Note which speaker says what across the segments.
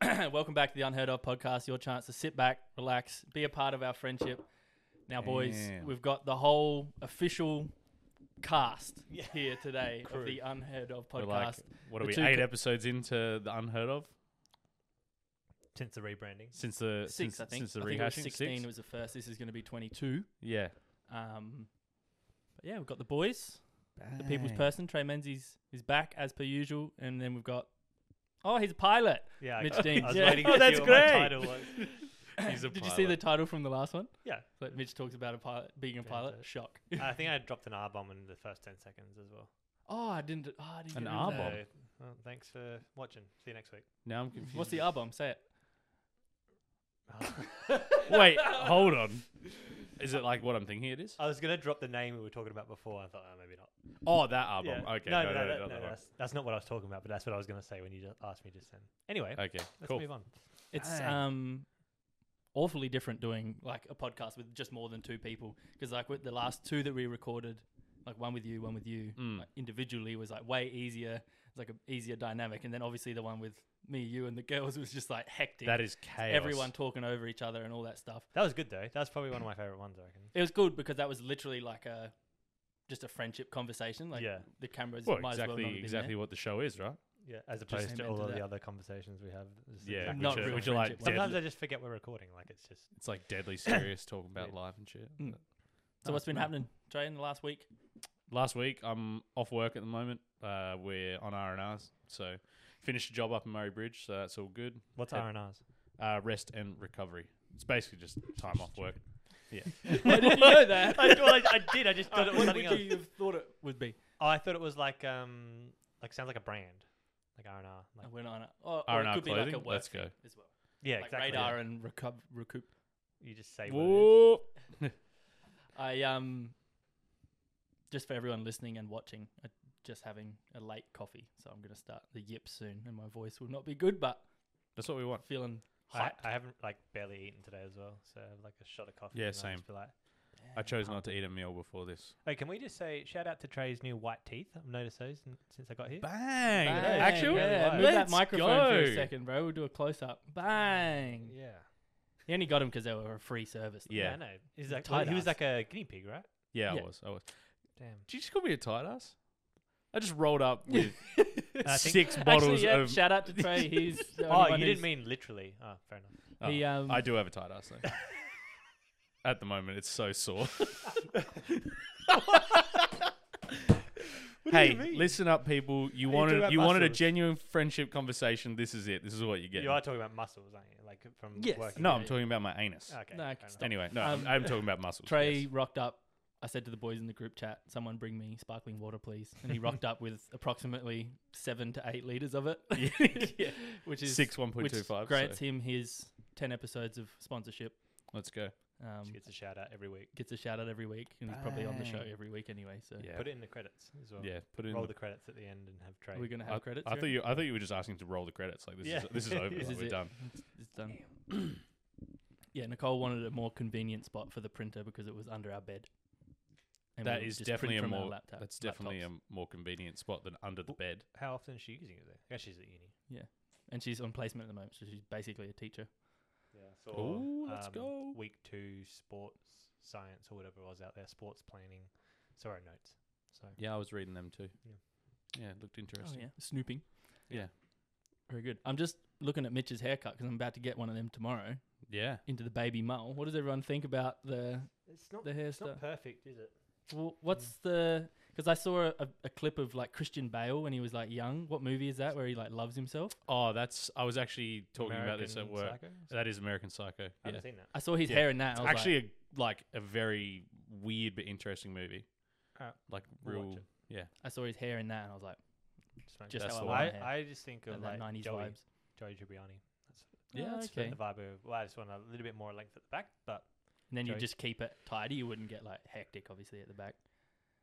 Speaker 1: Welcome back to the Unheard of podcast. Your chance to sit back, relax, be a part of our friendship. Now, boys,
Speaker 2: Damn.
Speaker 1: we've got the whole official cast here today of the Unheard of
Speaker 2: We're
Speaker 1: podcast.
Speaker 2: like, what are
Speaker 1: The
Speaker 2: we?
Speaker 1: two
Speaker 2: Eight
Speaker 1: co-
Speaker 2: episodes into the unheard of
Speaker 3: since the rebranding.
Speaker 2: since the
Speaker 1: Six,
Speaker 2: uh, since,
Speaker 1: I think.
Speaker 2: since the
Speaker 1: I
Speaker 2: rehashing.
Speaker 1: think it was 16
Speaker 2: Six?
Speaker 1: was the first. This is going to be 22.
Speaker 2: Yeah,
Speaker 1: Um, but yeah, we've got the boys, the people's
Speaker 2: Bang.
Speaker 1: person. Trey Menzies is back as per usual. And then we've got, oh, he's a pilot.
Speaker 3: Yeah, I-
Speaker 1: Mitch
Speaker 3: I,
Speaker 1: Dean.
Speaker 3: was
Speaker 1: Yeah.
Speaker 3: waiting
Speaker 2: Oh,
Speaker 3: to
Speaker 2: that's
Speaker 3: see what my
Speaker 2: great.
Speaker 3: title was.
Speaker 2: He's a
Speaker 1: Did you see the
Speaker 2: pilot.
Speaker 1: title from the last one?
Speaker 3: Yeah,
Speaker 1: Like Mitch talks about a pilot being a pilot.
Speaker 3: Fantastic.
Speaker 1: Shock.
Speaker 3: I think I dropped an R bomb in the first ten seconds as well.
Speaker 1: Oh, I didn't. Oh, I didn't
Speaker 2: An
Speaker 1: get rid of that.
Speaker 2: R-bomb?
Speaker 3: So, well, thanks for watching. See you next week.
Speaker 2: Now I'm confused.
Speaker 1: What's the R bomb? Say it.
Speaker 2: Wait, hold on. Is it like what I'm thinking it is?
Speaker 3: I was gonna drop the name we were talking about before. I thought oh, maybe not.
Speaker 2: Oh, that album.
Speaker 3: Yeah.
Speaker 2: Okay,
Speaker 3: no,
Speaker 2: no, no,
Speaker 3: that-
Speaker 2: no, no,
Speaker 3: that's, that's not what I was talking about. But that's what I was gonna say when you just asked me just then. Anyway,
Speaker 2: no. Okay,
Speaker 3: let's
Speaker 2: cool.
Speaker 3: move on.
Speaker 1: It's
Speaker 2: Dang.
Speaker 1: um awfully different doing like a podcast with just more than two people because like with the last two that we recorded, like one with you, one with you,
Speaker 2: Mm.
Speaker 1: like, individually was like way easier. It's like a easier dynamic, and then obviously the one with me, you, and the girls was just like hectic.
Speaker 2: That is chaos.
Speaker 1: everyone talking over each other and all that stuff.
Speaker 3: That was good though. That was probably one of my favorite ones. I reckon.
Speaker 1: It was good because that was literally like a just a friendship conversation. Like
Speaker 3: Yeah.
Speaker 1: the cameras
Speaker 2: Well,
Speaker 1: might as well
Speaker 2: exactly,
Speaker 1: not have been
Speaker 2: exactly what the show is, right?
Speaker 3: Yeah, as
Speaker 1: Just
Speaker 3: opposed to
Speaker 1: amen
Speaker 3: all
Speaker 1: to
Speaker 3: of
Speaker 1: that.
Speaker 3: the other conversations we have. This is
Speaker 2: Yeah,
Speaker 3: exactly
Speaker 1: Not
Speaker 2: which,
Speaker 3: the
Speaker 2: are,
Speaker 1: real
Speaker 3: same.
Speaker 2: which are like
Speaker 1: friendship ones.
Speaker 2: deadly,
Speaker 3: Sometimes I just forget we're recording. Like it's just
Speaker 2: it's like deadly serious talking about life and shit.
Speaker 1: Mm.
Speaker 2: But-
Speaker 1: So
Speaker 2: No,
Speaker 1: what's
Speaker 2: it's
Speaker 1: been
Speaker 2: mad.
Speaker 1: happening, Trey, in the last week?
Speaker 2: last week. I'm off work at the moment. Uh, we're on R and R's, so finished a job up in Murray Bridge, so that's all good.
Speaker 3: what's
Speaker 2: Yeah.
Speaker 3: R and R's.
Speaker 2: Uh, rest and recovery. It's basically just time off work. Yeah,
Speaker 1: Why did you know that?
Speaker 3: I, well, I, I did. I just thought it was
Speaker 1: what
Speaker 3: something
Speaker 1: would
Speaker 3: else.
Speaker 1: you have thought it would be?
Speaker 3: Oh, I thought it was like um, like sounds like a brand, like R and R. Like
Speaker 1: I went on it. Or,
Speaker 2: R
Speaker 1: or
Speaker 2: and
Speaker 1: it
Speaker 2: R
Speaker 1: could be
Speaker 2: clothing.
Speaker 1: like a work
Speaker 2: Let's go.
Speaker 1: as well.
Speaker 3: yeah,
Speaker 1: Oh, like
Speaker 3: exactly.
Speaker 1: radar and recoup, recoup.
Speaker 3: You just say what it is.
Speaker 2: Whoa.
Speaker 1: I um, just for everyone listening and watching, I just having a late coffee, so I'm gonna start the yip soon, and my voice will not be good, but
Speaker 2: That's what we want.
Speaker 1: feeling
Speaker 3: I,
Speaker 1: hyped.
Speaker 3: I haven't like barely eaten today as well, so I have like a shot of coffee.
Speaker 2: Yeah,
Speaker 3: and I'll
Speaker 2: same.
Speaker 3: just be like,
Speaker 2: I chose not to eat a meal before this.
Speaker 3: hey, can we just say shout out to Trey's new white teeth? I've noticed those n- since I got here.
Speaker 2: Bang!
Speaker 1: Bang,
Speaker 2: Actual?
Speaker 1: yeah, move that
Speaker 2: Let's
Speaker 1: microphone for a
Speaker 2: go.
Speaker 1: second, bro. We'll do a close up. Bang!
Speaker 3: Yeah,
Speaker 1: He only got him because they were a free service.
Speaker 2: Yeah.
Speaker 3: I know. He's like, well,
Speaker 1: Tight
Speaker 3: he was
Speaker 1: ass.
Speaker 3: like a guinea pig, right?
Speaker 2: Yeah,
Speaker 1: Yeah.
Speaker 2: I was. I was.
Speaker 3: Damn.
Speaker 2: Did you just call me a tight ass? I just rolled up with
Speaker 3: I think-
Speaker 2: six bottles
Speaker 1: Actually, yeah,
Speaker 2: of.
Speaker 1: shout out to Trey. He's the only
Speaker 3: Oh,
Speaker 1: one
Speaker 3: you
Speaker 1: who's-
Speaker 3: didn't mean literally. Oh, fair enough.
Speaker 2: Oh,
Speaker 1: he, um,
Speaker 2: I do have a tight ass though. At the moment, it's so sore. hey, listen up, people! You
Speaker 3: What are
Speaker 2: wanted
Speaker 3: you talking about
Speaker 2: you wanted a
Speaker 3: muscles?
Speaker 2: genuine friendship conversation. This is it. This is what you get.
Speaker 3: You are talking about muscles, aren't you? Like from
Speaker 1: Yes.
Speaker 3: working.
Speaker 2: no,
Speaker 3: out.
Speaker 2: I'm talking about my anus.
Speaker 3: Okay.
Speaker 1: No, I
Speaker 3: fair
Speaker 1: can
Speaker 3: enough.
Speaker 1: Ah, stop.
Speaker 2: Anyway, no,
Speaker 1: Um,
Speaker 2: I'm, I'm talking about muscles.
Speaker 1: Trey
Speaker 2: yes.
Speaker 1: rocked up. I said to the boys in the group chat, "Someone bring me sparkling water, please." And he rocked up with approximately seven to eight liters of it, which is
Speaker 2: six one point
Speaker 1: which
Speaker 2: two five.
Speaker 1: grants him his ten episodes of sponsorship.
Speaker 2: let's go.
Speaker 1: Um,
Speaker 3: She gets a shout out every week.
Speaker 1: gets a shout out every week, and he's probably on the show
Speaker 2: Bang.
Speaker 1: every week anyway. So
Speaker 2: Yeah,
Speaker 3: Put it in the credits as well.
Speaker 2: yeah. Put it in.
Speaker 3: Roll
Speaker 2: the-
Speaker 3: the credits at the end and have Trey.
Speaker 1: we're gonna have credits.
Speaker 2: I
Speaker 1: here?
Speaker 2: thought you. I thought you were just asking to roll the credits. Like this
Speaker 3: Yeah.
Speaker 2: is this is over.
Speaker 3: This
Speaker 2: like,
Speaker 1: is
Speaker 2: we're
Speaker 1: it.
Speaker 2: done.
Speaker 1: it's done. yeah, Nicole wanted a more convenient spot for the printer because it was under our bed. And we
Speaker 2: That
Speaker 1: would
Speaker 2: is
Speaker 1: just print
Speaker 2: definitely a
Speaker 1: from our
Speaker 2: more.
Speaker 1: laptop-
Speaker 2: That's definitely
Speaker 1: laptops.
Speaker 2: a more convenient spot than under the bed.
Speaker 3: How often is she using it though? I guess she's at uni.
Speaker 1: and she's on placement at the moment, so she's basically a teacher.
Speaker 3: Yeah. So
Speaker 2: Ooh, let's go.
Speaker 3: Um, Week two sports science or whatever it was out there. Sports planning. So our notes. So
Speaker 2: Yeah, I was reading them too.
Speaker 3: Yeah.
Speaker 2: Yeah, it looked
Speaker 1: Oh,
Speaker 2: interesting.
Speaker 1: snooping.
Speaker 2: Yeah.
Speaker 1: Very good. I'm just looking at Mitch's haircut because I'm about to get one of them tomorrow
Speaker 2: yeah.
Speaker 1: into the baby mole. What does everyone think about the
Speaker 3: it's not
Speaker 1: the
Speaker 3: it's not
Speaker 1: hairstyle?
Speaker 3: perfect, is it?
Speaker 1: Well, what's the? Because I saw a, a clip of like Christian Bale when he was like young. What movie is that where he like loves himself?
Speaker 2: Oh, that's. I was actually talking about this at
Speaker 3: American
Speaker 2: work.
Speaker 3: Psycho?
Speaker 1: Uh,
Speaker 2: That is American Psycho.
Speaker 3: I
Speaker 2: yeah.
Speaker 3: haven't seen that.
Speaker 1: I saw his
Speaker 2: Yeah.
Speaker 1: hair in that.
Speaker 2: It's
Speaker 1: I was like,
Speaker 2: actually a, like a very weird but interesting movie.
Speaker 3: Alright,
Speaker 2: Like
Speaker 3: we'll watch
Speaker 2: real.
Speaker 3: it.
Speaker 2: Yeah.
Speaker 1: I saw his hair in that, and I was like,
Speaker 3: Just,
Speaker 1: just
Speaker 2: That's
Speaker 1: how I,
Speaker 2: the one.
Speaker 3: I,
Speaker 1: want my hair.
Speaker 3: I just think
Speaker 1: Like
Speaker 3: of
Speaker 1: that
Speaker 3: like
Speaker 1: 90s
Speaker 3: Joey,
Speaker 1: vibes.
Speaker 3: Joey Tribbiani. That's
Speaker 2: Yeah,
Speaker 1: Oh,
Speaker 2: that's
Speaker 1: okay.
Speaker 3: the vibe of. Well, I just want a little bit more length at the back, but
Speaker 1: And then you
Speaker 3: Joey-
Speaker 1: just keep it tidy. You wouldn't get like hectic, obviously, at the back.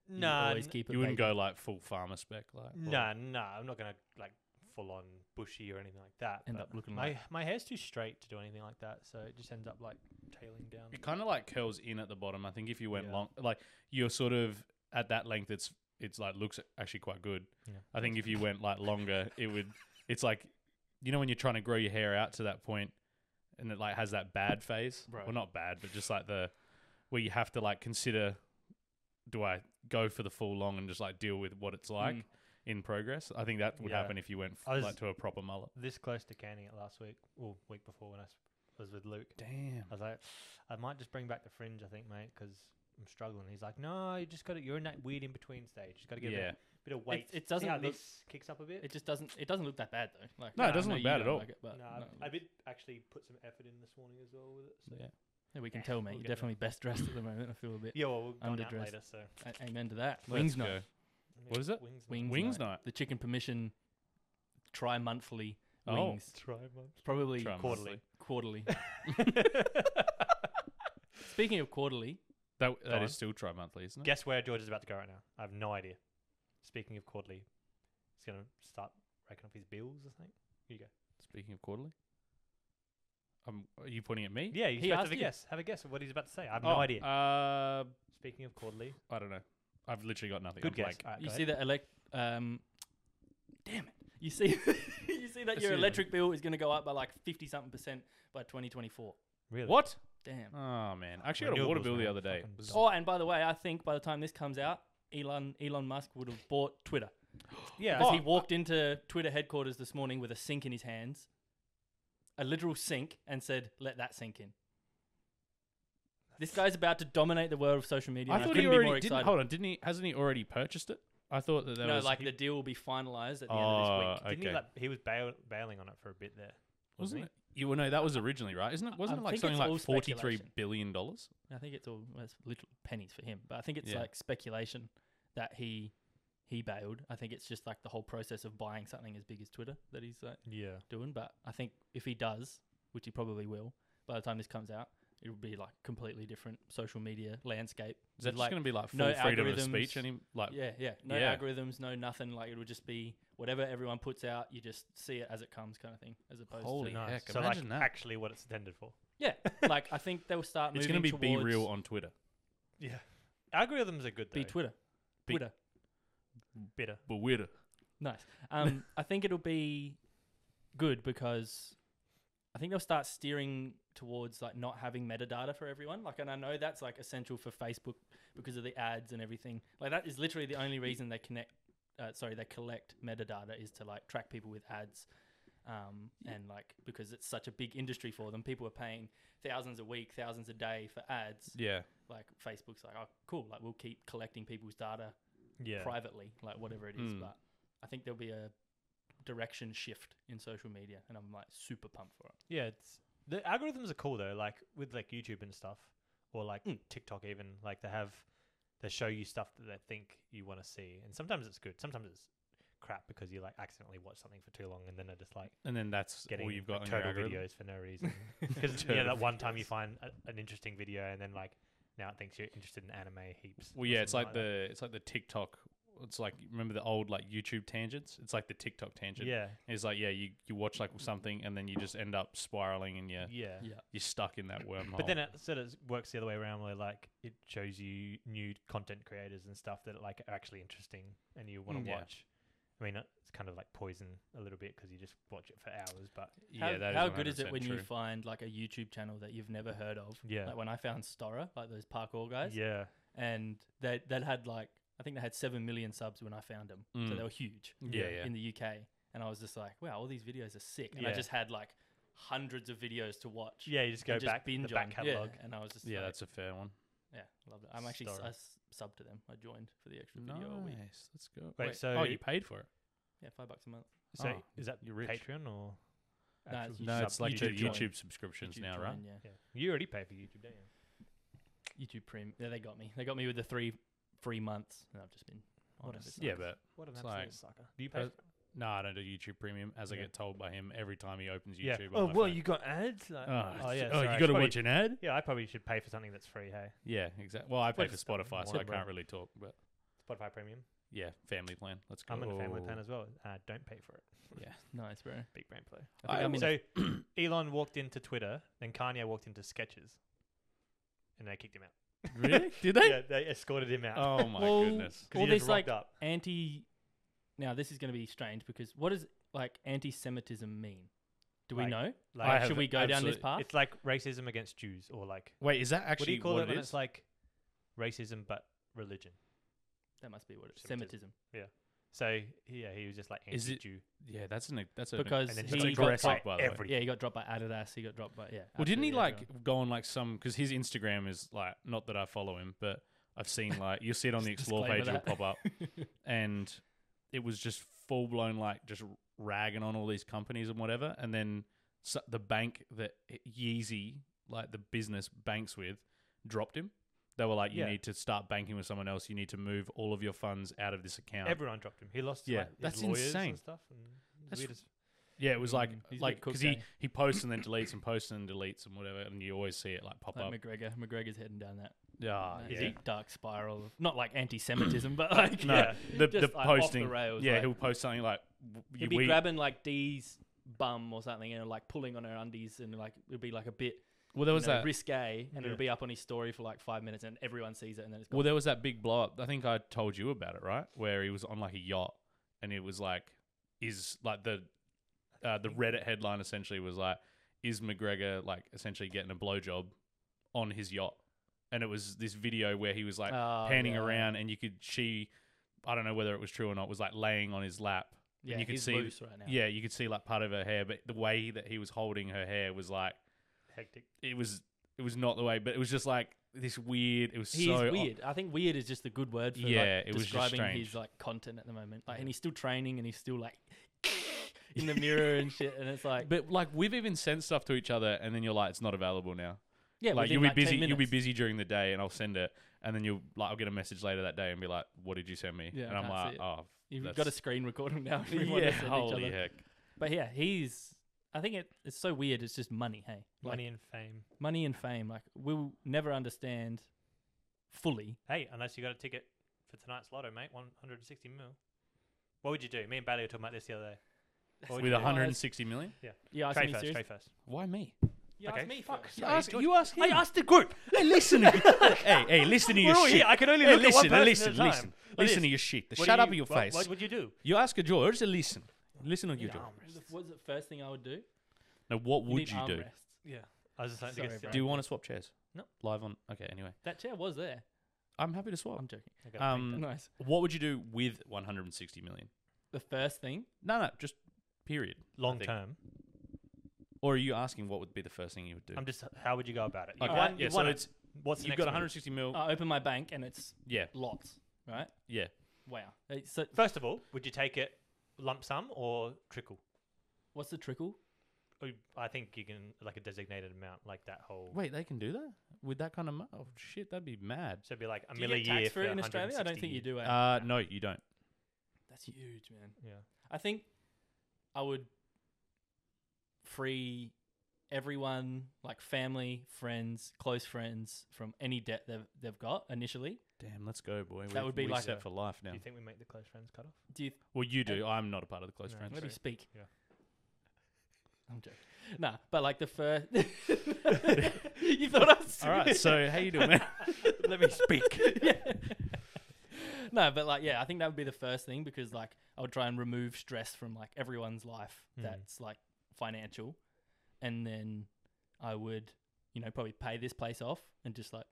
Speaker 1: You
Speaker 3: Nah,
Speaker 1: always
Speaker 3: n-
Speaker 1: keep it.
Speaker 2: You wouldn't
Speaker 1: basic.
Speaker 2: go like full farmer spec. Like
Speaker 3: No,
Speaker 2: or-
Speaker 3: nah, no, nah, I'm not gonna like full on bushy or anything like that.
Speaker 1: End
Speaker 3: but
Speaker 1: up looking
Speaker 3: my
Speaker 1: like-
Speaker 3: my hair's too straight to do anything like that, so it just ends up like tailing down.
Speaker 2: It kind of like curls in at the bottom. I think if you went
Speaker 3: Yeah.
Speaker 2: long, like you're sort of at that length, it's it's like looks actually quite good.
Speaker 3: Yeah.
Speaker 2: I think if you went like longer, it would. It's like you know when you're trying to grow your hair out to that point, and it like has that bad phase.
Speaker 3: Right.
Speaker 2: Well, not bad, but just like the where you have to like consider, do I go for the full long and just like deal with what it's like
Speaker 1: Mm.
Speaker 2: in progress? I think that would
Speaker 3: Yeah.
Speaker 2: happen if you went
Speaker 3: I
Speaker 2: f-
Speaker 3: was-
Speaker 2: like to a proper mullet.
Speaker 3: This close to canning it last week, or week before when I s- was with Luke.
Speaker 2: Damn.
Speaker 3: I was like, I might just bring back the fringe, I think, mate, because I'm struggling. He's like, no, you just got to, you're in that weird in between stage. Just got to get
Speaker 2: Yeah.
Speaker 3: a bit, bit of weight.
Speaker 1: it
Speaker 3: See
Speaker 1: doesn't
Speaker 3: how
Speaker 1: look-
Speaker 3: this kicks up a bit.
Speaker 1: It just doesn't. It doesn't look that bad though. Like
Speaker 2: No, it
Speaker 1: I
Speaker 2: doesn't
Speaker 1: know
Speaker 2: look
Speaker 1: you
Speaker 2: bad at
Speaker 1: don't
Speaker 2: all.
Speaker 1: Like it, but
Speaker 3: no,
Speaker 1: no,
Speaker 3: I did actually put some effort in this morning as well with it. So.
Speaker 2: Yeah.
Speaker 1: yeah, we can
Speaker 3: Yeah,
Speaker 1: tell,
Speaker 3: we'll
Speaker 1: mate.
Speaker 3: get
Speaker 1: You're
Speaker 3: there.
Speaker 1: definitely best dressed at the moment. I feel a bit.
Speaker 3: Yeah, well, we're going out
Speaker 1: Underdressed.
Speaker 3: later, so
Speaker 1: a- amen to that.
Speaker 2: Let's
Speaker 1: Wings
Speaker 2: go.
Speaker 1: night.
Speaker 2: What is it?
Speaker 3: Wings.
Speaker 1: Wings,
Speaker 2: Wings
Speaker 1: night.
Speaker 2: night.
Speaker 1: The chicken permission. Try monthly
Speaker 2: Oh.
Speaker 1: wings.
Speaker 3: Try
Speaker 1: Probably
Speaker 2: Try
Speaker 3: quarterly.
Speaker 1: quarterly. Speaking of quarterly,
Speaker 2: That that
Speaker 3: Go on.
Speaker 2: is still tri monthly, isn't it?
Speaker 3: Guess where George is about to go right now? I have no idea. Speaking of quarterly, he's going to start racking up his bills, I think. Here you go.
Speaker 2: Speaking of quarterly, um, are you pointing at me?
Speaker 3: Yeah, you
Speaker 1: He
Speaker 3: have to
Speaker 1: asked
Speaker 3: have a
Speaker 1: you.
Speaker 3: guess. Have a guess of what he's about to say. I have
Speaker 2: Oh,
Speaker 3: no idea.
Speaker 2: Uh,
Speaker 3: Speaking of quarterly,
Speaker 2: I don't know. I've literally got nothing.
Speaker 3: good
Speaker 2: I'm
Speaker 3: guess.
Speaker 2: blank.
Speaker 3: Alright,
Speaker 1: you
Speaker 3: go
Speaker 1: see
Speaker 3: ahead.
Speaker 1: that elect. Um, damn it! You see, you see that
Speaker 2: I see
Speaker 1: your
Speaker 2: them.
Speaker 1: electric bill is going to go up by like fifty something percent by 2024.
Speaker 3: Really?
Speaker 2: What?
Speaker 1: Damn.
Speaker 2: Oh man, I actually got a water
Speaker 3: Renewables,
Speaker 2: bill
Speaker 3: man.
Speaker 2: the other day.
Speaker 3: Fucking
Speaker 2: It was-
Speaker 1: Oh, and by the way, I think by the time this comes out, Elon Elon Musk would have bought Twitter
Speaker 3: Yeah.
Speaker 1: because he
Speaker 2: Oh.
Speaker 1: walked into Twitter headquarters this morning with a sink in his hands, a literal sink, and said, "Let that sink in." This guy's about to dominate the world of social media.
Speaker 2: I
Speaker 1: and
Speaker 2: thought he
Speaker 1: couldn't be more
Speaker 2: already
Speaker 1: excited.
Speaker 2: didn't. Hold on, didn't he? Hasn't he already purchased it? I thought that that
Speaker 1: no,
Speaker 2: was
Speaker 1: like
Speaker 2: he-
Speaker 1: the deal will be finalized at the end of
Speaker 2: Oh,
Speaker 1: this week.
Speaker 3: Didn't
Speaker 2: okay.
Speaker 3: he, like, he was bail- bailing on it for a bit there.
Speaker 2: wasn't it? You well, no, that was originally right, isn't it? Wasn't
Speaker 1: I
Speaker 2: it like
Speaker 1: think
Speaker 2: something
Speaker 1: it's all
Speaker 2: like forty-three
Speaker 1: speculation.
Speaker 2: billion dollars?
Speaker 1: I think it's all well, it's little pennies for him, but I think it's
Speaker 2: Oh. Yeah.
Speaker 1: like speculation that he he bailed. I think it's just like the whole process of buying something as big as Twitter that he's like
Speaker 3: Yeah.
Speaker 1: doing. But I think if he does, which he probably will, by the time this comes out, it'll be like completely different social media landscape.
Speaker 2: Is that
Speaker 1: with,
Speaker 2: just
Speaker 1: like
Speaker 2: going to be like full
Speaker 1: no
Speaker 2: freedom of
Speaker 1: algorithms.
Speaker 2: speech? Any like
Speaker 1: yeah, yeah, no
Speaker 2: Yeah.
Speaker 1: algorithms, no nothing. Like it will just be whatever everyone puts out. You just see it as it comes, kind of thing. As opposed
Speaker 2: Holy
Speaker 1: to
Speaker 2: Nice. heck,
Speaker 3: So
Speaker 2: imagine
Speaker 3: like
Speaker 2: that.
Speaker 3: actually what it's intended for.
Speaker 1: like I think they will start.
Speaker 2: it's
Speaker 1: going to
Speaker 2: be be real on Twitter.
Speaker 3: Yeah. Algorithms are good though.
Speaker 1: Be Twitter.
Speaker 2: Be-
Speaker 1: Twitter.
Speaker 3: Bitter.
Speaker 2: But weirder.
Speaker 1: Nice. Um, I think it'll be good because I think they'll start steering towards like not having metadata for everyone. Like, and I know that's like essential for Facebook because of the ads and everything. Like, that is literally the only reason they connect. Uh, sorry, they collect metadata is to like track people with ads, um, and like because it's such a big industry for them. People are paying thousands a week, thousands a day for ads.
Speaker 2: Yeah.
Speaker 1: Like Facebook's like, oh, cool. Like we'll keep collecting people's data
Speaker 3: Yeah. Hmm.
Speaker 1: privately, like whatever it is.
Speaker 2: Mm.
Speaker 1: But I think there'll be a direction shift in social media, and I'm like super pumped for it.
Speaker 3: Yeah, it's the algorithms are cool though, like with like YouTube and stuff. Or like
Speaker 2: Hmm.
Speaker 1: Mm.
Speaker 3: TikTok even. Like they have they show you stuff that they think you want to see. And sometimes it's good. Sometimes it's crap because you like accidentally watch something for too long and then they're just like
Speaker 2: And then that's
Speaker 3: getting
Speaker 2: all you've got on
Speaker 3: like,
Speaker 2: your
Speaker 3: turtle
Speaker 2: algorithm.
Speaker 3: videos for no reason. Because yeah,
Speaker 2: Turtle
Speaker 3: that one time you
Speaker 2: videos.
Speaker 3: find a, an interesting video and then like now it thinks you're interested in anime heaps.
Speaker 2: Well,
Speaker 3: or
Speaker 2: yeah, it's
Speaker 3: something
Speaker 2: like the it's like the TikTok. It's like remember the old like YouTube tangents. It's like the TikTok
Speaker 3: that.
Speaker 2: tangent.
Speaker 3: yeah,
Speaker 2: It's like yeah, you you watch like something and then you just end up spiraling and yeah,
Speaker 3: yeah.
Speaker 1: Yeah,
Speaker 2: you're stuck in that wormhole.
Speaker 3: But then it sort of works the other way around, where like it shows you new content creators and stuff that like are actually interesting and you want
Speaker 2: Mm.
Speaker 3: to
Speaker 2: Yeah.
Speaker 3: watch. I mean, it's kind of like poison a little bit because you just watch it for hours. But
Speaker 2: yeah,
Speaker 1: how,
Speaker 2: that
Speaker 1: how good is it
Speaker 2: 100%
Speaker 1: when you
Speaker 2: true.
Speaker 1: find like a YouTube channel that you've never heard of?
Speaker 3: yeah,
Speaker 1: Like when I found Stora, like those parkour guys,
Speaker 3: yeah,
Speaker 1: and they that had like I think they had seven million subs when I found them, so
Speaker 3: Hmm.
Speaker 2: Mm.
Speaker 1: they were huge
Speaker 2: Yeah, yeah.
Speaker 1: in the UK. And I was just like, wow, all these videos are sick, and I
Speaker 3: Yeah.
Speaker 1: just had like hundreds of videos to watch.
Speaker 3: yeah. You just go
Speaker 1: and just
Speaker 3: back
Speaker 1: binge
Speaker 3: the back
Speaker 1: on. Yeah,
Speaker 3: catalog.
Speaker 1: and I was just
Speaker 2: yeah,
Speaker 1: like,
Speaker 2: that's a fair one.
Speaker 1: Yeah, loved it. I'm actually s-
Speaker 3: Star.
Speaker 1: I s- subbed to them. I joined for the extra video a week.
Speaker 2: Let's go.
Speaker 3: Wait, so-
Speaker 2: oh, you paid for it?
Speaker 1: Yeah, five bucks a month.
Speaker 3: So
Speaker 2: Oh,
Speaker 3: is that
Speaker 2: you're rich.
Speaker 3: Patreon or?
Speaker 1: No,
Speaker 3: actual
Speaker 1: You
Speaker 2: no,
Speaker 3: sub-
Speaker 2: it's like
Speaker 1: YouTube
Speaker 2: the
Speaker 1: join.
Speaker 2: YouTube subscriptions
Speaker 1: YouTube
Speaker 2: now,
Speaker 1: join,
Speaker 2: right?
Speaker 1: Yeah.
Speaker 3: Yeah. You already pay for YouTube, don't you?
Speaker 1: YouTube Premium. Yeah, they got me. They got me with the three free months, and I've just been. on
Speaker 3: What
Speaker 1: it
Speaker 3: a
Speaker 1: this
Speaker 3: suck.
Speaker 2: Yeah,
Speaker 1: month.
Speaker 2: but
Speaker 3: What an
Speaker 2: It's
Speaker 3: absolute
Speaker 2: like-
Speaker 3: sucker! Do you
Speaker 2: Uh,
Speaker 3: pay?
Speaker 2: no, I don't do YouTube Premium, as I
Speaker 3: Yeah.
Speaker 2: get told by him every time he opens YouTube.
Speaker 3: yeah.
Speaker 2: on
Speaker 3: Oh
Speaker 2: my
Speaker 3: well,
Speaker 2: phone.
Speaker 3: you got ads. Like,
Speaker 2: Oh,
Speaker 3: oh yeah.
Speaker 2: oh you got
Speaker 3: sorry,
Speaker 2: to
Speaker 3: probably-
Speaker 2: watch an ad.
Speaker 3: Yeah, I probably should pay for something that's free. Hey,
Speaker 2: Yeah, exactly. Well, I pay
Speaker 3: But
Speaker 2: for
Speaker 3: it's still
Speaker 2: Spotify, so I
Speaker 3: whatever.
Speaker 2: can't really talk. But
Speaker 3: Spotify Premium.
Speaker 2: yeah, family plan. Let's go.
Speaker 3: I'm in a family
Speaker 2: Oh.
Speaker 3: plan as well. Uh, don't pay for it.
Speaker 1: Nice, bro.
Speaker 3: Big brain play.
Speaker 1: I
Speaker 2: Oh,
Speaker 1: think I'm in
Speaker 3: so Elon walked into Twitter, then Kanye walked into Sketches, and they kicked him out.
Speaker 2: really? Did they?
Speaker 3: yeah, they escorted him out
Speaker 2: Oh my
Speaker 1: Well,
Speaker 2: goodness.
Speaker 3: because
Speaker 1: All
Speaker 3: he just
Speaker 1: this,
Speaker 3: rocked
Speaker 1: like-
Speaker 3: up.
Speaker 1: Anti. Now this is going to be strange because what does like anti-Semitism mean? Do we
Speaker 3: Like-
Speaker 1: know?
Speaker 3: Like,
Speaker 2: I have
Speaker 1: Should we go down this
Speaker 2: absolute-
Speaker 1: path?
Speaker 3: It's like racism against Jews, or like
Speaker 2: Wait, is that
Speaker 3: what do
Speaker 2: actually
Speaker 3: you call it
Speaker 2: what
Speaker 3: when
Speaker 2: it
Speaker 3: it's
Speaker 2: is?
Speaker 3: like racism but religion?
Speaker 1: that must be what it is. Semitism.
Speaker 3: Semitism. So yeah, he was just like
Speaker 2: Is it-
Speaker 3: anti-Jew.
Speaker 2: yeah, that's an that's a
Speaker 1: Because
Speaker 3: And then
Speaker 2: that's
Speaker 3: he
Speaker 1: he
Speaker 3: got
Speaker 1: got
Speaker 2: aggressive
Speaker 1: dropped,
Speaker 3: fired.
Speaker 2: by the way.
Speaker 3: every-
Speaker 1: yeah, he got dropped by Adidas. He got dropped by yeah.
Speaker 2: Well, didn't he
Speaker 1: absolutely
Speaker 2: like
Speaker 1: everyone.
Speaker 2: go on like some because his Instagram is like not that I follow him, but I've seen like you'll see it on the
Speaker 1: Just
Speaker 2: explore page,
Speaker 1: disclaimer
Speaker 2: it'll pop up, and it was just full blown like just ragging on all these companies and whatever, and then so, the bank that Yeezy like the business banks with dropped him. They were like, you
Speaker 3: Yeah.
Speaker 2: need to start banking with someone else. You need to move all of your funds out of this account.
Speaker 3: Everyone dropped him. He lost.
Speaker 2: Yeah,
Speaker 3: like, his
Speaker 2: that's
Speaker 3: lawyers
Speaker 2: insane.
Speaker 3: And stuff. And it was
Speaker 2: That's
Speaker 3: weird as-
Speaker 2: yeah, it was like
Speaker 1: Mm, he's a
Speaker 2: like
Speaker 1: bit cooked,
Speaker 2: because he
Speaker 1: eh?
Speaker 2: he posts and then deletes and posts and deletes and whatever, and you always see it like pop
Speaker 1: like
Speaker 2: up.
Speaker 1: McGregor. McGregor's heading down that
Speaker 2: Ah,
Speaker 1: that
Speaker 2: yeah.
Speaker 1: deep dark spiral. Of, not like anti-Semitism, but like
Speaker 2: No,
Speaker 1: yeah,
Speaker 2: the,
Speaker 1: just
Speaker 2: the
Speaker 1: like off
Speaker 2: posting.
Speaker 1: the rails.
Speaker 2: yeah,
Speaker 1: like,
Speaker 2: he'll post something like w-
Speaker 1: he'd be
Speaker 2: we,
Speaker 1: grabbing like Dee's bum or something and like pulling on her undies and like it'd be like a bit
Speaker 2: Well,
Speaker 1: you
Speaker 2: there was
Speaker 1: know,
Speaker 2: that.
Speaker 1: risque and
Speaker 3: Yeah.
Speaker 1: it'll be up on his story for like five minutes and everyone sees it and then it's gone.
Speaker 2: Well, there was that big blow up. I think I told you about it, right? Where he was on like a yacht, and it was like, is like the uh, the Reddit headline essentially was like, is McGregor like essentially getting a blowjob on his yacht? And it was this video where he was like
Speaker 1: Oh,
Speaker 2: panning
Speaker 1: yeah.
Speaker 2: around, and you could she, I don't know whether it was true or not, was like laying on his lap.
Speaker 1: yeah,
Speaker 2: and you could
Speaker 1: he's
Speaker 2: see,
Speaker 1: loose right now.
Speaker 2: yeah, you could see like part of her hair, but the way that he was holding her hair was like.
Speaker 3: hectic.
Speaker 2: it was it was not the way, but it was just like this weird. It was
Speaker 1: He's
Speaker 2: so
Speaker 1: weird. I think weird is just a good word for like,
Speaker 2: Yeah, it was just
Speaker 1: describing his
Speaker 2: strange.
Speaker 1: like content at the moment. Like, and he's still training and he's still like in the mirror and shit. And it's like,
Speaker 2: But like we've even sent stuff to each other, and then you're like, it's not available now.
Speaker 1: yeah,
Speaker 2: like
Speaker 1: within,
Speaker 2: you'll be
Speaker 1: 10
Speaker 2: busy. You'll be
Speaker 1: minutes.
Speaker 2: busy during the day, and I'll send it, and then you'll like I'll get a message later that day and be like, what did you send me?
Speaker 1: Yeah, I
Speaker 2: and I'm
Speaker 1: can't
Speaker 2: like,
Speaker 1: see it.
Speaker 2: oh,
Speaker 1: You've
Speaker 2: that's-
Speaker 1: got to screen record him now. if we want
Speaker 2: yeah,
Speaker 1: to send each
Speaker 2: holy
Speaker 1: other.
Speaker 2: heck.
Speaker 1: But yeah, he's. I think it, it's so weird. It's just money, hey, like
Speaker 3: Money and fame.
Speaker 1: money and fame. Like we'll never understand fully.
Speaker 3: Hey, unless you got a ticket for tonight's lotto, mate, one hundred and sixty mil. What would you do? Me and Bailey were talking about this the other day. What would
Speaker 2: With
Speaker 3: you do?
Speaker 2: 160 million?
Speaker 1: You asked
Speaker 3: Trey
Speaker 1: me
Speaker 3: first.
Speaker 1: serious.
Speaker 3: Trey first.
Speaker 2: Why me?
Speaker 1: You
Speaker 3: Okay.
Speaker 1: asked me
Speaker 3: Fuck.
Speaker 1: first.
Speaker 3: You asked-
Speaker 2: you asked
Speaker 1: I asked the group.
Speaker 2: hey, listen. to me. hey, hey, listen to your
Speaker 3: We're all
Speaker 2: shit.
Speaker 3: here. I can only
Speaker 2: Hey,
Speaker 3: look at one
Speaker 2: listen,
Speaker 3: person
Speaker 2: listen,
Speaker 3: at a time.
Speaker 2: listen,
Speaker 3: Like
Speaker 2: listen
Speaker 3: this.
Speaker 2: to your shit.
Speaker 3: What do
Speaker 2: shut up
Speaker 3: you-
Speaker 2: in your
Speaker 3: what-
Speaker 2: face.
Speaker 3: What would you do?
Speaker 2: You ask a George to listen. Listen to
Speaker 3: Need
Speaker 2: your George.
Speaker 3: armrests.
Speaker 1: What's the first thing I would do?
Speaker 2: Now, what
Speaker 1: need
Speaker 2: would you do?
Speaker 1: armrests.
Speaker 3: Yeah, I was just like,
Speaker 1: Sorry,
Speaker 3: to
Speaker 1: bro.
Speaker 2: Do you want to swap chairs?
Speaker 3: No.
Speaker 2: Live on. Okay. Anyway,
Speaker 1: That chair was there.
Speaker 2: I'm happy to
Speaker 3: Oh.
Speaker 2: swap.
Speaker 1: I'm joking.
Speaker 3: Mm.
Speaker 2: Um,
Speaker 1: Nice.
Speaker 2: What would you do with 160 million?
Speaker 1: The first thing.
Speaker 2: No, no, just period.
Speaker 3: long
Speaker 2: think-
Speaker 3: term.
Speaker 2: Or are you asking what would be the first thing you would do?
Speaker 3: I'm just. How would you go about it? You
Speaker 2: Okay,
Speaker 3: won-
Speaker 2: yeah,
Speaker 3: you
Speaker 2: so
Speaker 3: won it.
Speaker 2: it's-
Speaker 3: What's the
Speaker 2: You've
Speaker 3: next
Speaker 2: got
Speaker 3: move?
Speaker 2: 160
Speaker 3: Oh.
Speaker 2: mil.
Speaker 1: I open my bank and it's
Speaker 2: yeah,
Speaker 1: lots. Right.
Speaker 2: yeah.
Speaker 1: Wow. Uh, So
Speaker 3: First of all, would you take it lump sum or trickle?
Speaker 1: what's the trickle?
Speaker 3: Or you- I think you can like a designated amount, like that whole.
Speaker 2: Wait, they can do that with that kind of mo- oh shit, that'd be mad.
Speaker 3: So it'd be like a
Speaker 1: Do you
Speaker 3: million
Speaker 1: get tax
Speaker 3: year
Speaker 1: for it in Australia? I don't think you do. eh?
Speaker 2: Uh, no, you don't.
Speaker 3: Uh,
Speaker 1: That's huge, man.
Speaker 3: Yeah.
Speaker 1: I think I would free everyone, like family, friends, close friends, from any debt they've they've got initially.
Speaker 2: Damn, let's go, boy.
Speaker 1: That would be like
Speaker 2: set
Speaker 3: a-
Speaker 2: for life now.
Speaker 3: Do you think we make the close friends cut off?
Speaker 1: Do you
Speaker 2: Well, you do. I'm not a part of the close
Speaker 3: No.
Speaker 2: friends.
Speaker 1: let me speak?
Speaker 3: Yeah.
Speaker 1: I'm joking. Nah, but like the first. you thought I was.
Speaker 2: All right, so how you doing, man?
Speaker 1: let me speak. yeah. No, but like, yeah, I think that would be the first thing because like I would try and remove stress from like everyone's life
Speaker 3: Mhm.
Speaker 1: that's like financial, and then I would, you know, probably pay this place off and just like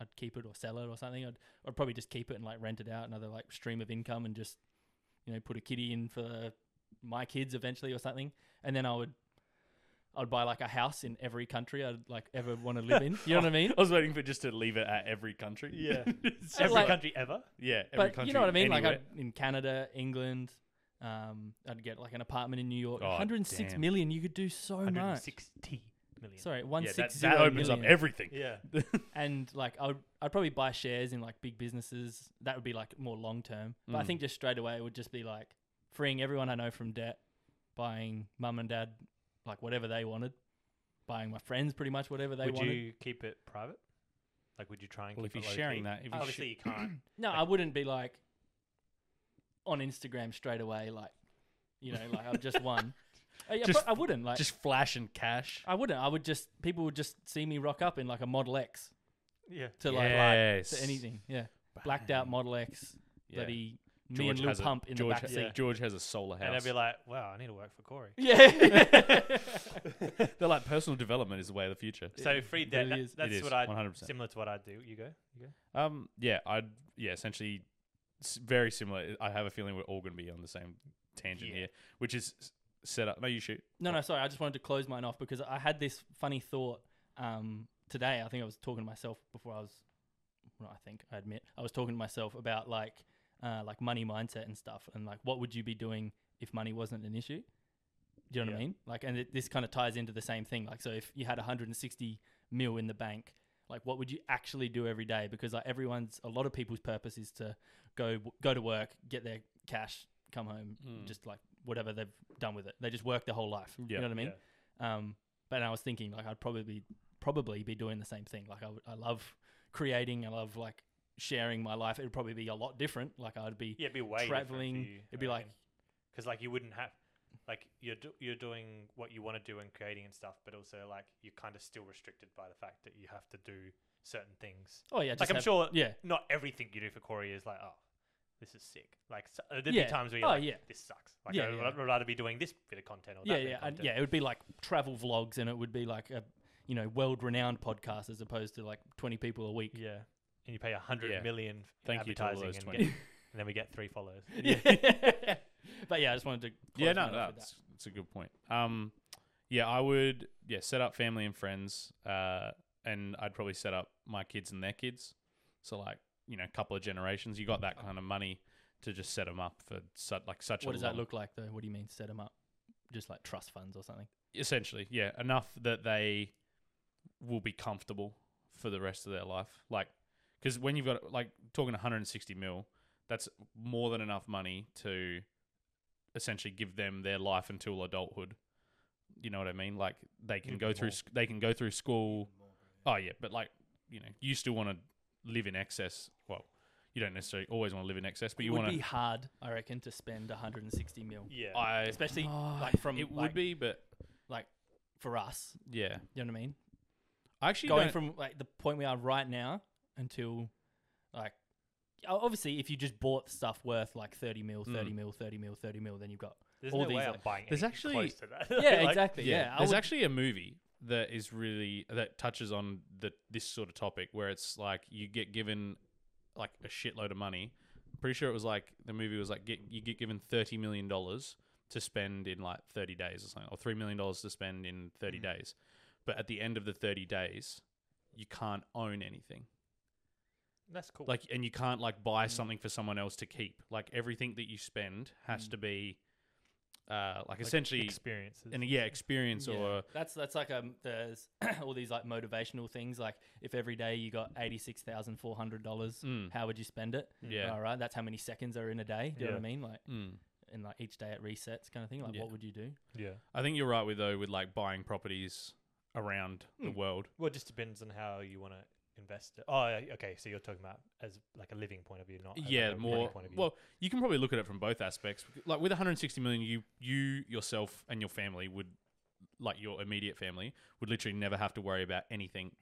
Speaker 1: I'd keep it or sell it or something. I'd I'd probably just keep it and like rent it out another like stream of income and just you know put a kitty in for my kids eventually or something, and then I would. I'd buy like a house in every country I'd like ever want to live in. You know what I mean?
Speaker 2: I was waiting for just to leave it at every country.
Speaker 1: So,
Speaker 3: Every
Speaker 1: like-
Speaker 3: country ever.
Speaker 2: yeah. Every
Speaker 1: but
Speaker 2: country,
Speaker 1: you know what I mean?
Speaker 2: anywhere.
Speaker 1: Like I'd, in Canada, England, um, I'd get like an apartment in New York.
Speaker 2: God
Speaker 1: 106
Speaker 2: damn.
Speaker 1: million, you could do so much.
Speaker 3: 160 million.
Speaker 1: Sorry,
Speaker 2: yeah, that,
Speaker 1: 160
Speaker 2: that opens up
Speaker 1: million.
Speaker 2: everything.
Speaker 3: Yeah.
Speaker 1: And like I would, I'd probably buy shares in like big businesses. That would be like more long term. But I
Speaker 2: Mm.
Speaker 1: think just straight away it would just be like freeing everyone I know from debt, buying mum and dad like whatever they wanted, buying my friends pretty much whatever they
Speaker 3: would
Speaker 1: wanted.
Speaker 3: you keep it private? Like, would you try and
Speaker 2: Well, if
Speaker 3: keep
Speaker 2: you're
Speaker 3: it low
Speaker 2: sharing
Speaker 3: key?
Speaker 2: that, if you
Speaker 3: obviously you can't.
Speaker 1: No,
Speaker 3: Like-
Speaker 1: I wouldn't be like on Instagram straight away. Like, you know, like I've just won. Uh, yeah,
Speaker 2: Just-
Speaker 1: but I wouldn't like.
Speaker 2: just flash and cash.
Speaker 1: I wouldn't. I would just people would just see me rock up in like a Model X
Speaker 3: yeah.
Speaker 1: to like, like to anything. Yeah, blacked out Model X,
Speaker 2: Yeah.
Speaker 1: bloody me and Lil
Speaker 2: has a-
Speaker 1: Pump in
Speaker 2: George
Speaker 1: the back
Speaker 2: ha-
Speaker 1: seat.
Speaker 3: Yeah.
Speaker 2: George has a solar house.
Speaker 3: And I'd be like, wow, I need to work for Corey.
Speaker 1: Yeah.
Speaker 2: They're like personal development is the way of the future.
Speaker 3: So free debt.
Speaker 1: really
Speaker 3: that-
Speaker 1: is. It
Speaker 3: that's
Speaker 2: is,
Speaker 3: what I
Speaker 2: 100%.
Speaker 3: similar to what I do. You go. You go.
Speaker 2: Um, yeah, I'd yeah, essentially s- very similar. I have a feeling we're all going to be on the same tangent
Speaker 3: Yeah.
Speaker 2: here, which is s- set up. No, you shoot.
Speaker 1: no, no, sorry. I just wanted to close mine off because I had this funny thought um, today. I think I was talking to myself before I was. Well, I think I admit I was talking to myself about like, uh, like money mindset and stuff, and like what would you be doing if money wasn't an issue? Do you know what I
Speaker 3: Yeah.
Speaker 1: mean? Like, and it, this kind of ties into the same thing. Like, so if you had 160 mil in the bank, like, what would you actually do every day? Because like everyone's, a lot of people's purpose is to go go to work, get their cash, come home,
Speaker 2: Mm.
Speaker 1: just like whatever they've done with it. They just work their whole life.
Speaker 2: Yeah.
Speaker 1: You know what I mean? Um, but I was thinking like I'd probably be, probably be doing the same thing. Like I, would- I love creating. I love like sharing my life. It would probably be a lot different. Like I'd be
Speaker 3: Yeah, it'd be way
Speaker 1: traveling. it'd be like
Speaker 3: because like you wouldn't have like you're do, you're doing what you want to do and creating and stuff, but also like you're kind of still restricted by the fact that you have to do certain things.
Speaker 1: oh yeah, just
Speaker 3: like I'm
Speaker 1: have-
Speaker 3: sure
Speaker 1: yeah.
Speaker 3: not everything you do for Corey is like oh. This is sick. Like so, uh, there'd
Speaker 1: Yeah.
Speaker 3: be times where
Speaker 1: Oh,
Speaker 3: you're like,
Speaker 1: yeah.
Speaker 3: "This sucks." Like
Speaker 1: Yeah,
Speaker 3: I'd,
Speaker 1: yeah.
Speaker 3: I'd rather be doing this bit of content or that
Speaker 1: yeah,
Speaker 3: bit
Speaker 1: yeah, and
Speaker 3: of content.
Speaker 1: yeah. It would be like travel vlogs, and it would be like a you know world-renowned podcast as opposed to like 20 people a week.
Speaker 3: Yeah. And you pay a hundred
Speaker 2: Yeah.
Speaker 3: million f-
Speaker 2: Thank you to all
Speaker 3: advertising
Speaker 2: those
Speaker 3: and,
Speaker 2: 20.
Speaker 3: get, and then we get three followers.
Speaker 1: but yeah, I just wanted to. Close
Speaker 2: yeah, no,
Speaker 1: mine off with
Speaker 2: that's it's a good point. Um, yeah, I would yeah set up family and friends, uh, and I'd probably set up my kids and their kids. So like you know, a couple of generations, you got that kind of money to just set them up for such like such.
Speaker 1: that. What
Speaker 2: a
Speaker 1: does that
Speaker 2: long-
Speaker 1: look like though? What do you mean set them up? Just like trust funds or something?
Speaker 2: Essentially, yeah, enough that they will be comfortable for the rest of their life. Like, because when you've got like talking 160 mil, that's more than enough money to essentially give them their life until adulthood. You know what I mean? Like they can
Speaker 3: Even
Speaker 2: go through
Speaker 3: more.
Speaker 2: sc- they can go through school. Oh yeah, but like you know, you still want to live in excess. Well, you don't necessarily always want to live in excess, but
Speaker 1: it
Speaker 2: you
Speaker 1: would
Speaker 2: want
Speaker 1: be
Speaker 2: to.
Speaker 1: hard, I reckon, to spend 160 mil,
Speaker 3: Yeah.
Speaker 2: I
Speaker 1: especially
Speaker 2: Oh,
Speaker 1: like from
Speaker 2: it
Speaker 1: like,
Speaker 2: would be, but
Speaker 1: for us.
Speaker 2: yeah,
Speaker 1: You know what I mean?
Speaker 2: I actually
Speaker 1: Going
Speaker 2: don't-
Speaker 1: from like the point we are right now until like o- obviously if you just bought stuff worth like 30 mil, 30
Speaker 2: Mm.
Speaker 1: mil, 30 mil, 30 mil, then you've got
Speaker 3: There's
Speaker 1: all
Speaker 3: no
Speaker 1: these,
Speaker 3: way
Speaker 1: like-
Speaker 3: I'm buying
Speaker 2: There's
Speaker 3: anything
Speaker 2: actually-
Speaker 3: close to that.
Speaker 1: yeah,
Speaker 3: Like,
Speaker 1: exactly. Yeah, I
Speaker 2: there's
Speaker 1: would-
Speaker 2: actually a movie that is really that touches on the this sort of topic where it's like you get given like a shitload of money. Pretty sure it was like the movie was like get you get given thirty million dollars to spend in like thirty days or something, or three million dollars to spend in
Speaker 1: Mm.
Speaker 2: thirty days. But at the end of the thirty days, you can't own anything.
Speaker 3: That's cool.
Speaker 2: Like, and you can't like buy
Speaker 1: Mm.
Speaker 2: something for someone else to keep. Like everything that you spend has
Speaker 1: Mm.
Speaker 2: to be, uh, like, essentially,
Speaker 3: experiences.
Speaker 2: and yeah, experience
Speaker 1: Yeah.
Speaker 2: or
Speaker 1: that's that's like um there's all these like motivational things like if every day you got eighty six thousand four hundred dollars,
Speaker 2: Mm.
Speaker 1: how would you spend it?
Speaker 2: yeah.
Speaker 1: All right, that's how many seconds are in a day. Do you know
Speaker 3: Yeah.
Speaker 1: what I mean? Like
Speaker 2: Mm.
Speaker 1: and like each day it resets kind of thing. Like
Speaker 2: Yeah.
Speaker 1: what would you do?
Speaker 3: yeah.
Speaker 2: I think you're right with though with like buying properties around the
Speaker 1: Hmm.
Speaker 2: world.
Speaker 3: Well, it just depends on how you want to invest it. Oh, yeah, okay. So you're talking about as like a living point of view, not as, like,
Speaker 2: yeah,
Speaker 3: a money
Speaker 2: more.
Speaker 3: point of view.
Speaker 2: Well, you can probably look at it from both aspects. Like with 160 million, you you yourself and your family would, like your immediate family, would literally never have to worry about anything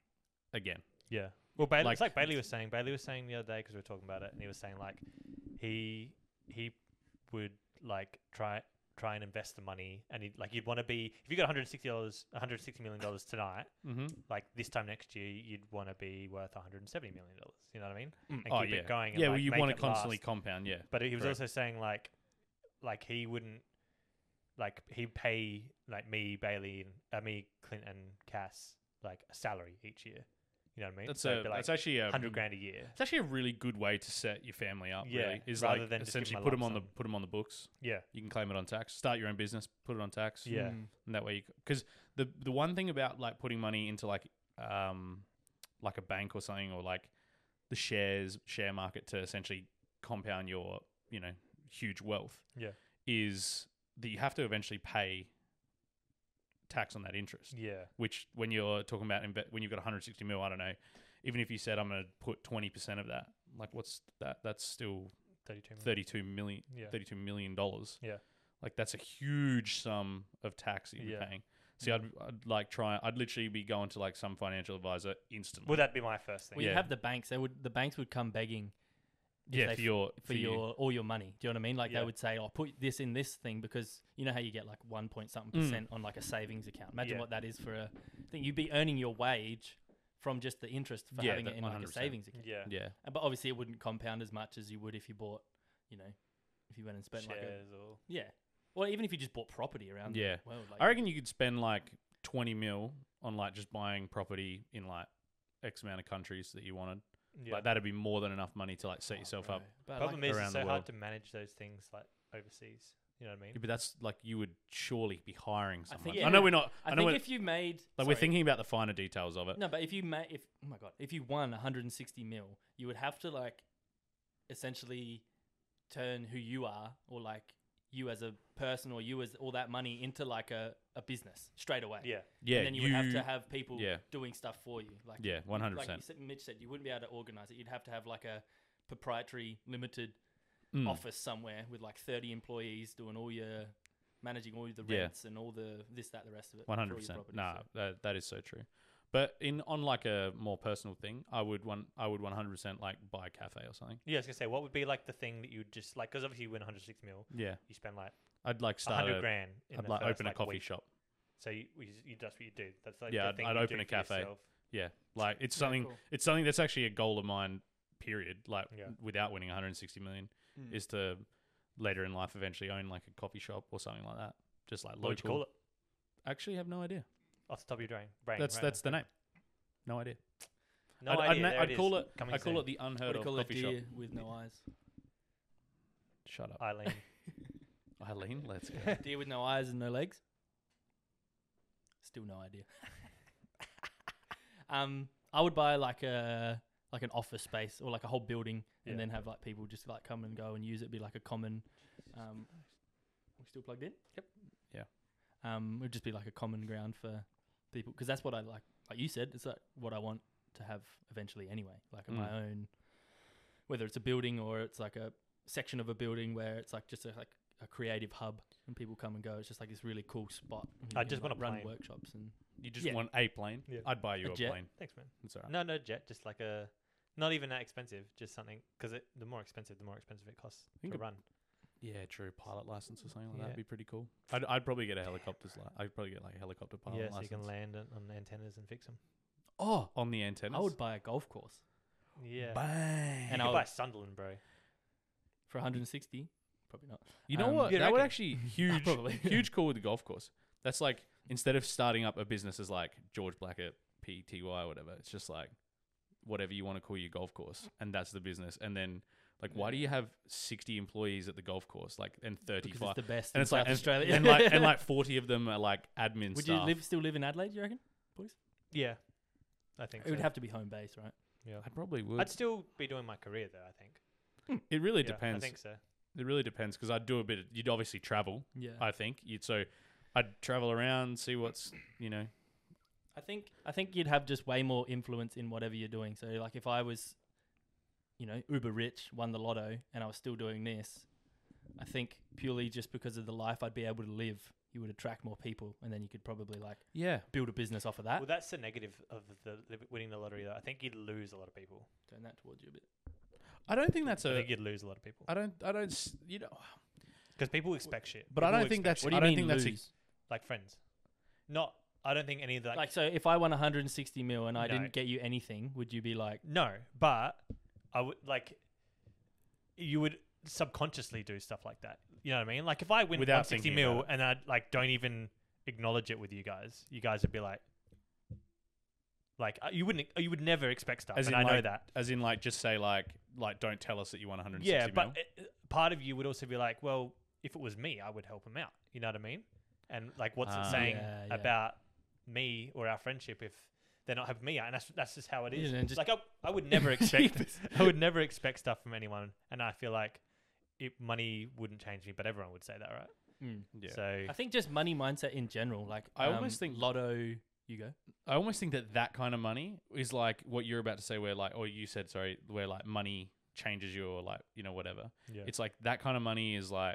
Speaker 2: again.
Speaker 3: yeah. Well, Bailey,
Speaker 2: like-
Speaker 3: it's like Bailey was saying. Bailey was saying the other day because we were talking about it, and he was saying like he he would like try try and invest the money, and he'd, like you'd want to be if you got 160 dollars, 160 million dollars tonight.
Speaker 2: Mm-hmm.
Speaker 3: like this time next year you'd want to be worth 170 million dollars you know what i mean
Speaker 1: Mm.
Speaker 3: and
Speaker 2: Oh
Speaker 3: keep
Speaker 2: yeah,
Speaker 3: it going and
Speaker 2: yeah.
Speaker 3: like,
Speaker 2: well, you
Speaker 3: make
Speaker 2: want to
Speaker 3: it
Speaker 2: constantly
Speaker 3: last.
Speaker 2: compound. Yeah,
Speaker 3: but he was
Speaker 2: correct.
Speaker 3: also saying like like he wouldn't like he'd pay like me bailey and uh, me clint and cass like a salary each year you know what i mean
Speaker 2: that's
Speaker 3: So it'd
Speaker 2: a
Speaker 3: be, like
Speaker 2: that's actually a
Speaker 3: 100 grand a year
Speaker 2: It's actually a really good way to set your family up.
Speaker 3: Yeah,
Speaker 2: really, is
Speaker 3: rather
Speaker 2: like
Speaker 3: than just give
Speaker 2: essentially
Speaker 3: them a
Speaker 2: put them on
Speaker 3: lump
Speaker 2: the
Speaker 3: sum.
Speaker 2: put them on the books.
Speaker 3: yeah
Speaker 2: You can claim it on tax. Start your own business. Put it on tax.
Speaker 3: Yeah.
Speaker 1: Hmm.
Speaker 2: And that way, because the the one thing about like putting money into like um like a bank or something or like the shares share market to essentially compound your you know huge wealth
Speaker 3: Yeah.
Speaker 2: is that you have to eventually pay tax on that interest
Speaker 3: yeah
Speaker 2: which when you're talking about inve- when you've got 160 mil I don't know even if you said I'm going to put 20% of that like what's that that's still
Speaker 3: 32 million.
Speaker 2: 32 million
Speaker 3: yeah
Speaker 2: 32 million dollars.
Speaker 3: Yeah.
Speaker 2: Like that's a huge sum of tax that you're
Speaker 3: Yeah.
Speaker 2: paying. See, I'd, I'd like try. I'd literally be going to like some financial advisor instantly.
Speaker 3: would that be my first thing
Speaker 1: Well, you
Speaker 2: Yeah.
Speaker 1: have the banks. They would the banks would come begging if
Speaker 2: yeah,
Speaker 1: they
Speaker 2: for your
Speaker 1: for your all your money. Do you know what I mean? Like
Speaker 3: Yeah.
Speaker 1: they would say, "I'll put this in this thing because you know how you get like one point something
Speaker 2: Mm.
Speaker 1: percent on like a savings account. Imagine
Speaker 3: Yeah.
Speaker 1: what that is for a thing. You'd be earning your wage from just the interest for
Speaker 2: Yeah,
Speaker 1: having
Speaker 2: that-
Speaker 1: it in like a
Speaker 2: 100%.
Speaker 1: savings account.
Speaker 3: Yeah.
Speaker 2: yeah.
Speaker 1: And- But obviously, it wouldn't compound as much as you would if you bought, you know, if you went and spent like a
Speaker 3: Shares or
Speaker 1: yeah, or even if you just bought property around the
Speaker 2: Yeah.
Speaker 1: world. Like,
Speaker 2: I reckon you could spend like twenty mil on like just buying property in like X amount of countries that you wanted.
Speaker 3: yeah.
Speaker 2: Like that'd be more than enough money to like set
Speaker 1: Oh,
Speaker 2: yourself
Speaker 1: bro.
Speaker 2: up.
Speaker 1: But
Speaker 3: Problem
Speaker 1: like,
Speaker 3: is,
Speaker 2: around
Speaker 3: it's
Speaker 2: the
Speaker 3: so hard
Speaker 2: world.
Speaker 3: to manage those things like overseas. You know what I mean?
Speaker 2: Yeah, but that's like you would surely be hiring
Speaker 1: think-
Speaker 2: someone. I,
Speaker 1: yeah.
Speaker 2: know we're not.
Speaker 1: I,
Speaker 2: I, know
Speaker 1: think
Speaker 2: we're,
Speaker 1: if you made
Speaker 2: like we're
Speaker 1: sorry.
Speaker 2: thinking about the finer details of it.
Speaker 1: No, but if you ma- if oh my god, if you won 160 mil, you would have to like essentially turn who you are or like you as a person or you as all that money into like a, a business straight away.
Speaker 3: Yeah.
Speaker 2: Yeah,
Speaker 1: And then you, would have to have people
Speaker 2: yeah.
Speaker 1: doing stuff for you. Like
Speaker 2: yeah, one hundred
Speaker 1: like you
Speaker 2: percent.
Speaker 1: said, Mitch said, you wouldn't be able to organize it. You'd have to have like a proprietary limited
Speaker 2: Hmm. Mm.
Speaker 1: office somewhere with like 30 employees doing all your managing all the
Speaker 2: Yeah.
Speaker 1: rents and all the this that the rest of it. for all
Speaker 2: One
Speaker 1: your
Speaker 2: hundred percent.
Speaker 1: property,
Speaker 2: Nah,
Speaker 1: so-
Speaker 2: that, that is so true. But in on like a more personal thing, I would one I would one hundred percent like buy a cafe or something.
Speaker 3: Yeah, I was gonna say, what would be like the thing that you would just like? Because obviously, you win 106 mil,
Speaker 2: Yeah,
Speaker 3: you spend like
Speaker 2: I'd like start.
Speaker 3: 100
Speaker 2: A,
Speaker 3: grand. In
Speaker 2: I'd
Speaker 3: the
Speaker 2: like
Speaker 3: first,
Speaker 2: open a coffee
Speaker 3: week.
Speaker 2: shop.
Speaker 3: So you, you, you that's what you do. That's like
Speaker 2: Yeah,
Speaker 3: the
Speaker 2: I'd-
Speaker 3: thing
Speaker 2: I'd
Speaker 3: you
Speaker 2: open
Speaker 3: do
Speaker 2: a
Speaker 3: for
Speaker 2: cafe.
Speaker 3: yourself.
Speaker 2: Yeah, like it's
Speaker 1: Yeah,
Speaker 2: something.
Speaker 1: cool.
Speaker 2: It's something that's actually a goal of mine. Period. Like
Speaker 3: Yeah.
Speaker 2: without winning 160 million
Speaker 1: Mm.
Speaker 2: is to later in life eventually own like a coffee shop or something like that. Just like
Speaker 3: What would you
Speaker 2: local.
Speaker 3: call it?
Speaker 2: Actually, have no idea.
Speaker 3: Off the top of your brain. brain
Speaker 2: that's
Speaker 3: right
Speaker 2: that's the
Speaker 3: now.
Speaker 2: name. No idea.
Speaker 3: No
Speaker 2: I'd,
Speaker 3: idea.
Speaker 2: I'd,
Speaker 3: there
Speaker 2: na- I'd
Speaker 3: is.
Speaker 2: call it.
Speaker 3: Coming
Speaker 2: I call
Speaker 3: soon.
Speaker 2: it the
Speaker 1: What
Speaker 2: unheard
Speaker 1: do
Speaker 2: of
Speaker 1: you call a
Speaker 2: coffee shop.
Speaker 1: deer with no eyes?
Speaker 2: Shut up,
Speaker 3: Eileen.
Speaker 1: Uh,
Speaker 2: Eileen. Let's go.
Speaker 1: deer with no eyes and no legs. Still no idea. um, I would buy like a like an office space or like a whole building,
Speaker 3: Yeah.
Speaker 1: and then have like people just like come and go and use it. Be like a common. Um, we still plugged in. Yep.
Speaker 2: Yeah.
Speaker 1: Um, it would just be like a common ground for people because that's what I like. Like you said, it's like what I want to have eventually anyway. Like my
Speaker 2: Mm.
Speaker 1: own, whether it's a building or it's like a section of a building where it's like just a, like a creative hub and people come and go. It's just like this really cool spot. where you
Speaker 3: I
Speaker 1: can,
Speaker 3: just want
Speaker 1: like,
Speaker 3: a
Speaker 1: run
Speaker 3: plane.
Speaker 1: workshops and
Speaker 2: You just
Speaker 1: Yeah.
Speaker 2: want a plane.
Speaker 3: Yeah.
Speaker 2: I'd buy you
Speaker 1: A
Speaker 2: a,
Speaker 1: jet.
Speaker 2: plane.
Speaker 3: Thanks, man.
Speaker 2: It's alright.
Speaker 3: No, no jet. Just like a, not even that expensive. Just something because the more expensive, the more expensive it costs
Speaker 2: think
Speaker 3: to
Speaker 2: a-
Speaker 3: run.
Speaker 2: Yeah, true. Pilot license or something like
Speaker 3: Yeah.
Speaker 2: that'd be pretty cool. I'd, I'd probably get a helicopter's li- I'd probably get like a helicopter pilot
Speaker 3: Yeah, so
Speaker 2: license.
Speaker 3: you can land on, on antennas and fix them.
Speaker 2: oh, on the antennas.
Speaker 1: I would buy a golf course
Speaker 3: Yeah.
Speaker 2: Bang.
Speaker 1: And
Speaker 3: and
Speaker 1: I
Speaker 3: I'll
Speaker 1: would-
Speaker 3: buy Sunderland, bro.
Speaker 1: for 160. Probably not.
Speaker 2: you know
Speaker 1: um,
Speaker 2: what?
Speaker 3: yeah,
Speaker 2: that would
Speaker 3: reckon.
Speaker 2: actually huge,
Speaker 1: Probably.
Speaker 2: huge call with the golf course. That's like instead of starting up a business as like George Blackett PTY or whatever, it's just like whatever you want to call your golf course, and that's the business. And then like, why do you have sixty employees at the golf course? Like, and
Speaker 1: Because
Speaker 2: thirty-five.
Speaker 1: it's the best.
Speaker 2: and
Speaker 1: in
Speaker 2: it's like
Speaker 1: South
Speaker 2: and,
Speaker 1: Australia.
Speaker 2: and like and like forty of them are like admin
Speaker 1: would you
Speaker 2: staff.
Speaker 1: live still live in Adelaide? You reckon?
Speaker 3: Yeah, I think
Speaker 1: It would
Speaker 3: so.
Speaker 1: have to be home base, right?
Speaker 3: Yeah,
Speaker 2: I probably would.
Speaker 3: I'd still be doing my career though. I think.
Speaker 2: it really
Speaker 3: Yeah,
Speaker 2: depends.
Speaker 3: I think so.
Speaker 2: It really depends because I'd do a bit. Of, you'd obviously travel.
Speaker 1: Yeah.
Speaker 2: I think you'd so. I'd travel around, see what's you know.
Speaker 1: I think I think you'd have just way more influence in whatever you're doing. So like if I was, you know, uber rich, won the lotto, and I was still doing this, I think purely just because of the life I'd be able to live, you would attract more people, and then you could probably like
Speaker 2: Yeah,
Speaker 1: build a business off of
Speaker 2: Uh,
Speaker 1: that.
Speaker 3: Well, that's the negative of the li- winning the lottery though. I think you'd lose a lot of people.
Speaker 1: Turn that towards you a bit.
Speaker 2: I don't think that's
Speaker 3: I
Speaker 2: a. Uh,
Speaker 3: think you'd lose a lot of people
Speaker 2: I don't. I don't. s- You know.
Speaker 3: because people expect shit.
Speaker 2: But I
Speaker 3: People
Speaker 2: don't think
Speaker 3: expect
Speaker 2: that's-
Speaker 1: What
Speaker 3: shit.
Speaker 1: do
Speaker 2: I
Speaker 1: you
Speaker 2: don't
Speaker 1: mean
Speaker 2: think that's a-
Speaker 1: lose?
Speaker 3: like friends. Not. I don't think any of that.
Speaker 1: like so, if I won 160 mil and I
Speaker 3: No.
Speaker 1: didn't get you anything, would you be like,
Speaker 3: no, but I would like. You would subconsciously do stuff like that. You know what I mean? Like if I win
Speaker 2: Without
Speaker 3: 160
Speaker 2: thinking about
Speaker 3: mil
Speaker 2: it.
Speaker 3: and I like don't even acknowledge it with you guys, you guys would be like. Like uh, you wouldn't, you would never expect stuff,
Speaker 2: As
Speaker 3: and I
Speaker 2: in,
Speaker 3: know
Speaker 2: like,
Speaker 3: that.
Speaker 2: As in, like, just say like, like, don't tell us that you won 160
Speaker 3: yeah,
Speaker 2: mil.
Speaker 3: but it, part of you would also be like, well, if it was me, I would help him out. You know what I mean? And like, what's
Speaker 2: Ah.
Speaker 3: it saying
Speaker 1: Yeah, yeah.
Speaker 3: about me or our friendship if they're not helping me out? And that's that's just how it is.
Speaker 1: Yeah, and just-
Speaker 3: like, I, I would never expect,
Speaker 1: Jeepers.
Speaker 3: I would never expect stuff from anyone, and I feel like it, money wouldn't change me, but everyone would say that, right?
Speaker 1: Mm.
Speaker 2: yeah.
Speaker 3: So
Speaker 1: I think just money mindset in general. Like
Speaker 2: I
Speaker 1: um,
Speaker 2: almost think-
Speaker 1: lotto. You go.
Speaker 2: I almost think that that kind of money is like what you're about to say, where like, or you said, sorry, where like money changes you, or like, you know, whatever.
Speaker 3: yeah,
Speaker 2: It's like that kind of money is like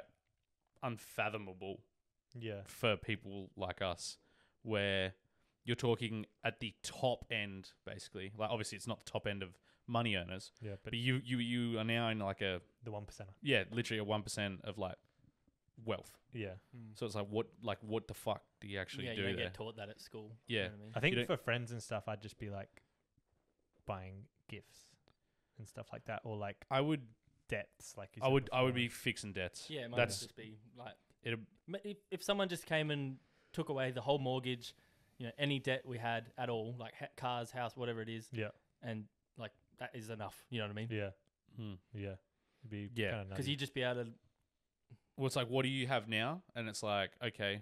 Speaker 2: unfathomable
Speaker 3: yeah,
Speaker 2: for people like us where you're talking at the top end basically like obviously it's not the top end of money earners.
Speaker 3: Yeah, but
Speaker 2: But you you you are now in like a
Speaker 3: the one percenter.
Speaker 2: yeah, literally a one percent of like wealth.
Speaker 3: Yeah,
Speaker 2: So it's like what like what the fuck do you actually
Speaker 1: yeah, you
Speaker 2: do
Speaker 1: don't
Speaker 2: there?
Speaker 1: get taught that at school.
Speaker 2: Yeah.
Speaker 1: You know what I mean?
Speaker 3: I think
Speaker 2: don't-
Speaker 3: for friends and stuff, I'd just be like buying gifts and stuff like that, or like
Speaker 2: I would
Speaker 3: debts. Like you
Speaker 2: I
Speaker 3: said
Speaker 2: would I would be
Speaker 3: before.
Speaker 2: fixing debts.
Speaker 1: Yeah, it might
Speaker 2: that's
Speaker 1: just be like
Speaker 2: it. uh,
Speaker 1: ma- if, if someone just came and took away the whole mortgage, you know, any debt we had at all, like ha- cars, house, whatever it is,
Speaker 3: Yeah.
Speaker 1: and like that is enough. You know what I mean?
Speaker 3: Yeah,
Speaker 2: Hmm.
Speaker 3: yeah, It'd be
Speaker 2: Yeah.
Speaker 3: kinda
Speaker 1: Because
Speaker 3: nutty.
Speaker 1: you just be able to
Speaker 2: Well, it's like what do you have now? And it's like okay,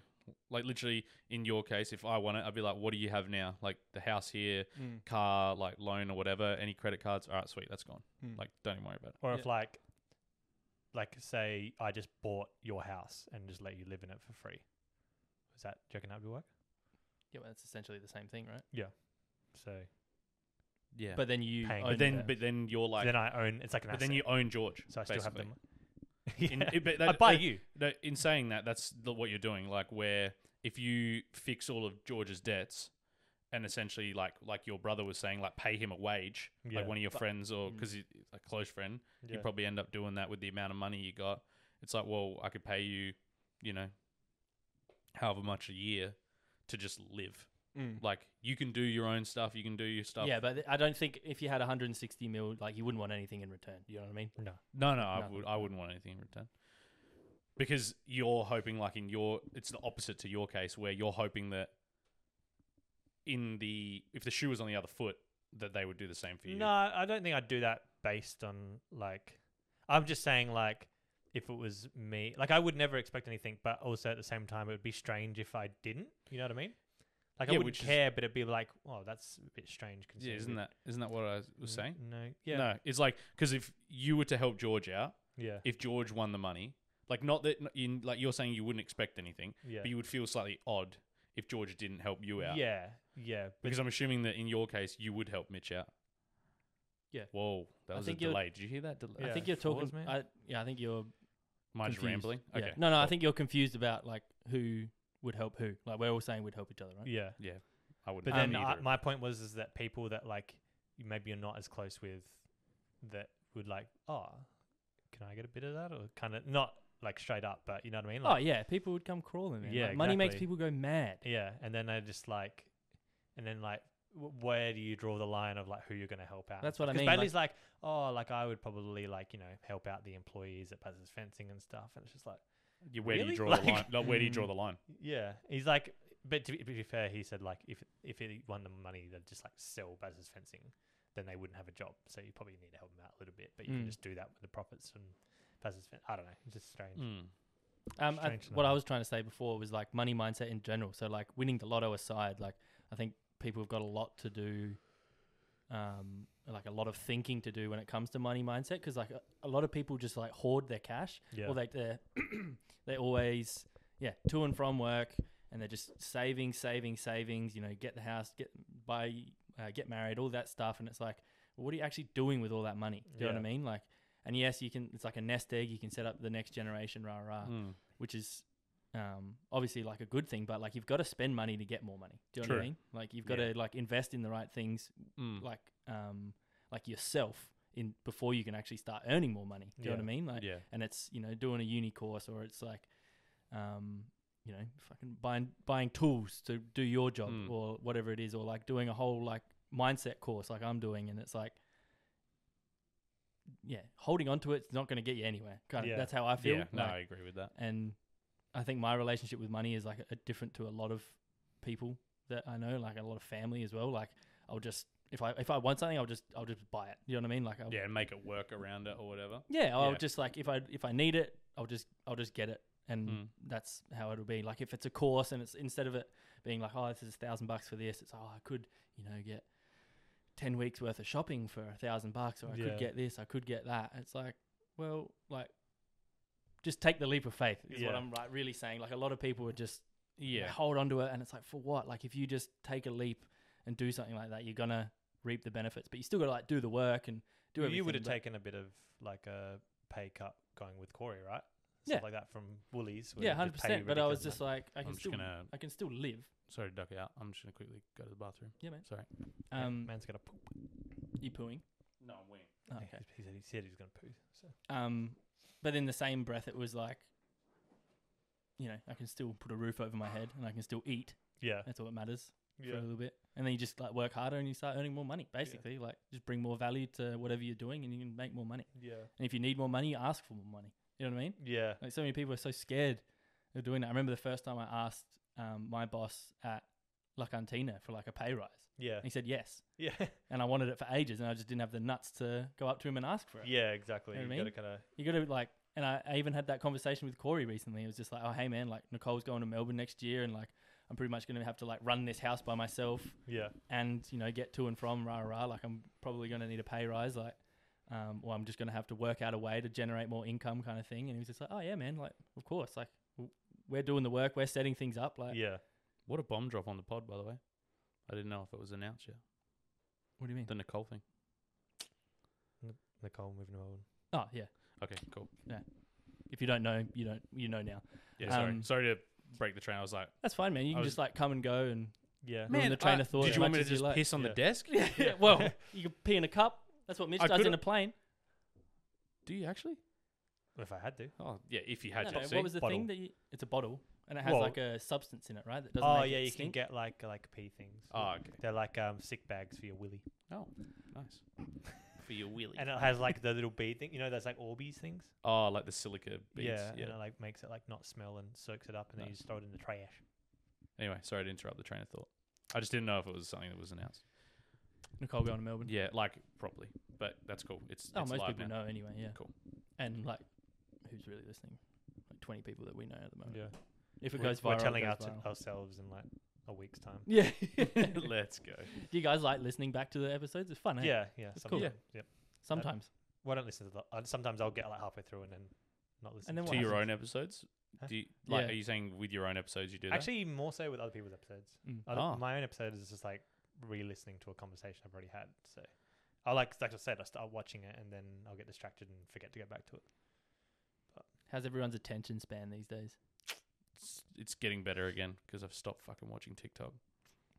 Speaker 2: like literally in your case, if I want it, I'd be like, what do you have now? Like the house here, car, like loan or whatever, any credit cards. All right, sweet, that's gone.
Speaker 1: Hmm.
Speaker 2: Like don't even worry about it.
Speaker 3: or
Speaker 1: yeah.
Speaker 3: if like, like say I just bought your house and just let you live in it for free. Is that do you reckon that would work?
Speaker 1: yeah, well, that's essentially the same thing, right?
Speaker 3: So
Speaker 2: Yeah, but,
Speaker 1: But then you,
Speaker 3: Paying.
Speaker 1: own
Speaker 3: But
Speaker 2: then
Speaker 1: it.
Speaker 2: but then you're like,
Speaker 3: then I own. It's like an
Speaker 2: but
Speaker 3: asset.
Speaker 2: then you own George.
Speaker 3: so I still have
Speaker 2: basically.
Speaker 3: them.
Speaker 2: In, it- but
Speaker 3: I
Speaker 2: that-
Speaker 3: buy
Speaker 2: that-
Speaker 3: you.
Speaker 2: that- in saying that, that's the, what you're doing. Like where if you fix all of George's debts, and essentially like like your brother was saying, like pay him a wage,
Speaker 3: Yeah.
Speaker 2: like one of your
Speaker 1: But-
Speaker 2: friends or
Speaker 1: Mm.
Speaker 2: because a close friend,
Speaker 3: Yeah.
Speaker 2: you probably end up doing that with the amount of money you got. It's like, well, I could pay you, you know, however much a year to just live.
Speaker 3: Mm.
Speaker 2: Like you can do your own stuff, you can do your stuff.
Speaker 1: yeah, but th- I don't think if you had 160 mil, like you wouldn't want anything in return. You know what I mean?
Speaker 3: no.
Speaker 2: No, no, I
Speaker 1: No.
Speaker 2: would. I wouldn't want anything in return. Because you're hoping, like in your, it's the opposite to your case, where you're hoping that in the if the shoe was on the other foot, that they would do the same for you.
Speaker 3: No, I don't think I'd do that based on like. I'm just saying like, if it was me, like I would never expect anything, but also at the same time, it would be strange if I didn't. You know what I mean? Like
Speaker 2: Yeah,
Speaker 3: I wouldn't
Speaker 2: which is-
Speaker 3: care, but it'd be like, oh, that's a bit strange.
Speaker 2: yeah,
Speaker 3: Considering
Speaker 2: isn't
Speaker 3: we-
Speaker 2: that isn't that what I was
Speaker 3: N-
Speaker 2: saying?
Speaker 3: No. Mm. Yeah.
Speaker 2: No, it's like because if you were to help George out,
Speaker 3: Yeah.
Speaker 2: if George won the money, like not that in like you're saying you wouldn't expect anything,
Speaker 3: Yeah.
Speaker 2: but you would feel slightly odd if George didn't help you out.
Speaker 3: Yeah. Yeah. But
Speaker 2: because I'm assuming that in your case you would help Mitch out.
Speaker 1: Yeah.
Speaker 2: Whoa, that
Speaker 1: I
Speaker 2: was a
Speaker 1: think you're-
Speaker 2: delay. Did you hear that delay?
Speaker 1: I
Speaker 3: Yeah,
Speaker 1: think you're
Speaker 3: fours,
Speaker 1: talking.
Speaker 3: man.
Speaker 1: I, yeah, I think you're
Speaker 2: Am I just
Speaker 1: confused.
Speaker 2: rambling?
Speaker 1: Yeah.
Speaker 2: Okay.
Speaker 1: No, no, I
Speaker 2: cool.
Speaker 1: think you're confused about like who would help who. Like we're all saying we'd help each other, right?
Speaker 3: yeah.
Speaker 2: Yeah, I wouldn't.
Speaker 3: But
Speaker 2: have
Speaker 1: Um,
Speaker 3: then I,
Speaker 2: either.
Speaker 3: my point was is that people that like you maybe you're not as close with that would like, oh, can I get a bit of that or kind of not like straight up, but you know what I mean? Like,
Speaker 1: Oh yeah, people would come crawling. Man.
Speaker 3: Yeah,
Speaker 1: Like, money makes
Speaker 3: exactly.
Speaker 1: people go mad.
Speaker 3: Yeah, and then I just like, and then like, w- where do you draw the line of like who you're going to help out?
Speaker 1: That's what I mean,
Speaker 3: Because Bailey's like, oh, like I would probably like you know help out the employees at Buzzers Fencing and stuff, and it's just like,
Speaker 2: Yeah, where do
Speaker 3: really?
Speaker 2: you draw the
Speaker 3: Like-
Speaker 2: line? No, where do you draw
Speaker 1: Mm.
Speaker 2: the line?
Speaker 3: yeah, he's like, but to be, to be fair, he said like if if he won the money, they'd just like sell Buzzers Fencing, then they wouldn't have a job, so you probably need to help them out a little bit, but you
Speaker 1: Mm.
Speaker 3: can just do that with the profits from Buzzers. Fen- I don't know, it's just
Speaker 1: Hmm.
Speaker 3: strange.
Speaker 2: Mm.
Speaker 1: Um, I,
Speaker 3: Strange to
Speaker 1: what
Speaker 3: know.
Speaker 1: I was trying to say before was like money mindset in general. So like winning the lotto aside, like I think people have got a lot to do, um, like a lot of thinking to do when it comes to money mindset. Because like a, a lot of people just like hoard their cash,
Speaker 3: Yeah,
Speaker 1: or they they they always yeah to and from work, and they're just saving, saving, savings. You know, get the house, get buy, uh, get married, all that stuff. And it's like, well, what are you actually doing with all that money? Do you know what I mean? Like, and yes, you can. It's like a nest egg. You can set up the next generation. Rah rah
Speaker 2: Mm.
Speaker 1: which is um, obviously like a good thing, but like you've got to spend money to get more money. Do you know what I
Speaker 2: True.
Speaker 1: mean? Like you've got
Speaker 3: Yeah.
Speaker 1: to like invest in the right things,
Speaker 2: Mm.
Speaker 1: like um, like yourself in before you can actually start earning more money. Do you know what I mean? Like,
Speaker 2: yeah,
Speaker 1: and it's you know doing a uni course or it's like, um, you know, fucking buying buying tools to do your job
Speaker 2: Mm.
Speaker 1: or whatever it is, or like doing a whole like mindset course like I'm doing, and it's like. Yeah, holding on to it's not going to get you anywhere. Kind of,
Speaker 3: Yeah.
Speaker 1: That's how I feel.
Speaker 2: yeah. No,
Speaker 1: Like,
Speaker 2: I agree with that.
Speaker 1: and I think my relationship with money is like a, different to a lot of people that I know, like a lot of family as well. Like I'll just if I if I want something, I'll just I'll just buy it. You know what I mean? Like I'll,
Speaker 2: Yeah, and make it work around it or whatever.
Speaker 1: yeah, I'll
Speaker 2: Yeah.
Speaker 1: just like if I if I need it, I'll just I'll just get it, and
Speaker 3: Hmm.
Speaker 2: Mm.
Speaker 1: that's how it'll be. Like if it's a course and it's instead of it being like oh this is a thousand bucks for this, it's oh I could you know get ten weeks worth of shopping for a thousand bucks, or I
Speaker 3: Yeah.
Speaker 1: could get this, I could get that. It's like well like just take the leap of faith is what
Speaker 3: Yeah.
Speaker 1: I'm like really saying. Like a lot of people would just yeah.
Speaker 2: Yeah,
Speaker 1: hold on to it, and it's like for what? Like if you just take a leap and do something like that, you're gonna reap the benefits, but you still gotta like do the work and do everything.
Speaker 3: you would have
Speaker 1: but-
Speaker 3: taken a bit of like a pay cut going with Corey, right?
Speaker 1: Yeah.
Speaker 3: Stuff like that from Woolies. where
Speaker 1: Yeah,
Speaker 3: they just
Speaker 1: hundred
Speaker 3: pay
Speaker 1: percent. But I was
Speaker 3: ridiculous
Speaker 1: just like, I
Speaker 2: I'm
Speaker 1: can
Speaker 2: just
Speaker 1: still,
Speaker 2: gonna.
Speaker 1: I can still live.
Speaker 2: Sorry to duck it out. I'm just gonna quickly go to the bathroom.
Speaker 1: Yeah, man.
Speaker 2: Sorry.
Speaker 3: money. Yeah,
Speaker 1: Um,
Speaker 3: man's got a poop.
Speaker 1: you pooing?
Speaker 2: No, I'm winning.
Speaker 1: Oh,
Speaker 3: Yeah,
Speaker 1: okay.
Speaker 3: He said he said he was going to poo. So
Speaker 1: Um, but in the same breath, it was like, you know, I can still put a roof over my head and I can still eat.
Speaker 3: yeah,
Speaker 1: That's all that matters for a
Speaker 3: yeah,
Speaker 1: little bit. And then you just like work harder and you start earning more money. Basically, like just bring more value to whatever you're doing, and you can make more money.
Speaker 3: yeah,
Speaker 1: And if you need more money, ask for more money. You know what I mean?
Speaker 3: yeah.
Speaker 1: Like so many people are so scared of doing that. I remember the first time I asked um, my boss at La Cantina for like a pay rise,
Speaker 3: Yeah,
Speaker 1: and he said yes.
Speaker 3: yeah,
Speaker 1: And I wanted it for ages, and I just didn't have the nuts to go up to him and ask for it.
Speaker 3: yeah. Exactly.
Speaker 1: You
Speaker 3: You
Speaker 1: know what I
Speaker 3: got to
Speaker 1: mean?
Speaker 3: kind of
Speaker 1: You got to like, and I, I even had that conversation with Corey recently. It was just like, oh hey man, like Nicole's going to Melbourne next year, and like I'm pretty much gonna have to like run this house by myself,
Speaker 3: yeah,
Speaker 1: and you know get to and from rah rah. Like I'm probably gonna need a pay rise, like, um, or I'm just gonna have to work out a way to generate more income, kind of thing. And he was just like, oh yeah man, like of course, like w- we're doing the work, we're setting things up, like.
Speaker 3: yeah.
Speaker 2: What a bomb drop on the pod, by the way. I didn't know if it was announced yet.
Speaker 1: What do you mean?
Speaker 2: The Nicole thing.
Speaker 3: Nicole moving on.
Speaker 1: Oh yeah.
Speaker 2: Okay, cool.
Speaker 1: If you don't know, you don't. You know now.
Speaker 2: Yeah, sorry.
Speaker 1: Um,
Speaker 2: sorry to break the train. I was like,
Speaker 1: That's fine, man. You
Speaker 2: I
Speaker 1: can
Speaker 2: was-
Speaker 1: just like come and go and
Speaker 3: Yeah,
Speaker 1: Man, the train of thought
Speaker 2: uh, Did
Speaker 1: as
Speaker 2: you want
Speaker 1: much
Speaker 2: me to
Speaker 1: as you
Speaker 2: just
Speaker 1: like.
Speaker 2: piss on
Speaker 3: Yeah.
Speaker 2: the desk?
Speaker 1: yeah. Well, you can pee in a cup. That's what Mitch
Speaker 2: I
Speaker 1: does in
Speaker 2: could've-
Speaker 1: a plane.
Speaker 2: Do you actually?
Speaker 3: if I had to.
Speaker 2: Oh, yeah. If you
Speaker 1: I
Speaker 2: had
Speaker 1: don't
Speaker 2: to
Speaker 1: know,
Speaker 2: see.
Speaker 1: what was the
Speaker 3: Bottle.
Speaker 1: thing that you? It's a bottle, and it has
Speaker 3: Well-
Speaker 1: like a substance in it, right? That doesn't.
Speaker 3: Oh
Speaker 1: make
Speaker 3: yeah,
Speaker 1: it
Speaker 3: you can
Speaker 1: stink.
Speaker 3: get like like pee things.
Speaker 2: oh, okay.
Speaker 3: They're like um sick bags for your willy,
Speaker 2: Oh, nice. For your wheelie.
Speaker 3: and it has like the little bead thing. You know, that's like Orbeez things.
Speaker 2: oh, like the silica beads.
Speaker 3: Yeah,
Speaker 2: Yeah.
Speaker 3: and it like makes it like not smell and soaks it up, and then you
Speaker 2: Nice.
Speaker 3: just throw it in the trash.
Speaker 2: Anyway, sorry to interrupt the train of thought. I just didn't know if it was something that was announced.
Speaker 1: Nicole going to Melbourne.
Speaker 2: Yeah, like properly. But that's cool. It's,
Speaker 1: oh,
Speaker 2: it's
Speaker 1: most
Speaker 2: live
Speaker 1: people
Speaker 2: now.
Speaker 1: know anyway. Yeah.
Speaker 2: Cool.
Speaker 1: And like, who's really listening? Like twenty people that we know at the moment.
Speaker 3: Yeah,
Speaker 1: If it
Speaker 3: we're,
Speaker 1: goes
Speaker 3: we're
Speaker 1: viral, it
Speaker 3: telling
Speaker 1: goes
Speaker 3: our t-
Speaker 1: viral.
Speaker 3: ourselves in like a week's time.
Speaker 1: Yeah.
Speaker 2: Let's go.
Speaker 1: Do you guys like listening back to the episodes? It's fun. eh?
Speaker 3: Yeah, yeah,
Speaker 1: It's cool.
Speaker 3: sometime,
Speaker 2: Yeah.
Speaker 3: Yep.
Speaker 1: Sometimes.
Speaker 3: Well, I don't listen to the. Uh, sometimes I'll get like halfway through and then not listen.
Speaker 1: then
Speaker 3: to
Speaker 1: what
Speaker 2: To
Speaker 3: it.
Speaker 2: your own episodes?
Speaker 3: Huh?
Speaker 2: Do you, like,
Speaker 1: Yeah.
Speaker 2: are you saying with your own episodes you do that?
Speaker 3: Actually, more so with other people's episodes.
Speaker 1: Mm.
Speaker 3: I
Speaker 2: Ah.
Speaker 3: My own episode is just like re-listening to a conversation I've already had. So, I like like I said, I start watching it and then I'll get distracted and forget to go back to it.
Speaker 1: How's everyone's attention span these days?
Speaker 2: it's, it's getting better again because I've stopped fucking watching TikTok.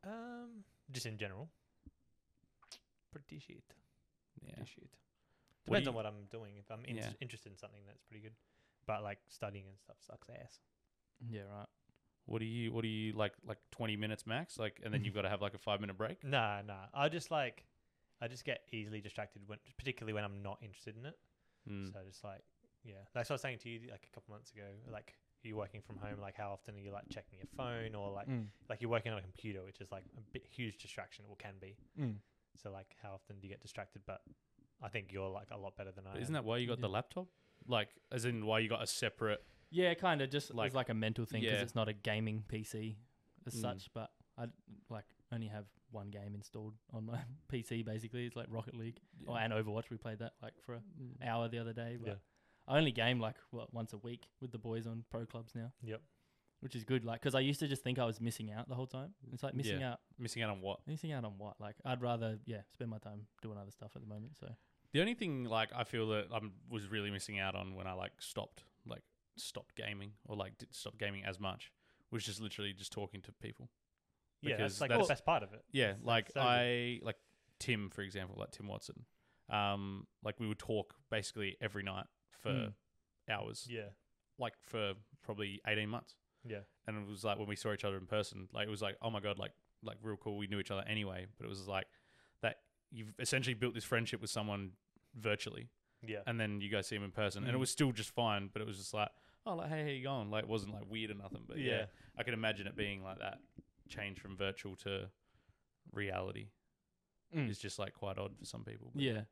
Speaker 3: Um, just in general, pretty shit.
Speaker 2: Yeah.
Speaker 3: Pretty shit.
Speaker 2: What
Speaker 3: Depends
Speaker 2: do
Speaker 3: on
Speaker 2: you-
Speaker 3: what I'm doing. If I'm in-
Speaker 2: Yeah.
Speaker 3: interested in something, that's pretty good. But like studying and stuff sucks ass.
Speaker 1: Yeah. Right.
Speaker 2: What do you what do you like like 20 minutes max like and then you've got to have like a 5 minute break?
Speaker 3: Nah, nah. I just like, I just get easily distracted when, particularly when I'm not interested in it.
Speaker 2: Mm.
Speaker 3: So just like, yeah, that's what I was saying to you like a couple months ago. Like you working from home, like how often are you like checking your phone or like
Speaker 1: Mm.
Speaker 3: like you're working on a computer, which is like a bit huge distraction or can be.
Speaker 1: Mm.
Speaker 3: So like how often do you get distracted? But I think you're like a lot better than I.
Speaker 2: But
Speaker 3: am.
Speaker 2: isn't that why you got
Speaker 1: Yeah.
Speaker 2: the laptop? Like as in why you got a separate
Speaker 1: Yeah, kind of just like
Speaker 2: Like-
Speaker 1: like a mental thing because
Speaker 2: Yeah.
Speaker 1: it's not a gaming PC as
Speaker 2: Mm.
Speaker 1: such. But I like only have one game installed on my PC. Basically, it's like Rocket League or and Overwatch. We played that like for an hour the other day. But
Speaker 3: Yeah.
Speaker 1: I only game like what once a week with the boys on pro clubs now.
Speaker 3: Yep.
Speaker 1: Which is good, like because I used to just think I was missing out the whole time. It's like missing out,
Speaker 2: missing out on what?
Speaker 1: missing out on what? Like I'd rather yeah spend my time doing other stuff at the moment. So
Speaker 2: The only thing like I feel that I was really missing out on when I like stopped like stopped gaming or like did stop gaming as much was just literally just talking to people.
Speaker 3: Yeah,
Speaker 2: Because
Speaker 3: that's like
Speaker 2: that's-
Speaker 3: the best part of it.
Speaker 2: Yeah,
Speaker 3: That's
Speaker 2: like
Speaker 3: so good.
Speaker 2: I like Tim for example, like Tim Watson. Um, like we would talk basically every night for
Speaker 1: Mm.
Speaker 2: hours,
Speaker 3: Yeah,
Speaker 2: like for probably eighteen months.
Speaker 3: yeah,
Speaker 2: And it was like when we saw each other in person, like it was like oh my god, like like real cool. We knew each other anyway, but it was like that you've essentially built this friendship with someone virtually
Speaker 3: yeah,
Speaker 2: and then you guys see him in person, and it
Speaker 1: Mm.
Speaker 2: was still just fine. But it was just like, oh, like hey, how you going? Like it wasn't like weird or nothing. But yeah,
Speaker 3: Yeah.
Speaker 2: I can imagine it being like that change from virtual to reality
Speaker 1: Hmm.
Speaker 2: is just like quite odd for some people. but-
Speaker 1: Yeah.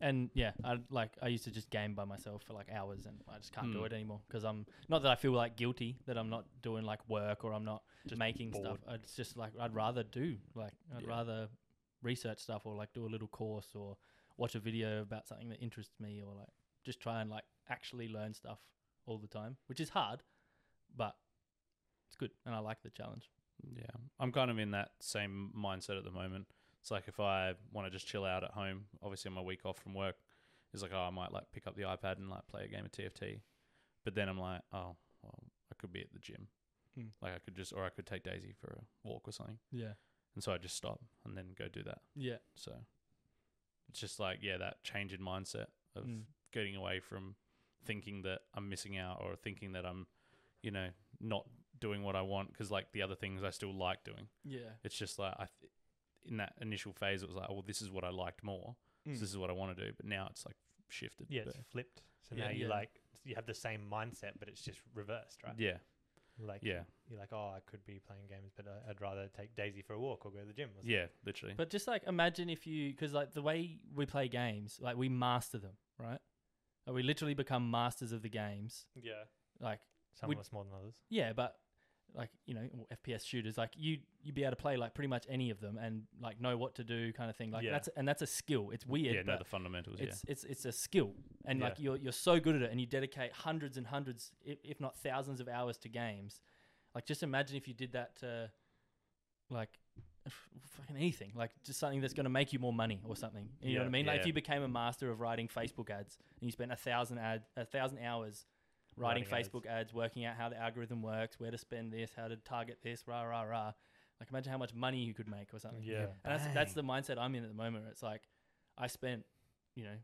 Speaker 1: And yeah, I like I used to just game by myself for like hours, and I just can't do
Speaker 2: Mm.
Speaker 1: it anymore because I'm not that I feel like guilty that I'm not doing like work or I'm not
Speaker 3: Just
Speaker 1: making stuff.
Speaker 3: bored.
Speaker 1: It's just like I'd rather do like I'd
Speaker 2: Yeah.
Speaker 1: rather research stuff or like do a little course or watch a video about something that interests me or like just try and like actually learn stuff all the time, which is hard, but it's good and I like the challenge.
Speaker 2: yeah. I'm kind of in that same mindset at the moment. It's like if I want to just chill out at home, obviously on my week off from work, it's like oh, I might like pick up the iPad and like play a game of TFT, but then I'm like, oh, well, I could be at the gym.
Speaker 1: Mm.
Speaker 2: Like I could just, or I could take Daisy for a walk or something,
Speaker 1: Yeah,
Speaker 2: and so I just stop and then go do that.
Speaker 1: yeah.
Speaker 2: So it's just like yeah, that change in mindset of
Speaker 1: Mm.
Speaker 2: getting away from thinking that I'm missing out or thinking that I'm, you know, not doing what I want because like the other things I still like doing.
Speaker 1: Yeah.
Speaker 2: It's just like I, th- in that initial phase, it was like, oh, well, this is what I liked more.
Speaker 1: Hmm.
Speaker 2: So this is what I want to do. But now it's like shifted.
Speaker 3: Yeah,
Speaker 2: but-
Speaker 3: it's flipped. So
Speaker 2: Yeah.
Speaker 3: now you
Speaker 1: Yeah.
Speaker 3: like you have the same mindset, but it's just reversed, right?
Speaker 2: yeah,
Speaker 3: Like
Speaker 2: yeah,
Speaker 3: you're like, oh, I could be playing games, but I- I'd rather take Daisy for a walk or go to the gym. Or something.
Speaker 2: yeah. Literally.
Speaker 1: But just like imagine if you, because like the way we play games, like we master them, right? Like we literally become masters of the games.
Speaker 3: Yeah,
Speaker 1: Like,
Speaker 3: some
Speaker 1: Would-
Speaker 3: of us more than others.
Speaker 1: yeah, but like, you know, or FPS shooters, like you, you'd be able to play like pretty much any of them and like know what to do kind of thing. Like
Speaker 3: Yeah.
Speaker 1: that's, and that's a skill. It's weird.
Speaker 2: yeah, no,
Speaker 1: but
Speaker 2: the fundamentals. Yeah,
Speaker 1: it's, it's, it's a skill. And
Speaker 2: Yeah.
Speaker 1: like you're, you're so good at it and you dedicate hundreds and hundreds, i- if not thousands of hours to games. Like just imagine if you did that to like f- fucking anything, like just something that's going to make you more money or something. You know
Speaker 2: Yeah,
Speaker 1: what I mean? Like
Speaker 2: yeah.
Speaker 1: if you became a master of writing Facebook ads and you spent a thousand ad, a thousand hours writing,
Speaker 3: Writing ads.
Speaker 1: Facebook ads. working out how the algorithm works, where to spend this, how to target this, rah, rah, rah. Like imagine how much money you could make or something.
Speaker 3: Yeah.
Speaker 1: And that's, that's the mindset I'm in at the moment. Where it's like, I spent, you know,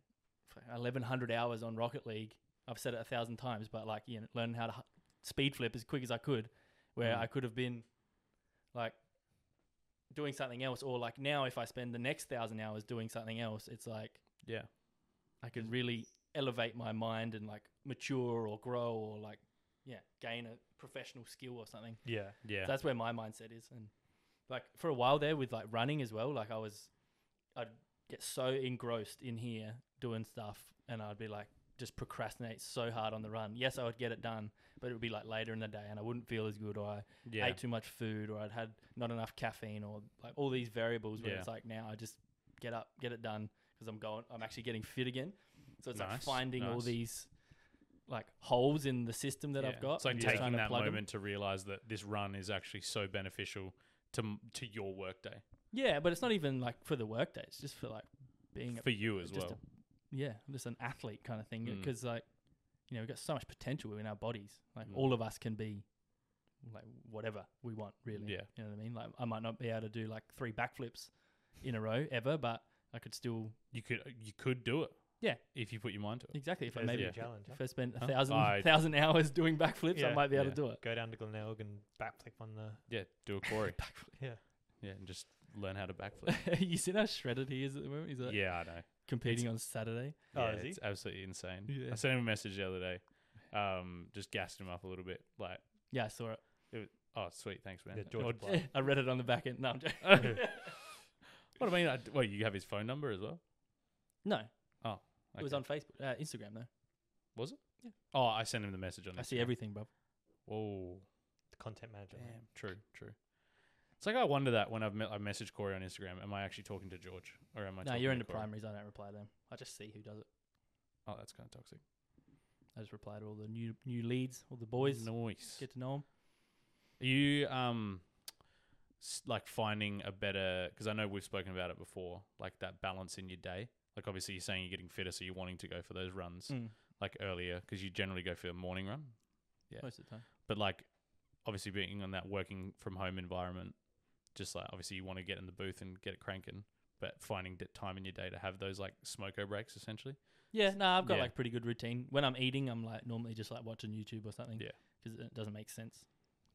Speaker 1: f- 1,100 hours on Rocket League. I've said it a thousand times, but like, you know, learning how to h- speed flip as quick as I could, where
Speaker 2: Mm.
Speaker 1: I could have been like doing something else. Or like now, if I spend the next thousand hours doing something else, it's like
Speaker 2: yeah,
Speaker 1: I can really elevate my mind and like mature or grow or like, yeah, gain a professional skill or something.
Speaker 3: Yeah,
Speaker 2: yeah,
Speaker 1: So that's where my mindset is. And like for a while there with like running as well, like I was, I'd get so engrossed in here doing stuff and I'd be like, just procrastinate so hard on the run. Yes, I would get it done, but it would be like later in the day and I wouldn't feel as good or I
Speaker 2: yeah.
Speaker 1: ate too much food or I'd had not enough caffeine or like all these variables where
Speaker 2: Yeah.
Speaker 1: it's like now I just get up, get it done because I'm going, I'm actually getting fit again. So it's like
Speaker 2: Nice,
Speaker 1: finding all
Speaker 2: nice.
Speaker 1: these like holes in the system that
Speaker 2: Yeah.
Speaker 1: I've got.
Speaker 2: It's like
Speaker 1: and just trying
Speaker 2: taking
Speaker 1: to
Speaker 2: that
Speaker 1: plug 'em.
Speaker 2: moment to realize that this run is actually so beneficial to m- to your workday
Speaker 1: Yeah, but it's not even like for the workday. It's just for like being a,
Speaker 2: for you as
Speaker 1: just
Speaker 2: well.
Speaker 1: a, yeah, just an athlete kind of thing.
Speaker 2: Mm.
Speaker 1: Because like you know we've got so much potential in our bodies. Like
Speaker 2: Mm.
Speaker 1: all of us can be like whatever we want really.
Speaker 2: Yeah.
Speaker 1: you know what I mean. Like I might not be able to do like three backflips in a row ever, but I could still
Speaker 2: you could you could do it.
Speaker 1: Yeah.
Speaker 2: if you put your mind to it.
Speaker 1: exactly if I
Speaker 3: There's
Speaker 1: maybe
Speaker 3: the
Speaker 2: yeah.
Speaker 3: challenge. huh?
Speaker 1: if I spent a
Speaker 2: Huh?
Speaker 1: thousand
Speaker 2: I-
Speaker 1: thousand hours doing backflips, I
Speaker 3: Yeah.
Speaker 1: might be able
Speaker 2: Yeah.
Speaker 1: to do it.
Speaker 3: Go down to Glenelg and backflip on the
Speaker 2: Yeah, do a quarry.
Speaker 3: yeah.
Speaker 2: yeah, and just learn how to backflip.
Speaker 1: you see how shredded he is at the moment. He's like
Speaker 2: yeah, I know.
Speaker 1: competing on Saturday.
Speaker 3: Oh,
Speaker 2: Yeah,
Speaker 3: is he?
Speaker 2: it's absolutely insane.
Speaker 1: Yeah.
Speaker 2: I sent him a message the other day, um, just gassed him up a little bit. Like,
Speaker 1: Yeah, I saw it.
Speaker 2: oh, sweet, thanks, man.
Speaker 3: Yeah, George
Speaker 2: Or-
Speaker 3: Blunt.
Speaker 1: I read it on the back end. No, I'm joking.
Speaker 2: what I mean, I, well, you have his phone number as well.
Speaker 1: No,
Speaker 2: Okay.
Speaker 1: it was on Facebook, uh, Instagram though.
Speaker 2: Was it?
Speaker 1: Yeah.
Speaker 2: Oh, I sent him the message on.
Speaker 1: I see
Speaker 2: Instagram.
Speaker 1: everything, bro.
Speaker 2: Whoa.
Speaker 3: Content manager. man.
Speaker 2: Damn. True. True. It's like I wonder that when I've met, I message Corey on Instagram, am I actually talking to George or am
Speaker 1: No,
Speaker 2: I? talking
Speaker 1: you're
Speaker 2: to
Speaker 1: into
Speaker 2: Corey?
Speaker 1: primaries. I don't reply to them. I just see who does it.
Speaker 2: Oh, that's kind of toxic.
Speaker 1: I just reply to all the new new leads, all the boys.
Speaker 2: Nice.
Speaker 1: Get to know them.
Speaker 2: Are you um s- like finding a better because I know we've spoken about it before, like that balance in your day. Like obviously you're saying you're getting fitter, so you're wanting to go for those runs
Speaker 1: Mm,
Speaker 2: like earlier because you generally go for a morning run. Yeah.
Speaker 1: Most of the time.
Speaker 2: But like obviously being on that working from home environment, just like obviously you want to get in the booth and get it cranking, but finding that time in your day to have those like smoko breaks essentially.
Speaker 1: Yeah, no, I've got
Speaker 2: Yeah.
Speaker 1: like pretty good routine. When I'm eating, I'm like normally just like watching YouTube or something.
Speaker 2: Yeah.
Speaker 1: because it doesn't make sense.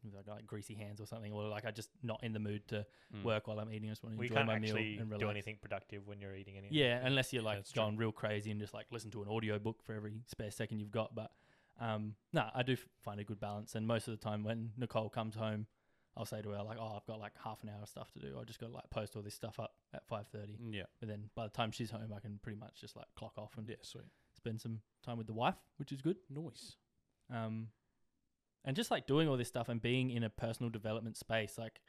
Speaker 1: If I got like greasy hands or something, or like I just not in the mood to
Speaker 2: Mm.
Speaker 1: work while I'm eating. I just want to
Speaker 3: We
Speaker 1: enjoy
Speaker 3: can't
Speaker 1: my meal
Speaker 3: actually
Speaker 1: and relax.
Speaker 3: do anything productive when you're eating anything.
Speaker 1: Yeah, unless you're like
Speaker 2: that's true.
Speaker 1: going real crazy and just like listen to an audio book for every spare second you've got. But um, no, I do f- find a good balance. And most of the time when Nicole comes home, I'll say to her like, "Oh, I've got like half an hour of stuff to do. I just got to like post all this stuff up at five thirty.
Speaker 2: Yeah.
Speaker 1: But then by the time she's home, I can pretty much just like clock off and
Speaker 2: Yeah, sweet.
Speaker 1: spend some time with the wife, which is good.
Speaker 2: Noise.
Speaker 1: Um, and just like doing all this stuff and being in a personal development space, like,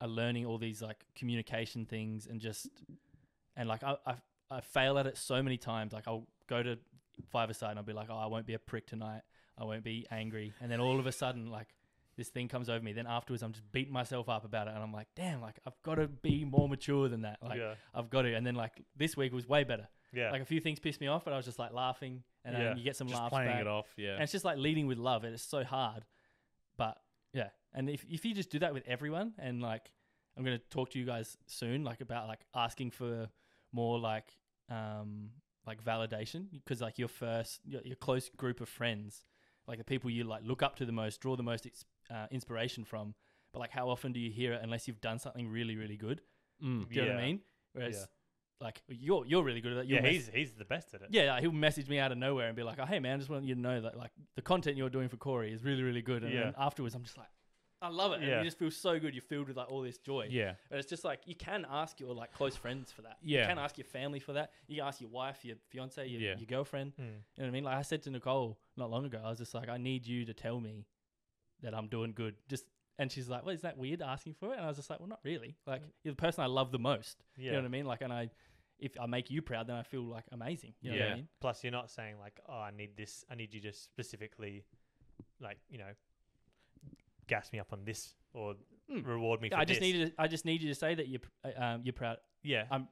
Speaker 1: are learning all these like communication things and just, and like I, I, I fail at it so many times. Like I'll go to five aside and I'll be like, oh, I won't be a prick tonight. I won't be angry. And then all of a sudden, like this thing comes over me. Then afterwards, I'm just beating myself up about it. And I'm like, damn, like I've got to be more mature than that. Like
Speaker 3: yeah.
Speaker 1: I've got to. And then like this week was way better
Speaker 3: Yeah.
Speaker 1: like a few things pissed me off, but I was just like laughing, and then
Speaker 3: Yeah,
Speaker 1: you get some
Speaker 2: Just
Speaker 1: laughs
Speaker 2: playing
Speaker 1: back.
Speaker 2: it off, yeah.
Speaker 1: And it's just like leading with love, and it's so hard, but yeah. And if if you just do that with everyone, and like I'm gonna talk to you guys soon, like about like asking for more like um like validation because like your first your, your close group of friends like the people you like look up to the most draw the most ex- uh, inspiration from but like how often do you hear it unless you've done something really really good
Speaker 2: Mm.
Speaker 1: do you know what i
Speaker 3: Yeah.
Speaker 1: mean whereas like you're you're really good at that
Speaker 3: Yeah,
Speaker 1: You'll mess-
Speaker 3: he's he's the best at it.
Speaker 1: yeah, like, he'll message me out of nowhere and be like, oh, "Hey, man, I just want you to know that like the content you're doing for Corey is really, really good." And
Speaker 3: Yeah.
Speaker 1: then afterwards, I'm just like, "I love it." And
Speaker 3: Yeah.
Speaker 1: you just feel so good. You're filled with like all this joy.
Speaker 2: Yeah.
Speaker 1: But it's just like you can ask your like close friends for that.
Speaker 2: Yeah.
Speaker 1: You can ask your family for that. You can ask your wife, your fiance, your,
Speaker 2: Yeah.
Speaker 1: your girlfriend.
Speaker 3: Mm.
Speaker 1: You know what I mean? Like I said to Nicole not long ago, I was just like, "I need you to tell me that I'm doing good." Just and she's like, "Well, is that weird asking for it?" And I was just like, "Well, not really.
Speaker 2: Mm.
Speaker 1: Like you're the person I love the most.
Speaker 3: Yeah.
Speaker 1: You know what I mean? Like, and I." If I make you proud, then I feel like amazing. You know what
Speaker 2: Yeah.
Speaker 1: I mean?
Speaker 3: Plus, you're not saying like, "Oh, I need this. I need you to specifically, like, you know, gas me up on this or
Speaker 1: Mm.
Speaker 3: reward me."
Speaker 1: Yeah,
Speaker 3: for
Speaker 1: I just
Speaker 3: this.
Speaker 1: needed. I just need you to say that you're pr- uh, um, you're proud.
Speaker 3: Yeah.
Speaker 1: I-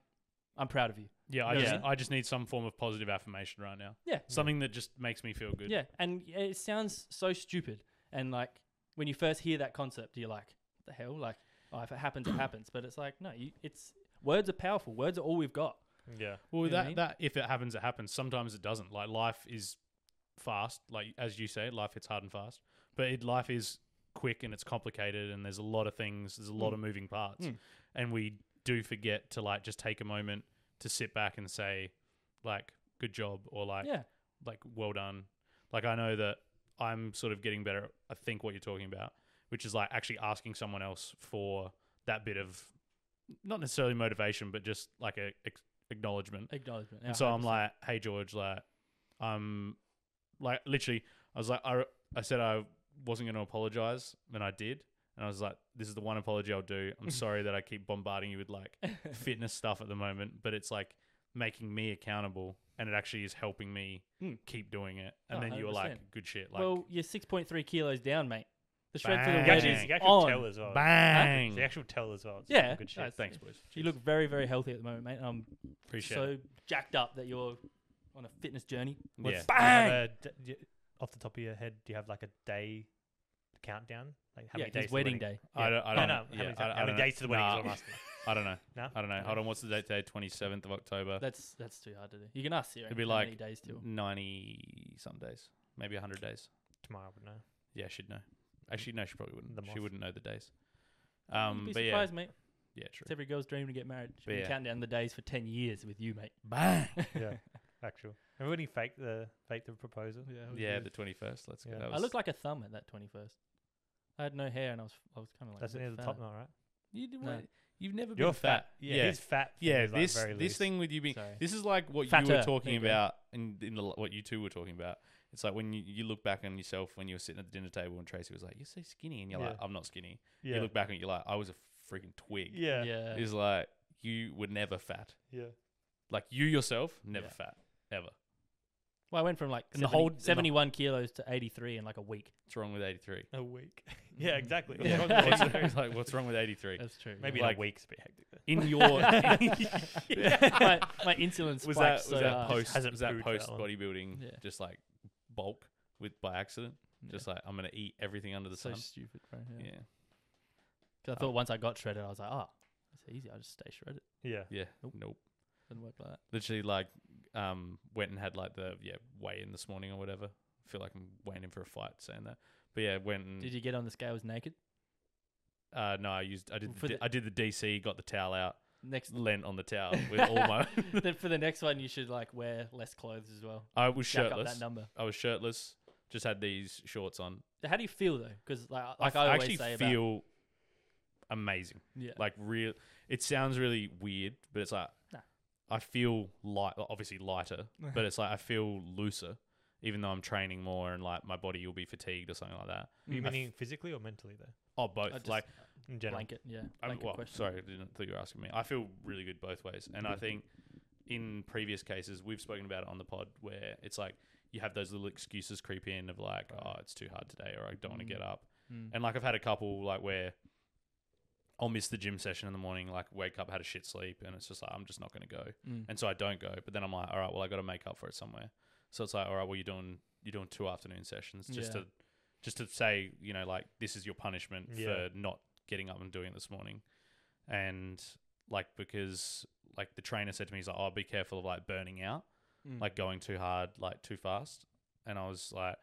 Speaker 1: I'm proud of you.
Speaker 2: Yeah, I,
Speaker 1: Yeah.
Speaker 2: Just, I just need some form of positive affirmation right now.
Speaker 1: Yeah.
Speaker 2: Something that just makes me feel good.
Speaker 1: Yeah, and it sounds so stupid. And like when you first hear that concept, you're like, what "The hell!" Like, oh, if it happens, it happens. But it's like, no, you, it's words are powerful. Words are all we've got.
Speaker 3: yeah.
Speaker 2: Well,
Speaker 1: You know what
Speaker 2: that,
Speaker 1: I mean?
Speaker 2: that if it happens, it happens. Sometimes it doesn't. Like life is fast. Like as you say, life hits hard and fast. But it, life is quick and it's complicated, and there's a lot of things. There's a lot of moving parts,
Speaker 1: Mm.
Speaker 2: and we do forget to like just take a moment to sit back and say, like, good job, or like,
Speaker 1: yeah,
Speaker 2: like well done. Like I know that I'm sort of getting better. at, I think what you're talking about, which is like actually asking someone else for that bit of not necessarily motivation, but just like a ex- acknowledgement.
Speaker 1: acknowledgement.
Speaker 2: And so I'm like, hey George, like I'm like literally, I was like, I I said I wasn't going to apologize, and I did. And I was like, this is the one apology I'll do. I'm sorry that I keep bombarding you with like fitness stuff at the moment, but it's like making me accountable and it actually is helping me
Speaker 1: Mm.
Speaker 2: keep doing it. And
Speaker 1: Oh,
Speaker 2: then you were like,
Speaker 1: 100%.
Speaker 2: good shit. Like, oh,
Speaker 1: well, you're 6.3 kilos down, mate. The shred for the
Speaker 2: Bang.
Speaker 3: The actual,
Speaker 1: wedding
Speaker 2: Gadgets,
Speaker 3: the
Speaker 1: is
Speaker 3: actual
Speaker 1: on.
Speaker 3: tell as well.
Speaker 2: bang.
Speaker 3: The actual tell as well. It's
Speaker 1: Yeah,
Speaker 3: some Good
Speaker 1: no,
Speaker 3: shit.
Speaker 1: it's-
Speaker 2: Thanks, boys.
Speaker 1: You look very, very healthy at the moment, mate. And I'm
Speaker 2: Appreciate
Speaker 1: so
Speaker 2: it.
Speaker 1: jacked up that you're on a fitness journey.
Speaker 2: Yeah.
Speaker 3: What's- do you have a d- do you- off the top of your head, do you have like a day countdown? Like how
Speaker 1: yeah,
Speaker 3: many
Speaker 1: his
Speaker 3: days? to the
Speaker 1: wedding
Speaker 3: wedding?
Speaker 1: day.
Speaker 2: I don't, I don't know.
Speaker 3: no, no. how
Speaker 2: Yeah,
Speaker 3: many,
Speaker 2: I, I
Speaker 3: ti- how many
Speaker 2: don't know.
Speaker 3: days to the wedding is what I'm
Speaker 2: Nah,
Speaker 3: asking.
Speaker 2: I don't know.
Speaker 3: No?
Speaker 2: I don't know. Hold on. What's the date today? 27th of October.
Speaker 1: That's that's too hard to do. You can ask Sarah.
Speaker 2: It'd be
Speaker 1: how
Speaker 2: like
Speaker 1: many days till.
Speaker 2: 90 some days. Maybe 100 days.
Speaker 3: Tomorrow, but no.
Speaker 2: Yeah, she'd know. Actually, no, she probably wouldn't.
Speaker 3: The
Speaker 2: she
Speaker 3: moth.
Speaker 2: wouldn't know the days.
Speaker 1: You'd
Speaker 2: Um,
Speaker 1: be
Speaker 2: but yeah,
Speaker 1: surprised, mate.
Speaker 2: yeah, true.
Speaker 1: It's every girl's dream to get married. She's
Speaker 2: But
Speaker 1: been
Speaker 2: yeah.
Speaker 1: counting down the days for ten years with you, mate.
Speaker 2: Bang.
Speaker 3: Yeah, actual. Remember when he faked the faked the proposal?
Speaker 2: yeah, the 21st. Let's go.
Speaker 3: Yeah.
Speaker 2: That
Speaker 1: I
Speaker 2: was-
Speaker 1: looked like a thumb at that twenty first. I had no hair and I was I was kind of like.
Speaker 3: That's
Speaker 1: a bit
Speaker 3: near the
Speaker 1: fat.
Speaker 3: top knot, right?
Speaker 2: You did
Speaker 1: No.
Speaker 2: what? You've never
Speaker 3: You're
Speaker 2: been fat.
Speaker 3: fat. Yeah, he's fat. from
Speaker 2: yeah.
Speaker 3: his, like,
Speaker 2: This
Speaker 3: very
Speaker 2: this
Speaker 3: loose.
Speaker 2: thing with you being
Speaker 1: Sorry.
Speaker 2: this is like what you
Speaker 1: Fatter.
Speaker 2: were talking
Speaker 1: There you go.
Speaker 2: about, and in, the, what you two were talking about. It's like when you, you look back on yourself when you were sitting at the dinner table and Tracy was like, "You're so skinny," and you're like,
Speaker 3: Yeah.
Speaker 2: "I'm not skinny."
Speaker 3: Yeah.
Speaker 2: You look back and you're like, "I was a freaking twig."
Speaker 3: yeah.
Speaker 1: Yeah.
Speaker 3: yeah,
Speaker 2: It's like you were never fat.
Speaker 3: yeah,
Speaker 2: Like you yourself, never
Speaker 1: Yeah.
Speaker 2: fat, ever.
Speaker 1: Well, I went from like
Speaker 2: And the
Speaker 1: 70
Speaker 2: whole- and the-
Speaker 1: 71 kilos to 83 in like a week.
Speaker 2: What's wrong with 83?
Speaker 3: A week. yeah, exactly.
Speaker 1: Yeah.
Speaker 3: What's wrong with
Speaker 2: what's,
Speaker 3: the week?
Speaker 2: it's like, what's wrong with 83?
Speaker 1: That's true.
Speaker 3: Maybe
Speaker 1: yeah.
Speaker 2: Like-
Speaker 3: a week's a bit hectic. There.
Speaker 2: In your
Speaker 1: my, my insulin spiked
Speaker 2: was that was
Speaker 1: so
Speaker 2: that
Speaker 1: hard.
Speaker 2: post
Speaker 3: Hasn't
Speaker 2: was that
Speaker 3: proved that
Speaker 2: post
Speaker 3: one.
Speaker 2: bodybuilding
Speaker 1: Yeah.
Speaker 2: just like bulk with by accident?
Speaker 1: Yeah.
Speaker 2: Just like I'm gonna eat everything under the
Speaker 1: so
Speaker 2: sun.
Speaker 1: stupid, bro. Yeah.
Speaker 2: Yeah.
Speaker 1: 'Cause I thought once I got shredded, I was like, oh, it's easy. I will just stay shredded.
Speaker 3: Yeah,
Speaker 2: yeah,
Speaker 1: Nope.
Speaker 2: Nope.
Speaker 1: Didn't work like that.
Speaker 2: Literally like um went and had like the yeah weigh in this morning or whatever. feel like I'm weighing in for a fight saying that. But yeah, went and
Speaker 1: Did you get on the scales naked?
Speaker 2: uh no I used I did
Speaker 1: For
Speaker 2: the, D-
Speaker 1: the-
Speaker 2: I did the DC got the towel out
Speaker 1: Next,
Speaker 2: lent on the towel with all my
Speaker 1: then for the next one, you should like wear less clothes as well.
Speaker 2: I was
Speaker 1: Jack up
Speaker 2: shirtless.
Speaker 1: that number.
Speaker 2: I was shirtless. Just had these shorts on.
Speaker 1: How do you feel though? Because like,
Speaker 2: I
Speaker 1: like
Speaker 2: f-
Speaker 1: I,
Speaker 2: I
Speaker 1: always
Speaker 2: actually
Speaker 1: say about
Speaker 2: feel amazing.
Speaker 1: yeah,
Speaker 2: like real it sounds really weird but it's like
Speaker 1: Nah.
Speaker 2: i feel light obviously lighter but it's like i feel looser even though i'm training more and like my body will be fatigued or something like that
Speaker 3: Are you
Speaker 1: Mm. I
Speaker 3: meaning physically or mentally though?
Speaker 2: oh both
Speaker 1: I just-
Speaker 2: like
Speaker 3: In general,
Speaker 1: blanket. Yeah,
Speaker 2: I mean,
Speaker 1: blanket
Speaker 2: well
Speaker 1: question.
Speaker 2: sorry i didn't think you were asking me i feel really good both ways and i think in previous cases we've spoken about it on the pod where it's like you have those little excuses creep in of like oh it's too hard today or i don't want to
Speaker 1: Mm.
Speaker 2: get up
Speaker 1: Mm.
Speaker 2: and like I've had a couple like where I'll miss the gym session in the morning, like wake up, had a shit sleep, and it's just like I'm just not going to go,
Speaker 1: Mm.
Speaker 2: and so I don't go. But then I'm like, all right, well I got to make up for it somewhere. So it's like, all right, well you're doing you're doing two afternoon sessions just
Speaker 1: Yeah.
Speaker 2: to just to say you know like this is your punishment
Speaker 3: Yeah.
Speaker 2: for not getting up and doing it this morning, and like because like the trainer said to me, he's like, "Oh, be careful of like burning out,
Speaker 1: Mm.
Speaker 2: like going too hard, like too fast." And I was like,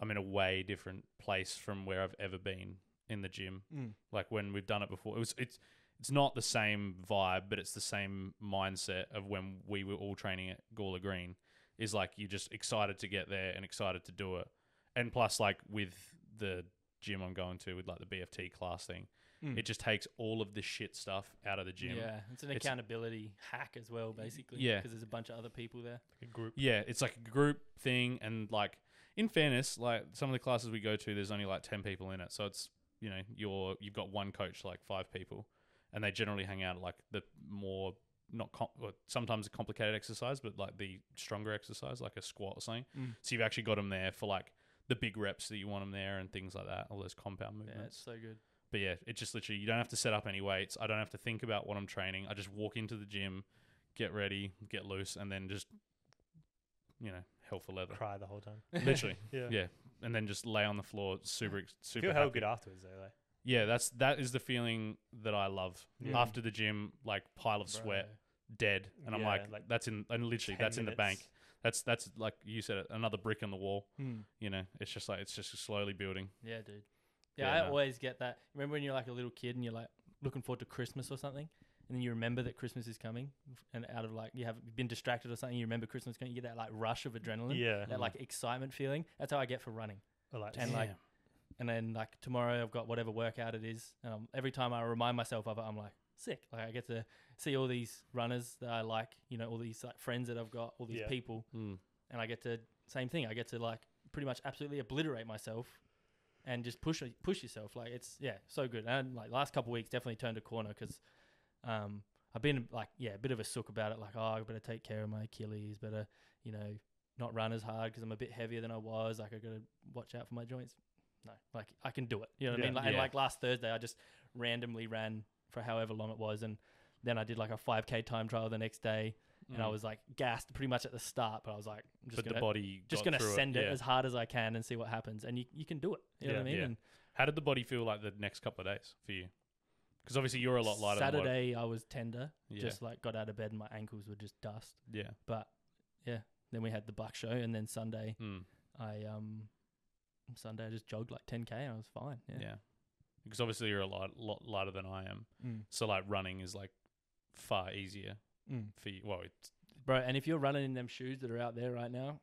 Speaker 2: "I'm in a way different place from where I've ever been in the gym.
Speaker 1: Mm.
Speaker 2: Like when we've done it before, it was it's." It's not the same vibe, but it's the same mindset of when we were all training at Gawler Green. Is like you're just excited to get there and excited to do it, and plus like with the gym I'm going to with like the BFT class thing,
Speaker 1: Mm.
Speaker 2: it just takes all of the shit stuff out of the gym.
Speaker 1: Yeah, it's an
Speaker 2: It's-
Speaker 1: accountability hack as well, basically.
Speaker 2: Yeah.
Speaker 1: because there's a bunch of other people there.
Speaker 3: Like a group.
Speaker 2: Yeah, it's like a group thing, and like in fairness, like some of the classes we go to, there's only like ten people in it, so it's you know you're you've got one coach, like five people, and they generally hang out at like the more not com- well, sometimes a complicated exercise, but like the stronger exercise, like a squat or something.
Speaker 1: Mm.
Speaker 2: So you've actually got them there for like the big reps that you want them there and things like that, all those compound
Speaker 1: Yeah,
Speaker 2: movements.
Speaker 1: it's so good.
Speaker 2: But yeah, it just literally you don't have to set up any weights. I don't have to think about what I'm training. I just walk into the gym, get ready, get loose, and then just you know hell for leather,
Speaker 3: Cry the whole time.
Speaker 2: literally.
Speaker 3: Yeah.
Speaker 2: yeah, and then just lay on the floor, super ex- super
Speaker 3: Feel hell
Speaker 2: happy.
Speaker 3: good afterwards though. Like.
Speaker 2: Yeah, that's that is the feeling that I love
Speaker 1: Yeah.
Speaker 2: after the gym, like pile of sweat,
Speaker 1: Bro.
Speaker 2: dead, and I'm
Speaker 3: Yeah,
Speaker 2: like,
Speaker 3: like
Speaker 2: that's in and literally
Speaker 3: 10
Speaker 2: that's in the bank.
Speaker 3: minutes.
Speaker 2: That's that's like you said, it, another brick in the wall.
Speaker 1: Mm.
Speaker 2: You know, it's just like it's just slowly building.
Speaker 1: Yeah, dude. Yeah,
Speaker 2: Yeah,
Speaker 1: I
Speaker 2: no.
Speaker 1: always get that. Remember when you're like a little kid and you're like looking forward to Christmas or something, and then you remember that Christmas is coming, and out of like you have been distracted or something, you remember Christmas coming, you get that like rush of adrenaline,
Speaker 3: Yeah.
Speaker 1: that like excitement feeling. That's how I get for running.
Speaker 3: Or like,
Speaker 1: And like, and then like tomorrow I've got whatever workout it is. Um, every time I remind myself of it, I'm like sick. Like I get to see all these runners that I like, you know, all these like friends that I've got, all these
Speaker 3: Yeah.
Speaker 1: people,
Speaker 2: Mm.
Speaker 1: and I get to same thing. I get to like pretty much absolutely obliterate myself and just push push yourself. Like it's yeah, so good. And like last couple weeks definitely turned a corner because um, I've been like yeah, a bit of a sook about it. Like oh, I better take care of my Achilles. Better you know not run as hard because I'm a bit heavier than I was. Like I got to watch out for my joints. No, like I can do it. You know what
Speaker 3: Yeah.
Speaker 1: I mean? Like, And
Speaker 2: Yeah.
Speaker 1: like last Thursday, I just randomly ran for however long it was, and then I did like a 5k time trial the next day, and I was like gassed pretty much at the start, but I was like, I'm just
Speaker 2: Mm. but
Speaker 1: gonna
Speaker 2: the body
Speaker 1: just
Speaker 2: got
Speaker 1: going to
Speaker 2: through
Speaker 1: send it,
Speaker 2: yeah.
Speaker 1: as hard as I can and see what happens. And you, you can do it. You know what I
Speaker 3: Yeah.
Speaker 1: mean?
Speaker 2: Yeah.
Speaker 1: And
Speaker 2: How did the body feel like the next couple of days for you? Because obviously you're a lot lighter. Than what,
Speaker 1: Saturday, I was tender.
Speaker 2: yeah,
Speaker 1: Just like got out of bed and my ankles were just dust.
Speaker 2: yeah.
Speaker 1: But yeah, then we had the buck show. And then Sunday,
Speaker 2: Mm,
Speaker 1: I, um, Sunday I just jogged like 10K and I was fine.
Speaker 2: yeah,
Speaker 1: Yeah.
Speaker 2: Because obviously you're a lot lot lighter than I am.
Speaker 1: Mm.
Speaker 2: So like running is like far easier
Speaker 1: Mm.
Speaker 2: for you. Well, it's,
Speaker 1: Bro, and if you're running in them shoes that are out there right now,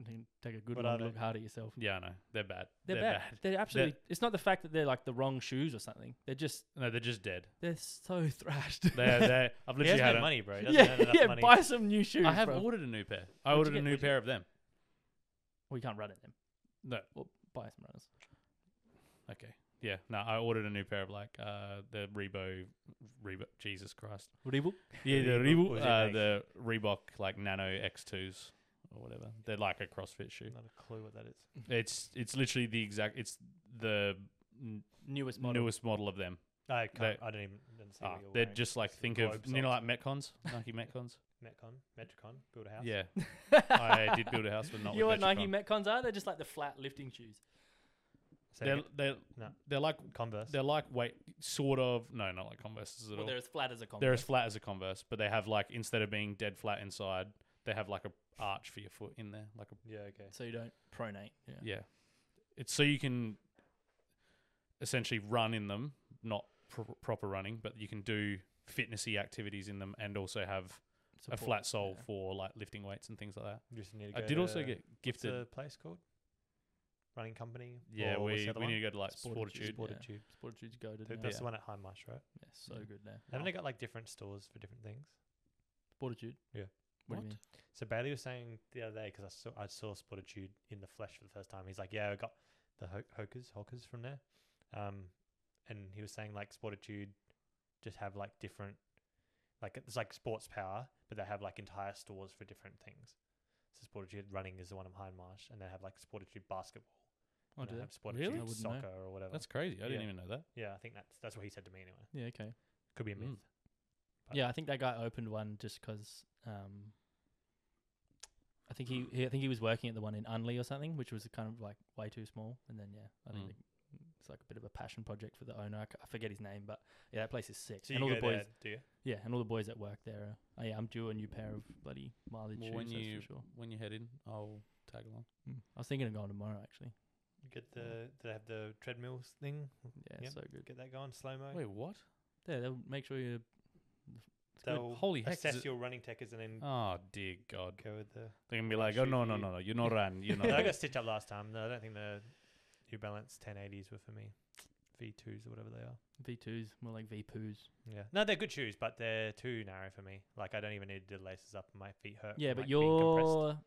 Speaker 1: then take a good
Speaker 3: What
Speaker 1: long
Speaker 3: are they?
Speaker 1: look hard at yourself.
Speaker 2: yeah, I know they're bad.
Speaker 1: They're, bad. They're absolutely. it's not the fact that they're like the wrong shoes or something. They're just
Speaker 2: No, they're just dead.
Speaker 1: they're so thrashed.
Speaker 2: They're they. I've
Speaker 3: He
Speaker 2: literally
Speaker 3: hasn't
Speaker 2: had.
Speaker 3: made
Speaker 2: a-
Speaker 3: money, bro. He doesn't
Speaker 1: yeah,
Speaker 3: have enough
Speaker 1: yeah.
Speaker 3: money.
Speaker 1: Buy some new shoes.
Speaker 2: I have
Speaker 1: Bro.
Speaker 2: ordered a new pair. I
Speaker 1: What'd you
Speaker 2: ordered a
Speaker 1: get?
Speaker 2: new
Speaker 1: What'd you
Speaker 2: pair of them.
Speaker 1: Well, you can't run in them.
Speaker 2: No,
Speaker 1: Buy some runners.
Speaker 2: okay, yeah, no. I ordered a new pair of like uh the Rebo, Rebo. Jesus Christ. Yeah, the
Speaker 3: Reebok
Speaker 2: Reebok,
Speaker 3: was
Speaker 2: uh,
Speaker 3: it
Speaker 2: the Reebok like Nano X2s or whatever. They're like a CrossFit shoe.
Speaker 3: Not a clue what that is.
Speaker 2: It's it's literally the exact. It's the n-
Speaker 1: Newest model.
Speaker 2: newest model of them.
Speaker 3: I can't.
Speaker 2: They-
Speaker 3: I don't even. Didn't see
Speaker 2: Ah,
Speaker 3: what you're
Speaker 2: they're
Speaker 3: wearing.
Speaker 2: just like
Speaker 3: It's
Speaker 2: think
Speaker 3: globe
Speaker 2: of you know
Speaker 3: socks.
Speaker 2: like Metcons, Nike Metcons.
Speaker 3: Metcon, Metricon, build a house.
Speaker 2: yeah, I did build a house, but not.
Speaker 1: you know
Speaker 2: with
Speaker 1: what Nike
Speaker 2: Metricon.
Speaker 1: Metcons are? They're just like the flat lifting shoes.
Speaker 3: Say it
Speaker 2: They're
Speaker 3: again.
Speaker 2: they're,
Speaker 3: No.
Speaker 2: they're like
Speaker 3: Converse.
Speaker 2: they're like weight sort of no not like Converses at
Speaker 1: Well,
Speaker 2: all.
Speaker 1: they're as flat as a Converse.
Speaker 2: They're as flat as a Converse, but they have like instead of being dead flat inside, they have like a arch for your foot in there, like a
Speaker 3: Yeah. Okay.
Speaker 1: so you don't pronate. Yeah.
Speaker 2: Yeah. It's so you can essentially run in them, not pro- proper running, but you can do fitnessy activities in them and also have
Speaker 1: Support.
Speaker 2: a flat sole
Speaker 1: yeah.
Speaker 2: for like lifting weights and things like that.
Speaker 3: You just need to
Speaker 2: I
Speaker 3: go
Speaker 2: did also
Speaker 3: to-
Speaker 2: get
Speaker 3: what's
Speaker 2: gifted.
Speaker 3: the place called? Running company.
Speaker 2: yeah,
Speaker 3: or what's
Speaker 2: we,
Speaker 3: the other
Speaker 2: we
Speaker 3: one?
Speaker 2: need to go to like
Speaker 1: Sportitude. Sport-
Speaker 2: Sportitude.
Speaker 3: Sported
Speaker 1: yeah.
Speaker 3: Tube.
Speaker 1: Sport shoes go to
Speaker 3: Th-
Speaker 1: now.
Speaker 3: That's
Speaker 1: yeah.
Speaker 3: the one at High Marsh, right?
Speaker 1: so
Speaker 2: Yeah.
Speaker 1: good now.
Speaker 3: Haven't they got like different stores for different things?
Speaker 1: Fortitude.
Speaker 3: Yeah.
Speaker 1: What,
Speaker 2: What?
Speaker 1: do you mean?
Speaker 3: So Bailey was saying the other day because I saw I saw Sportitude in the flesh for the first time. He's like, yeah, I got the ho- hokers, hawkers from there, um, and he was saying like Sportitude just have like different, like it's like Sports Power, but they have like entire stores for different things. So Sportitude running is the one in Hindmarsh, and they have like Sportitude basketball.
Speaker 1: Oh,
Speaker 3: and
Speaker 1: do
Speaker 3: they
Speaker 1: they?
Speaker 3: have Sportitude
Speaker 1: I wouldn't know.
Speaker 3: soccer or whatever.
Speaker 2: That's crazy. I didn't
Speaker 3: Yeah.
Speaker 2: even know that.
Speaker 3: yeah, I think that's that's what he said to me anyway.
Speaker 1: Yeah. Okay.
Speaker 3: Could be a myth.
Speaker 1: Hmm.
Speaker 2: Mm.
Speaker 3: But-
Speaker 1: Yeah, I think that guy opened one just 'cause Um, I
Speaker 3: Hmm. Hmm.
Speaker 1: think he, he, I think he was working at the one in Unley or something, which was kind of like way too small. And then yeah, I think
Speaker 2: Mm.
Speaker 1: they It's like a bit of a passion project for the owner. I c- I forget his name, but yeah, that place is sick.
Speaker 3: So you
Speaker 1: and all
Speaker 3: go
Speaker 1: the boys,
Speaker 3: there, do you?
Speaker 1: yeah, and all the boys that work there. Are, oh yeah, I'm due a new pair of bloody mileage
Speaker 2: Well,
Speaker 1: shoes.
Speaker 2: when
Speaker 1: that's
Speaker 2: you-
Speaker 1: for sure.
Speaker 2: When you head in, I'll tag along.
Speaker 1: Mm. I was thinking of going tomorrow actually.
Speaker 3: Get the do they have the treadmills thing?
Speaker 1: Yeah,
Speaker 3: Yep.
Speaker 1: so good.
Speaker 3: Get that going slow mo.
Speaker 2: Wait, what?
Speaker 1: Yeah, they'll make sure you.
Speaker 2: good.
Speaker 3: They'll
Speaker 2: Holy heck, is
Speaker 3: assess
Speaker 2: it-
Speaker 3: your running techers and then
Speaker 2: Oh dear God!
Speaker 3: go with the.
Speaker 2: They're gonna be like, oh
Speaker 3: Shoot
Speaker 2: no no
Speaker 3: you.
Speaker 2: no no, you no run, you no.
Speaker 3: No, I
Speaker 2: run."
Speaker 3: got stitched up last time. No, I don't think the New Balance 1080s were for me. V2s or whatever they are.
Speaker 1: V2s, more like V poos.
Speaker 3: Yeah. No, they're good shoes, but they're too narrow for me. Like I don't even need the laces up. and My feet hurt.
Speaker 1: Yeah, but
Speaker 3: from, like, being compressed.
Speaker 1: you're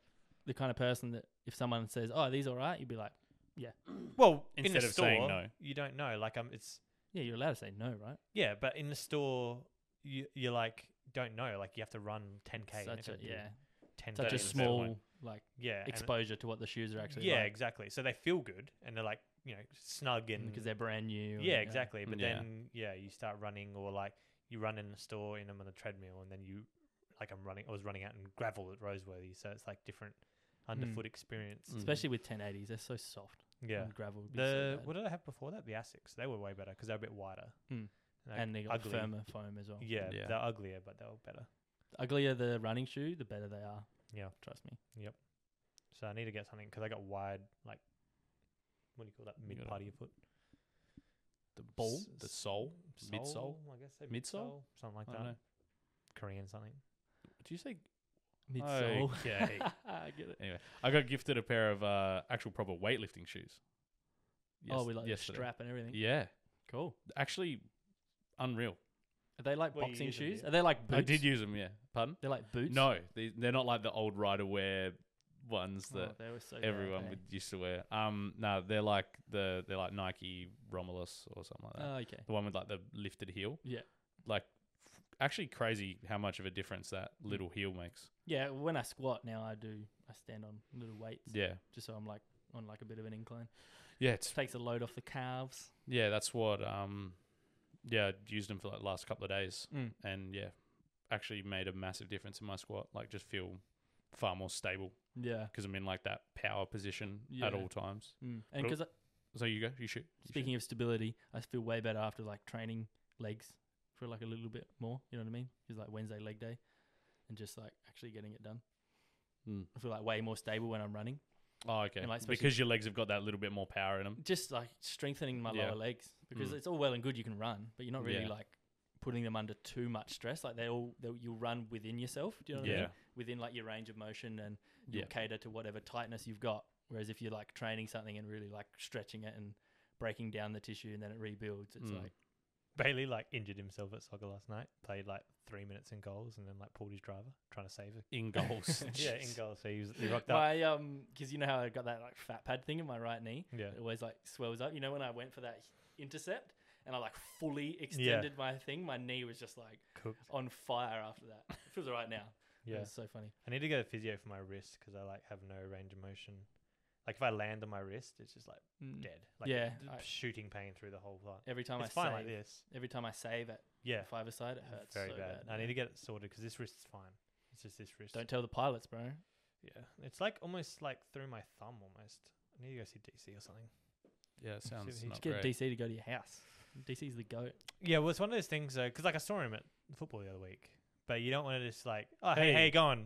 Speaker 1: the kind of person that if someone says, "Oh, are these all right," you'd be like,
Speaker 3: well in
Speaker 2: Instead
Speaker 3: the
Speaker 2: of
Speaker 3: store,
Speaker 2: saying no.
Speaker 3: You don't know. Like um, it's
Speaker 1: "Yeah, you're allowed to say no, right?"
Speaker 3: yeah, but in the store, you you like don't know. Like you have to run 10k. and
Speaker 1: Such
Speaker 3: if
Speaker 1: a
Speaker 3: it do
Speaker 1: yeah,
Speaker 3: 10k.
Speaker 1: such a
Speaker 2: is the fair
Speaker 1: small
Speaker 2: point.
Speaker 1: like
Speaker 3: yeah and-
Speaker 1: exposure to what the shoes are actually.
Speaker 3: yeah
Speaker 1: like,
Speaker 3: exactly. So they feel good and they're like you know snug and
Speaker 1: because they're brand new. and,
Speaker 3: Yeah, exactly. But
Speaker 2: Yeah.
Speaker 3: then yeah, you start running or like you run in the store in them on a treadmill and then you like I'm running I was running out in gravel at Roseworthy, so it's like different underfoot experience.
Speaker 2: Mm.
Speaker 1: Especially with 1080s, they're so soft.
Speaker 3: Yeah.
Speaker 1: and gravel. Would be
Speaker 3: The
Speaker 1: so bad.
Speaker 3: Mm. what did I have before that? The Asics. They were way better because they're a bit wider.
Speaker 1: Mm.
Speaker 3: they're
Speaker 1: and they got
Speaker 3: ugly.
Speaker 1: firmer foam as well.
Speaker 3: Yeah,
Speaker 2: Yeah.
Speaker 3: they're uglier, but they were better.
Speaker 1: The uglier the running shoe, the better they are.
Speaker 3: Yeah.
Speaker 1: trust me.
Speaker 3: So I need to get something because I got wide like what do you call that
Speaker 2: You got a
Speaker 3: mid part of your foot?
Speaker 2: the
Speaker 1: ball?
Speaker 2: s- the sole, midsole.
Speaker 3: I guess they
Speaker 2: Midsole?
Speaker 3: something like
Speaker 2: I
Speaker 3: that.
Speaker 2: don't know.
Speaker 3: Korean something.
Speaker 2: Do you say?
Speaker 1: Midsole.
Speaker 2: Okay.
Speaker 1: I get it.
Speaker 2: anyway, I got gifted a pair of uh, actual proper weightlifting shoes.
Speaker 1: oh,
Speaker 2: Yes-
Speaker 1: we like
Speaker 2: yesterday.
Speaker 1: the strap and everything.
Speaker 2: Yeah,
Speaker 1: Cool.
Speaker 2: actually, unreal.
Speaker 1: Are they like
Speaker 3: What, you
Speaker 1: boxing
Speaker 3: use 'em,
Speaker 1: shoes?
Speaker 3: yeah? Oh,
Speaker 1: Are they like boots?
Speaker 2: I did use them. Yeah, pardon.
Speaker 1: They're like boots.
Speaker 2: No, they, they're not like the old rider wear ones
Speaker 1: Oh,
Speaker 2: that
Speaker 1: they were so bad,
Speaker 2: everyone
Speaker 1: eh?
Speaker 2: would used to wear. Um, no, they're like the they're like Nike Romulus or something like that.
Speaker 1: Oh, okay.
Speaker 2: the one with like the lifted heel.
Speaker 1: Yeah.
Speaker 2: like f- actually crazy how much of a difference that
Speaker 1: Mm.
Speaker 2: little heel makes.
Speaker 1: Yeah, when I squat now, I do. I stand on little weights
Speaker 2: Yeah,
Speaker 1: just so I'm like on like a bit of an incline.
Speaker 2: yeah, it's
Speaker 1: Takes a load off the calves.
Speaker 2: yeah. That's what um, yeah, I used them for like the last couple of days,
Speaker 1: Mm.
Speaker 2: and yeah, actually made a massive difference in my squat. Like just feel far more stable
Speaker 1: Yeah.
Speaker 2: because I'm in like that power position at
Speaker 1: Yeah.
Speaker 2: all times.
Speaker 1: Mm. And
Speaker 2: Cool.
Speaker 1: because
Speaker 2: So you go, you shoot. You shoot.
Speaker 1: Speaking of stability, I feel way better after like training legs for like a little bit more. You know what I mean? It's like Wednesday leg day, and just like actually getting it done.
Speaker 2: Mm.
Speaker 1: I feel like way more stable when I'm running.
Speaker 2: Oh, okay.
Speaker 1: And, like, especially-
Speaker 2: because your legs have got that little bit more power in them.
Speaker 1: Just like strengthening my
Speaker 2: Yeah.
Speaker 1: lower legs because
Speaker 2: Mm.
Speaker 1: it's all well and good you can run, but you're not really
Speaker 2: Yeah.
Speaker 1: like putting them under too much stress. Like they all they'll, you'll run within yourself. Do you know what I
Speaker 2: Yeah.
Speaker 1: mean? Within like your range of motion and you'll
Speaker 2: Yeah.
Speaker 1: cater to whatever tightness you've got. Whereas if you're like training something and really like stretching it and breaking down the tissue and then it rebuilds, it's
Speaker 2: Mm.
Speaker 1: like
Speaker 3: Bailey like injured himself at soccer last night. Played like three minutes in goals and then like pulled his driver trying to save it.
Speaker 2: In goals.
Speaker 3: yeah, in goals. So he, was, he rocked up.
Speaker 1: My um, because you know how I got that like fat pad thing in my right knee.
Speaker 3: Yeah,
Speaker 1: It always like swells up. You know when I went for that intercept and I like fully extended my thing, my knee was just like
Speaker 3: cooked.
Speaker 1: on fire after that. It feels alright now. Yeah,
Speaker 3: Yeah,
Speaker 1: it's so funny.
Speaker 3: I need to go to physio for my wrist because I like have no range of motion. Like if I land on my wrist, it's just like
Speaker 1: Mm.
Speaker 3: dead. Like
Speaker 1: Yeah,
Speaker 3: d-
Speaker 1: I-
Speaker 3: shooting pain through the whole lot.
Speaker 1: Every time
Speaker 3: it's
Speaker 1: I
Speaker 3: fine
Speaker 1: save,
Speaker 3: like this.
Speaker 1: every time I save it,
Speaker 3: Yeah,
Speaker 1: five aside, it hurts
Speaker 3: very
Speaker 1: so
Speaker 3: bad.
Speaker 1: bad.
Speaker 3: I
Speaker 1: yeah.
Speaker 3: need to get it sorted because this wrist's fine. It's just this wrist.
Speaker 1: Don't tell the pilots, bro.
Speaker 3: Yeah, it's like almost like through my thumb almost. I need to go see DC or something.
Speaker 2: Yeah, it sounds
Speaker 3: he's
Speaker 2: not
Speaker 1: Just get
Speaker 2: great.
Speaker 1: DC to go to your house. DC's the goat.
Speaker 3: Yeah, well, it's one of those things because like I saw him at football the other week, but you don't want to just like, oh hey,
Speaker 2: Hey.
Speaker 3: hey, go on,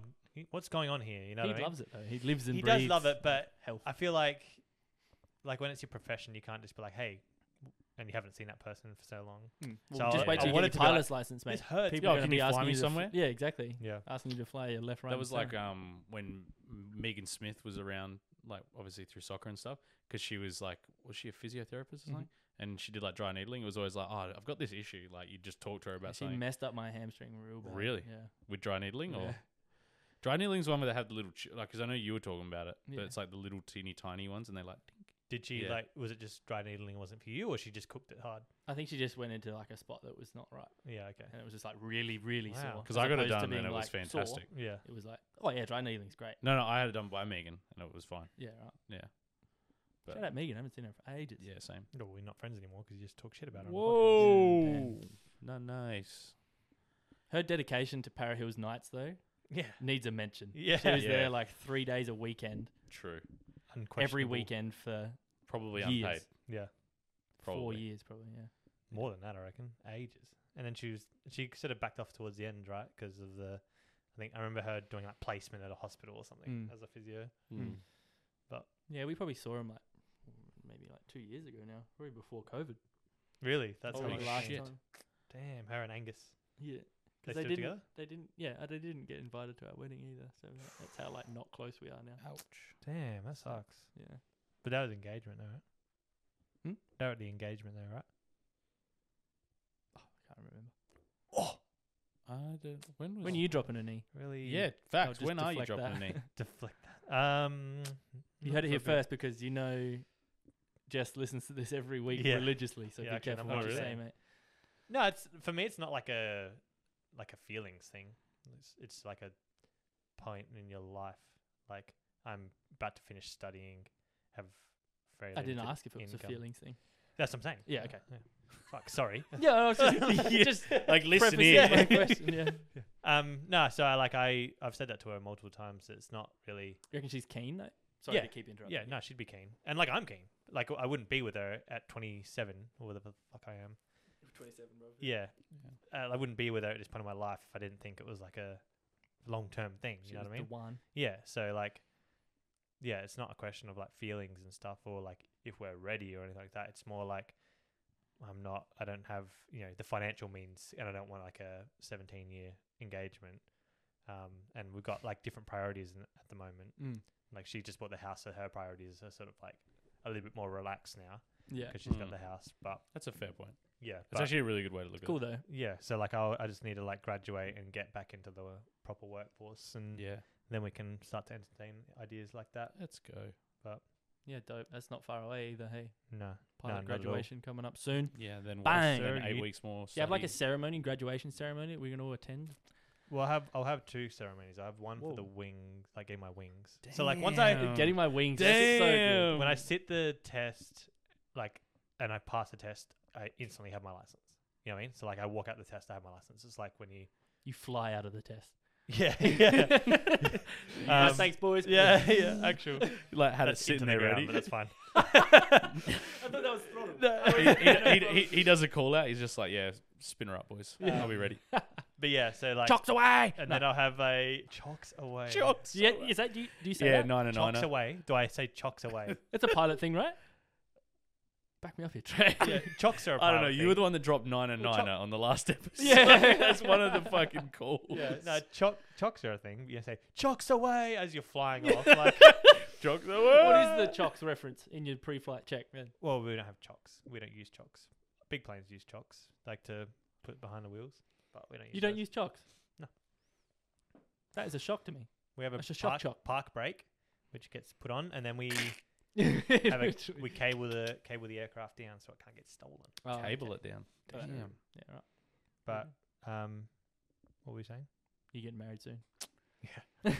Speaker 3: what's going on here? You know, what
Speaker 1: he
Speaker 3: I mean?
Speaker 1: loves it though. He lives and
Speaker 3: he
Speaker 1: breathes Uh,
Speaker 3: does love it, but
Speaker 1: health.
Speaker 3: I feel like like when it's your profession, you can't just be like, hey, and you haven't seen that person for so long.
Speaker 1: Mm.
Speaker 3: So
Speaker 1: Well, just
Speaker 2: I-
Speaker 1: wait
Speaker 2: I
Speaker 1: till you
Speaker 3: wanted
Speaker 1: get
Speaker 3: to
Speaker 1: your
Speaker 3: be like,
Speaker 1: pilot's license, mate.
Speaker 3: This hurts.
Speaker 1: People
Speaker 2: Oh,
Speaker 1: are going to
Speaker 2: can
Speaker 1: be
Speaker 2: you fly
Speaker 1: asking
Speaker 2: me
Speaker 1: you to fl-
Speaker 2: somewhere?
Speaker 1: yeah, exactly.
Speaker 3: Yeah,
Speaker 1: Asking you to fly your left, right.
Speaker 2: That
Speaker 1: and
Speaker 2: was like
Speaker 1: centre.
Speaker 2: um when Megan Smith was around, like obviously through soccer and stuff, because she was like, was she a physiotherapist or
Speaker 1: Mm-hmm.
Speaker 2: something? And she did like dry needling. It was always like, oh, I've got this issue. Like you just talk to her about
Speaker 1: she
Speaker 2: something
Speaker 1: messed up my hamstring real bad.
Speaker 2: Really?
Speaker 1: Yeah.
Speaker 2: with dry needling or
Speaker 1: Yeah.
Speaker 2: dry needling's one where they have the little ch- like because I know you were talking about it,
Speaker 1: Yeah.
Speaker 2: but it's like the little teeny tiny ones, and they like
Speaker 3: Did she
Speaker 2: Yeah.
Speaker 3: like? Was it just dry needling wasn't for you, or she just cooked it hard?
Speaker 1: I think she just went into like a spot that was not right,
Speaker 3: Yeah, okay.
Speaker 1: and it was just like really, really
Speaker 3: Wow.
Speaker 1: sore.
Speaker 2: because
Speaker 1: As
Speaker 2: I got it
Speaker 1: opposed to
Speaker 2: done
Speaker 1: being,
Speaker 2: and it was
Speaker 1: like, sore,
Speaker 2: fantastic.
Speaker 3: Yeah,
Speaker 1: it was like, oh yeah, dry needling's great.
Speaker 2: No, no, I had it done by Megan and it was fine.
Speaker 1: Yeah, right.
Speaker 2: But
Speaker 1: Shout out Megan. I haven't seen her for ages.
Speaker 2: yeah, same.
Speaker 3: no, we're not friends anymore because you just talk shit about her. on the
Speaker 2: Whoa,
Speaker 3: podcast.
Speaker 2: no, nice.
Speaker 1: Her dedication to Para Hills nights though
Speaker 3: Yeah,
Speaker 1: needs a mention.
Speaker 3: yeah.
Speaker 1: She was
Speaker 2: Yeah.
Speaker 1: there like three days a weekend,
Speaker 2: True,
Speaker 1: every
Speaker 3: Unquestionable.
Speaker 1: weekend for
Speaker 2: probably
Speaker 1: Years.
Speaker 2: unpaid.
Speaker 3: Yeah,
Speaker 1: four
Speaker 2: Probably.
Speaker 1: years, probably. Yeah.
Speaker 3: More than that, I reckon. Ages. And then she was she sort of backed off towards the end, right? Because of the, I think I remember her doing like placement at a hospital or something
Speaker 1: Mm.
Speaker 3: as a physio.
Speaker 1: Mm.
Speaker 2: Hmm.
Speaker 3: But-
Speaker 1: yeah, we probably saw him like maybe like two years ago now, probably before COVID.
Speaker 3: Really, that's
Speaker 1: Probably the
Speaker 2: Holy
Speaker 3: how much-
Speaker 1: last
Speaker 2: shit.
Speaker 1: time.
Speaker 3: Damn, her and Angus.
Speaker 1: Yeah.
Speaker 3: They
Speaker 1: Because
Speaker 3: still
Speaker 1: didn't.
Speaker 3: together?
Speaker 1: They didn't. Yeah, uh, they didn't get invited to our wedding either. So that- that's how like not close we are now.
Speaker 2: Ouch.
Speaker 3: Damn, that sucks.
Speaker 1: Yeah. Oh,
Speaker 3: But that was engagement, though, right?
Speaker 1: Hmm?
Speaker 3: They were at the engagement, though, right?
Speaker 1: I can't remember.
Speaker 2: I don't. When was
Speaker 1: When are you dropping a knee?
Speaker 3: Really?
Speaker 2: Yeah,
Speaker 1: I'll
Speaker 2: facts.
Speaker 1: just
Speaker 2: When are you
Speaker 1: deflect
Speaker 2: dropping
Speaker 1: that.
Speaker 2: a knee?
Speaker 3: Deflect that. Um,
Speaker 1: you
Speaker 3: not
Speaker 1: heard it here
Speaker 3: so good.
Speaker 1: first because you know Jess listens to this every week
Speaker 3: Yeah.
Speaker 1: religiously. So
Speaker 3: Yeah,
Speaker 1: be
Speaker 3: I can
Speaker 1: careful
Speaker 2: imagine.
Speaker 1: what you
Speaker 2: Oh,
Speaker 1: say,
Speaker 3: really?
Speaker 1: mate.
Speaker 3: No, it's for me. It's not like a like a feelings thing. It's it's like a point in your life. Like I'm about to finish studying, have very.
Speaker 1: I didn't
Speaker 3: limited
Speaker 1: ask if it was
Speaker 3: income.
Speaker 1: a feelings thing.
Speaker 3: That's what I'm saying.
Speaker 1: Yeah, okay.
Speaker 3: Fuck. Sorry.
Speaker 1: Yeah, I was just,
Speaker 3: Yeah.
Speaker 1: just
Speaker 2: Like, listen
Speaker 1: prefacing
Speaker 2: here.
Speaker 1: my question. Yeah, you
Speaker 3: Um. No. So I like I I've said that to her multiple times. that It's not really.
Speaker 1: reckon she's keen though? Sorry
Speaker 3: Yeah.
Speaker 1: to keep interrupting.
Speaker 3: Yeah. No. She'd be keen, and like I'm keen. Like I wouldn't be with her at 27 or whatever the fuck I am.
Speaker 1: twenty-seven, bro.
Speaker 3: Yeah. Uh, I wouldn't be with her at this point in my life if I didn't think it was like a long term thing.
Speaker 1: she
Speaker 3: you know
Speaker 1: was
Speaker 3: what I mean?
Speaker 1: the one.
Speaker 3: Yeah, so like, yeah, it's not a question of like feelings and stuff or like if we're ready or anything like that. It's more like I'm not, I don't have, you know, the financial means and I don't want like a 17 year engagement. Um, and we've got like different priorities in, at the moment.
Speaker 1: Mm.
Speaker 3: Like she just bought the house, so her priorities are sort of like a little bit more relaxed now
Speaker 1: Yeah, Hmm.
Speaker 3: because she's got
Speaker 2: Mm.
Speaker 3: the house. But
Speaker 2: That's a fair point.
Speaker 3: yeah,
Speaker 2: That's
Speaker 3: but-
Speaker 2: actually a really good way to look
Speaker 1: it's cool
Speaker 2: at
Speaker 1: though.
Speaker 3: yeah. So like, I'll, I just need to like graduate and get back into the proper workforce, and
Speaker 2: it. Yeah,
Speaker 3: then we can start to entertain ideas like that.
Speaker 2: let's go.
Speaker 1: Yeah, dope. That's not far away either. Hey,
Speaker 3: No.
Speaker 1: pilot
Speaker 3: not at all.
Speaker 1: graduation coming up soon.
Speaker 2: Yeah, then
Speaker 1: Bang!
Speaker 2: Bang. Then
Speaker 3: Sir,
Speaker 2: eight
Speaker 3: you-
Speaker 2: weeks more.
Speaker 1: You have like a
Speaker 2: study.
Speaker 1: ceremony, graduation ceremony. We're gonna all attend.
Speaker 3: Well, I have I'll have two ceremonies. I have one for the
Speaker 1: Whoa.
Speaker 3: wings, like getting my wings. So like once I
Speaker 2: Damn.
Speaker 1: Getting my wings. That's so good.
Speaker 2: Damn.
Speaker 3: when I sit the test, like and I pass the test, I instantly have my license. You know what I mean? So like I walk out the test, I have my license. It's like when you
Speaker 1: You fly out of the test.
Speaker 3: yeah yeah Um,
Speaker 1: thanks, boys.
Speaker 3: yeah yeah actual.
Speaker 2: like had it
Speaker 3: That's
Speaker 2: sitting
Speaker 3: into the
Speaker 2: there
Speaker 3: ground,
Speaker 2: ready.
Speaker 3: but that's fine.
Speaker 1: I thought that was Oh, throttle.
Speaker 2: he, he, he, he does a call out. He's just like, yeah, spin her up, boys.
Speaker 1: Yeah.
Speaker 2: I'll be ready.
Speaker 3: But yeah, so like
Speaker 1: Chocks away.
Speaker 3: and then I'll have a chocks away.
Speaker 2: Chocks.
Speaker 1: Yeah, is that do you, do you say
Speaker 2: Yeah,
Speaker 1: that?
Speaker 2: nine and nine.
Speaker 3: Chocks away. Do I say chocks away?
Speaker 1: It's a pilot thing, right? Back me up here, Trey.
Speaker 3: yeah, chocks are. I
Speaker 2: I don't know. You were the one that dropped nine and
Speaker 3: Well, choc-
Speaker 2: niner on the last episode.
Speaker 1: Yeah.
Speaker 2: that's one of the fucking calls.
Speaker 3: Yeah, no, chock, chocks are a thing. You say chocks away as you're flying off. Like,
Speaker 2: Chocks
Speaker 1: What
Speaker 2: away.
Speaker 1: is the chocks reference in your pre-flight check, man?
Speaker 3: well, we don't have chocks. We don't use chocks. Big planes use chocks, like to put behind the wheels, but we don't. Use
Speaker 1: You don't
Speaker 3: those.
Speaker 1: use chocks?
Speaker 3: No.
Speaker 1: That is a shock to me.
Speaker 3: We have a
Speaker 1: that's a shock
Speaker 3: park,
Speaker 1: chock.
Speaker 3: park brake, which gets put on, and then we have a,
Speaker 1: Have
Speaker 3: we cable the cable the aircraft down so it can't get stolen.
Speaker 2: Cable it down.
Speaker 1: Damn.
Speaker 2: Damn.
Speaker 1: Yeah, right.
Speaker 3: But um, what were we saying?
Speaker 1: You're getting married soon.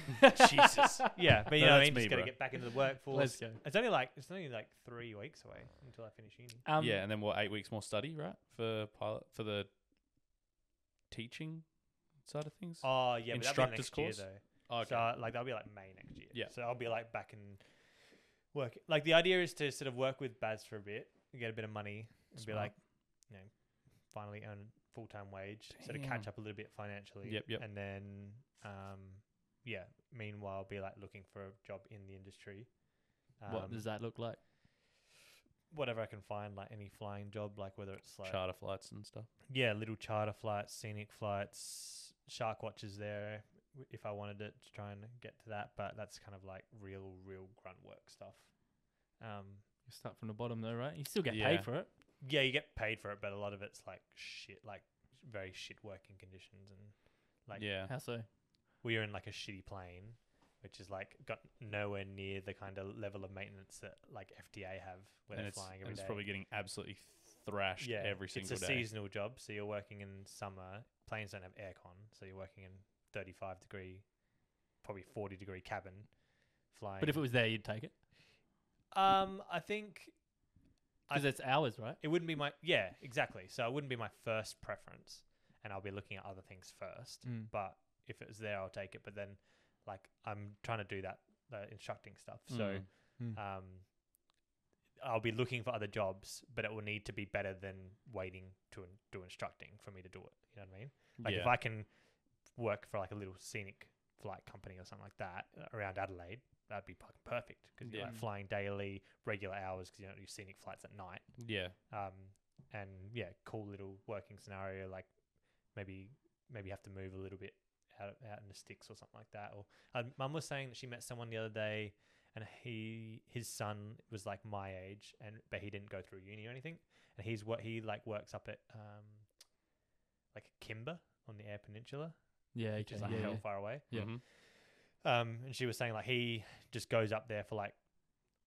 Speaker 2: Jesus.
Speaker 3: Yeah, but you
Speaker 2: No,
Speaker 3: know, what I
Speaker 2: that's
Speaker 3: mean,
Speaker 2: me,
Speaker 3: just gotta
Speaker 2: bro.
Speaker 3: get back into the workforce.
Speaker 1: Let's go.
Speaker 3: It's only like it's only like three weeks away until I finish uni.
Speaker 1: Um,
Speaker 2: yeah, and then what? Eight weeks more study, right? For pilot for the teaching side of things.
Speaker 3: Oh yeah, but that'll be
Speaker 2: Instructor's
Speaker 3: next
Speaker 2: course?
Speaker 3: year though.
Speaker 2: Oh,
Speaker 3: So uh, like that'll be like May next year.
Speaker 2: Yeah.
Speaker 3: So I'll be like back and work. Like the idea is to sort of work with Baz for a bit, get a bit of money, and be
Speaker 2: Smart.
Speaker 3: like, you know, finally earn full time wage, sort of catch
Speaker 2: Damn.
Speaker 3: up a little bit financially.
Speaker 2: Yep, yep.
Speaker 3: And then, um, yeah. Meanwhile, be like looking for a job in the industry.
Speaker 1: what
Speaker 3: Um,
Speaker 1: does that look like?
Speaker 3: whatever I can find, like any flying job, like whether it's like
Speaker 2: charter flights and stuff.
Speaker 3: yeah, little charter flights, scenic flights, shark watches there w- if I wanted it to try and get to that, but that's kind of like real, real grunt work stuff. Um,
Speaker 1: You start from the bottom though, right? You still get
Speaker 2: Yeah.
Speaker 1: paid for it.
Speaker 3: yeah, you get paid for it, but a lot of it's like shit, like very shit working conditions. And Like,
Speaker 2: yeah.
Speaker 1: How so?
Speaker 3: we are in like a shitty plane, which is like got nowhere near the kind of level of maintenance that like FDA have when
Speaker 2: and
Speaker 3: they're
Speaker 2: it's,
Speaker 3: flying every
Speaker 2: and it's
Speaker 3: day.
Speaker 2: probably getting absolutely thrashed every single
Speaker 3: it's a
Speaker 2: day.
Speaker 3: seasonal job, so you're working in summer. Planes don't have aircon, so you're working in 35 degree, probably 40 degree cabin, flying.
Speaker 1: But if it was there, you'd take it
Speaker 3: um, I think
Speaker 1: because
Speaker 3: I-
Speaker 1: it's hours, right?
Speaker 3: it wouldn't be my yeah exactly. So it wouldn't be my first preference, and I'll be looking at other things first.
Speaker 1: Mm.
Speaker 3: But if it was there, I'll take it. But then,
Speaker 1: Hmm.
Speaker 3: like, I'm trying to do that the instructing stuff, so
Speaker 2: Mm.
Speaker 1: Mm.
Speaker 3: um, I'll be looking for other jobs, but it will need to be better than waiting to in- do instructing for me to do it. You know what I mean? Like if
Speaker 2: Yeah.
Speaker 3: I can work for like a little scenic flight company or something like that uh, around Adelaide, that'd be fucking perfect because you're
Speaker 2: Yeah.
Speaker 3: like flying daily, regular hours because you don't do scenic flights at night.
Speaker 2: yeah,
Speaker 3: Um, and yeah, cool little working scenario like maybe maybe you have to move a little bit out out in the sticks or something like that. Or uh, mum was saying that she met someone the other day and he his son was like my age and but he didn't go through uni or anything and he's what he like works up at um like Kimber on the Air Peninsula,
Speaker 1: Yeah,
Speaker 3: which is
Speaker 1: okay,
Speaker 3: like
Speaker 1: yeah,
Speaker 3: hell
Speaker 1: yeah.
Speaker 3: far away.
Speaker 1: Yeah.
Speaker 2: mhm.
Speaker 3: Um, and she was saying like he just goes up there for like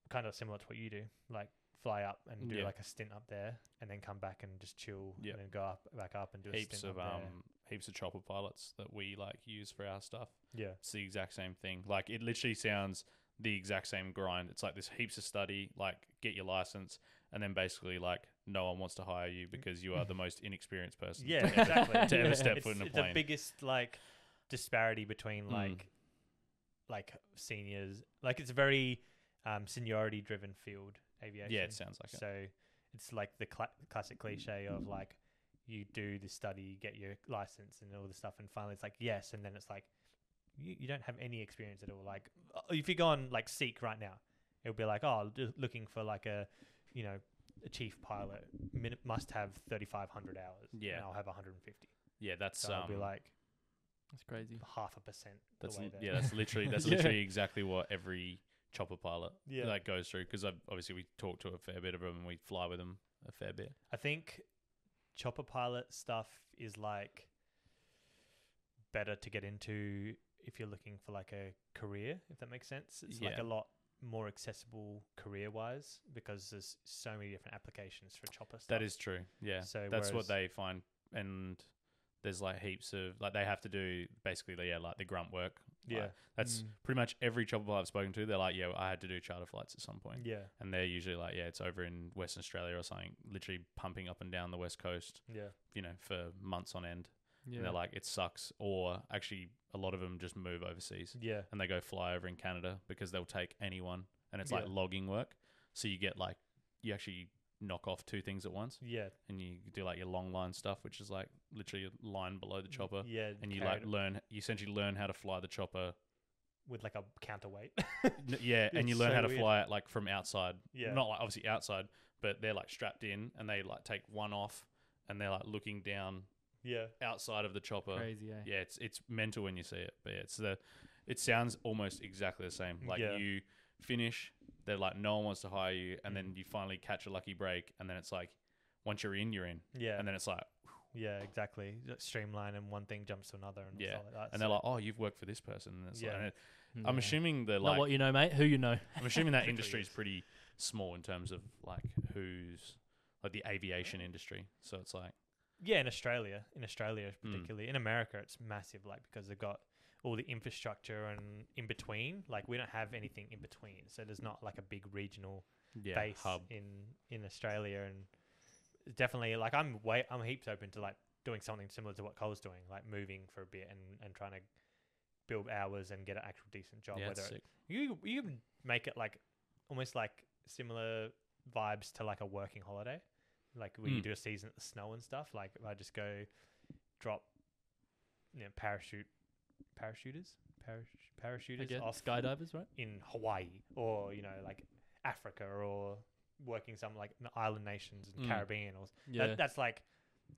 Speaker 3: kind of similar to what you do, like fly up and do
Speaker 2: Yeah.
Speaker 3: like a stint up there, and then come back and just chill,
Speaker 2: Yep.
Speaker 3: and then go up back up and do a
Speaker 2: heaps
Speaker 3: stint
Speaker 2: of
Speaker 3: up
Speaker 2: um, heaps of chopper pilots that we like use for our stuff.
Speaker 3: there. Yeah,
Speaker 2: It's the exact same thing. Like it literally sounds the exact same grind. It's like this heaps of study, like get your license, and then basically like no one wants to hire you because you are the most inexperienced person.
Speaker 3: yeah,
Speaker 2: to ever-
Speaker 3: exactly.
Speaker 2: To ever
Speaker 3: Yeah.
Speaker 2: step
Speaker 3: It's-
Speaker 2: foot in a
Speaker 3: it's
Speaker 2: plane.
Speaker 3: the biggest like disparity between
Speaker 2: Mm.
Speaker 3: like like seniors. Like it's a very um, seniority driven field aviation.
Speaker 2: yeah, it sounds like it.
Speaker 3: So it's like the cla classic cliche of like you do the study, you get your license and all the stuff, and finally it's like yes, and then it's like you, you don't have any experience at all. Like uh, if you go on like Seek right now, it'll be like oh ju- looking for like a you know a chief pilot min- must have thirty five hundred hours.
Speaker 2: Yeah.
Speaker 3: and I'll have one hundred and fifty.
Speaker 2: Yeah, that's
Speaker 3: So I'll
Speaker 2: um,
Speaker 3: be like
Speaker 1: That's crazy.
Speaker 3: half a percent.
Speaker 2: that's
Speaker 3: the way
Speaker 2: li-
Speaker 3: there.
Speaker 2: yeah, that's literally that's
Speaker 1: Yeah.
Speaker 2: literally exactly what every chopper pilot
Speaker 3: Yeah.
Speaker 2: like goes through. Because obviously we talk to a fair bit of them and we fly with them a fair bit.
Speaker 3: I think chopper pilot stuff is like better to get into if you're looking for like a career, if that makes sense. It's like
Speaker 2: Yeah.
Speaker 3: a lot more accessible career wise because there's so many different applications for chopper stuff.
Speaker 2: That is true. Yeah.
Speaker 3: So
Speaker 2: that's what
Speaker 3: whereas-
Speaker 2: they find and there's like heaps of like they have to do basically yeah, like the grunt work. Like,
Speaker 3: Yeah.
Speaker 2: that's
Speaker 1: Mm.
Speaker 2: pretty much every chopper pilot I've spoken to, they're like, Yeah, I had to do charter flights at some point.
Speaker 3: yeah.
Speaker 2: And they're usually like, Yeah, it's over in Western Australia or something, literally pumping up and down the west coast,
Speaker 3: Yeah.
Speaker 2: you know, for months on end.
Speaker 1: Yeah.
Speaker 2: And they're like, It sucks or actually a lot of them just move overseas
Speaker 3: Yeah.
Speaker 2: and they go fly over in Canada because they'll take anyone and it's like
Speaker 3: Yeah.
Speaker 2: logging work. So you get like you actually knock off two things at once
Speaker 3: Yeah.
Speaker 2: and you do like your long line stuff, which is like literally a line below
Speaker 3: Mm.
Speaker 2: the chopper,
Speaker 3: Yeah.
Speaker 2: and you
Speaker 3: carried
Speaker 2: like learn. You essentially learn how to fly the chopper.
Speaker 3: with like a counterweight.
Speaker 2: N- yeah, and you
Speaker 3: It's
Speaker 2: learn
Speaker 3: so
Speaker 2: how to
Speaker 3: weird.
Speaker 2: fly it like from outside.
Speaker 3: Yeah.
Speaker 2: not like obviously outside, but they're like strapped in, and they like take one off, and they're like looking down
Speaker 3: yeah.
Speaker 2: outside of the chopper.
Speaker 1: crazy, eh?
Speaker 2: Yeah, it's it's mental when you see it, but yeah, it's the it sounds almost exactly the same. Like
Speaker 3: Yeah.
Speaker 2: you finish, they're like no one wants to hire you, and then
Speaker 3: Mm.
Speaker 2: you finally catch a lucky break, and then it's like once you're in, you're in,
Speaker 3: Yeah.
Speaker 2: and then it's like
Speaker 3: yeah, exactly. Like Streamline and one thing jumps to another and
Speaker 2: Yeah.
Speaker 3: stuff like that.
Speaker 2: and they're like, "Oh, you've worked for this person." And it's like,
Speaker 3: Yeah.
Speaker 2: and it- I'm assuming they're
Speaker 1: Hmm. Not
Speaker 2: like,
Speaker 1: what you know, mate. Who you know?
Speaker 2: I'm assuming that
Speaker 3: Typically
Speaker 2: industry is
Speaker 3: is.
Speaker 2: pretty small in terms of like who's like the aviation industry. So it's like,
Speaker 3: Yeah, in Australia, in Australia
Speaker 2: Mm.
Speaker 3: particularly, in America, it's massive. Like because they've got all the infrastructure and in between. Like we don't have anything in between, so there's not like a big regional
Speaker 2: yeah,
Speaker 3: base
Speaker 2: hub.
Speaker 3: in in Australia. And definitely, like I'm way I'm heaps open to like doing something similar to what Cole's doing, like moving for a bit and and trying to build hours and get an actual decent job.
Speaker 2: Yeah,
Speaker 3: whether
Speaker 2: it's
Speaker 3: it,
Speaker 2: sick.
Speaker 3: you you can make it like almost like similar vibes to like a working holiday, like when you
Speaker 1: Hmm.
Speaker 2: Mm.
Speaker 3: do a season at the snow and stuff. Like if I just go drop, you know, parachute parachuters, parach- parachuters
Speaker 1: Again,
Speaker 3: off
Speaker 1: skydivers, right?
Speaker 3: in Hawaii or you know like Africa or working some like n- island nations and
Speaker 2: Mm.
Speaker 3: Caribbean or
Speaker 1: Hmm. Yeah,
Speaker 3: that, that's like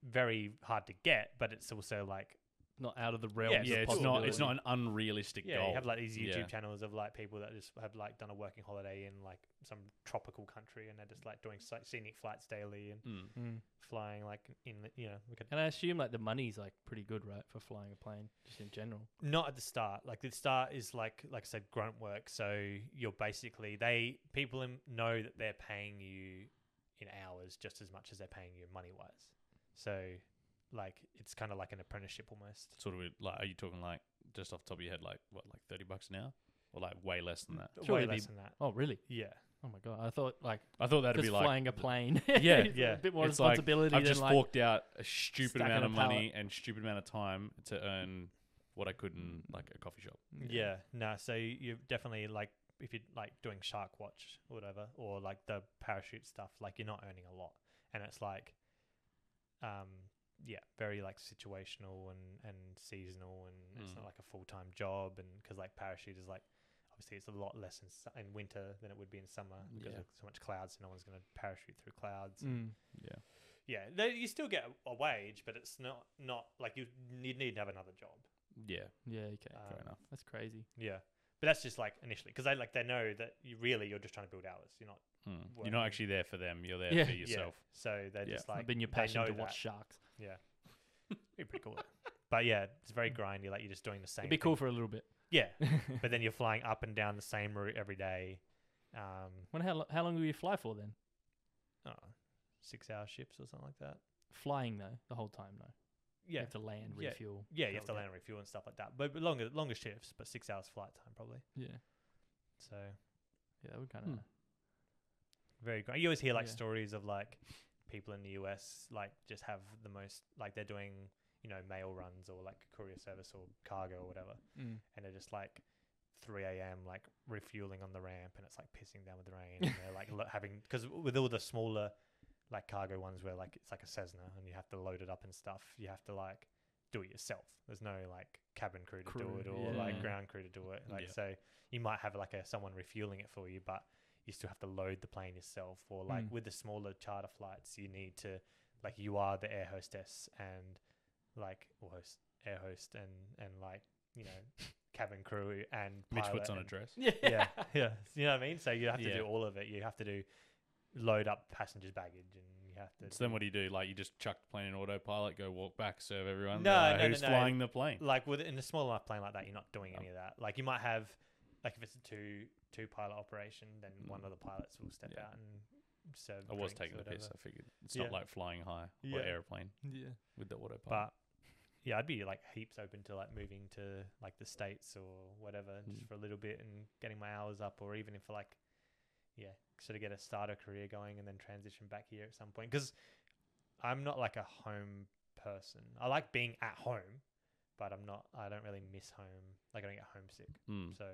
Speaker 3: very hard to get, but it's also like
Speaker 1: not out of the realm.
Speaker 3: it's
Speaker 2: Yeah,
Speaker 3: a
Speaker 2: it's not it's not an unrealistic
Speaker 3: yeah,
Speaker 2: goal.
Speaker 3: you have like these YouTube
Speaker 2: Yeah.
Speaker 3: channels of like people that just have like done a working holiday in like some tropical country, and they're just like doing sci- scenic flights daily and
Speaker 2: Mm.
Speaker 1: Mm.
Speaker 3: flying like in the, you know we could
Speaker 1: And I assume like the money's like pretty good, right, for flying a plane, just in general.
Speaker 3: not at the start. Like the start is like like I said, grunt work. So you're basically they people in, know that they're paying you in hours just as much as they're paying you money wise. So like it's kind of like an apprenticeship almost.
Speaker 2: Sort of like, are you talking like just off the top of your head, like what, like thirty bucks an hour, or like way less than that?
Speaker 1: Surely
Speaker 3: Way
Speaker 1: it'd be-
Speaker 3: less than that.
Speaker 1: Oh, really?
Speaker 3: Yeah.
Speaker 1: Oh my god! I thought like
Speaker 2: I thought that'd
Speaker 1: just
Speaker 2: be like
Speaker 1: flying a plane.
Speaker 2: Yeah,
Speaker 3: yeah.
Speaker 1: a bit more
Speaker 2: It's like,
Speaker 1: responsibility
Speaker 2: I've
Speaker 1: than
Speaker 2: just
Speaker 1: like.
Speaker 2: forked out a stupid
Speaker 1: stacking
Speaker 2: amount
Speaker 1: a
Speaker 2: of money and stupid amount of time to earn what I could in like a coffee shop.
Speaker 3: Yeah. No, so you're definitely like if you're like doing shark watch or whatever or like the parachute stuff like you're not earning a lot and it's like um yeah very like situational and and seasonal and it's
Speaker 2: Mm.
Speaker 3: not like a full-time job and because like parachute is like obviously it's a lot less in, su- in winter than it would be in summer because
Speaker 2: Yeah.
Speaker 3: of so much clouds so no one's going to parachute through clouds
Speaker 1: Mm.
Speaker 2: Yeah.
Speaker 3: yeah though you still get a, a wage but it's not not like you you need to have another job
Speaker 2: Yeah.
Speaker 1: Yeah. Okay.
Speaker 2: Fair
Speaker 3: Um,
Speaker 2: enough.
Speaker 1: That's crazy.
Speaker 3: yeah but that's just like initially because they like they know that you really you're just trying to build hours you're not
Speaker 2: Mm. You're
Speaker 3: well, I
Speaker 2: not
Speaker 3: mean-
Speaker 2: actually there for them. You're there
Speaker 1: Yeah.
Speaker 2: for
Speaker 1: Yeah.
Speaker 2: yourself.
Speaker 3: Yeah. So they're
Speaker 2: Yeah.
Speaker 3: just
Speaker 1: Like,
Speaker 3: like
Speaker 1: been your
Speaker 3: they
Speaker 1: passion
Speaker 3: know
Speaker 1: to watch
Speaker 3: that.
Speaker 1: sharks.
Speaker 3: Be pretty cool. but yeah, it's very grindy. Like you're just doing the same.
Speaker 1: It'd be
Speaker 3: thing.
Speaker 1: cool for a little bit.
Speaker 3: Yeah, but then you're flying up and down the same route every day. Um,
Speaker 1: Wonder how, lo- how long will you fly for then?
Speaker 3: oh, six hour shifts or something like that.
Speaker 1: Flying though, the whole time though. You
Speaker 3: Yeah,
Speaker 1: have to land,
Speaker 3: Yeah.
Speaker 1: refuel.
Speaker 3: yeah, you have
Speaker 1: go again.
Speaker 3: to land and refuel and stuff like that. But, but longer longer shifts, but six hours flight time probably.
Speaker 1: Yeah.
Speaker 3: So
Speaker 1: Yeah. That would kind of.
Speaker 2: Hmm.
Speaker 3: very grindy. You always hear like
Speaker 1: Yeah.
Speaker 3: stories of like people in the US like just have the most like they're doing you know mail runs or like courier service or cargo or whatever. and they're just like 3 a.m. like refueling on the ramp and it's like pissing down with the rain and they're like lo- having because with all the smaller like cargo ones where like it's like a Cessna and you have to load it up and stuff you have to like do it yourself there's no like cabin crew to do
Speaker 1: Crew,
Speaker 3: it or
Speaker 2: yeah.
Speaker 3: like ground crew to do it like
Speaker 2: Yeah.
Speaker 3: so you might have like a someone refueling it for you but you still have to load the plane yourself or like
Speaker 1: Mm.
Speaker 3: with the smaller charter flights you need to like you are the air hostess and like or host air host and and like you know cabin crew and
Speaker 2: Mitch
Speaker 3: pilot
Speaker 2: puts on a
Speaker 3: and-
Speaker 2: dress.
Speaker 1: Yeah.
Speaker 3: yeah yeah you know what i mean so you have to
Speaker 2: Yeah.
Speaker 3: do all of it you have to do load up passengers baggage and you have to
Speaker 2: So then what do you do? Like you just chuck the plane in autopilot, go walk back, serve everyone.
Speaker 3: No,
Speaker 2: Like,
Speaker 3: no, no,
Speaker 2: who's
Speaker 3: no.
Speaker 2: flying the plane?
Speaker 3: like with in a small enough plane like that you're not doing
Speaker 2: No.
Speaker 3: any of that like you might have like if it's a two two pilot operation then one of the pilots will step
Speaker 2: Mm. Yeah.
Speaker 3: out and serve
Speaker 2: I was
Speaker 3: drinks or
Speaker 2: taking the piss.
Speaker 3: whatever.
Speaker 2: I figured it's
Speaker 3: Yeah.
Speaker 2: not like flying high
Speaker 3: Yeah.
Speaker 2: or airplane
Speaker 1: Yeah.
Speaker 2: with the autopilot.
Speaker 3: but yeah, I'd be like heaps open to like moving to like the states or whatever just
Speaker 2: Mm.
Speaker 3: for a little bit and getting my hours up, or even if like yeah, sort of get a starter career going and then transition back here at some point. Because I'm not like a home person. I like being at home, but I'm not. I don't really miss home. Like I don't get homesick.
Speaker 2: Mm.
Speaker 3: So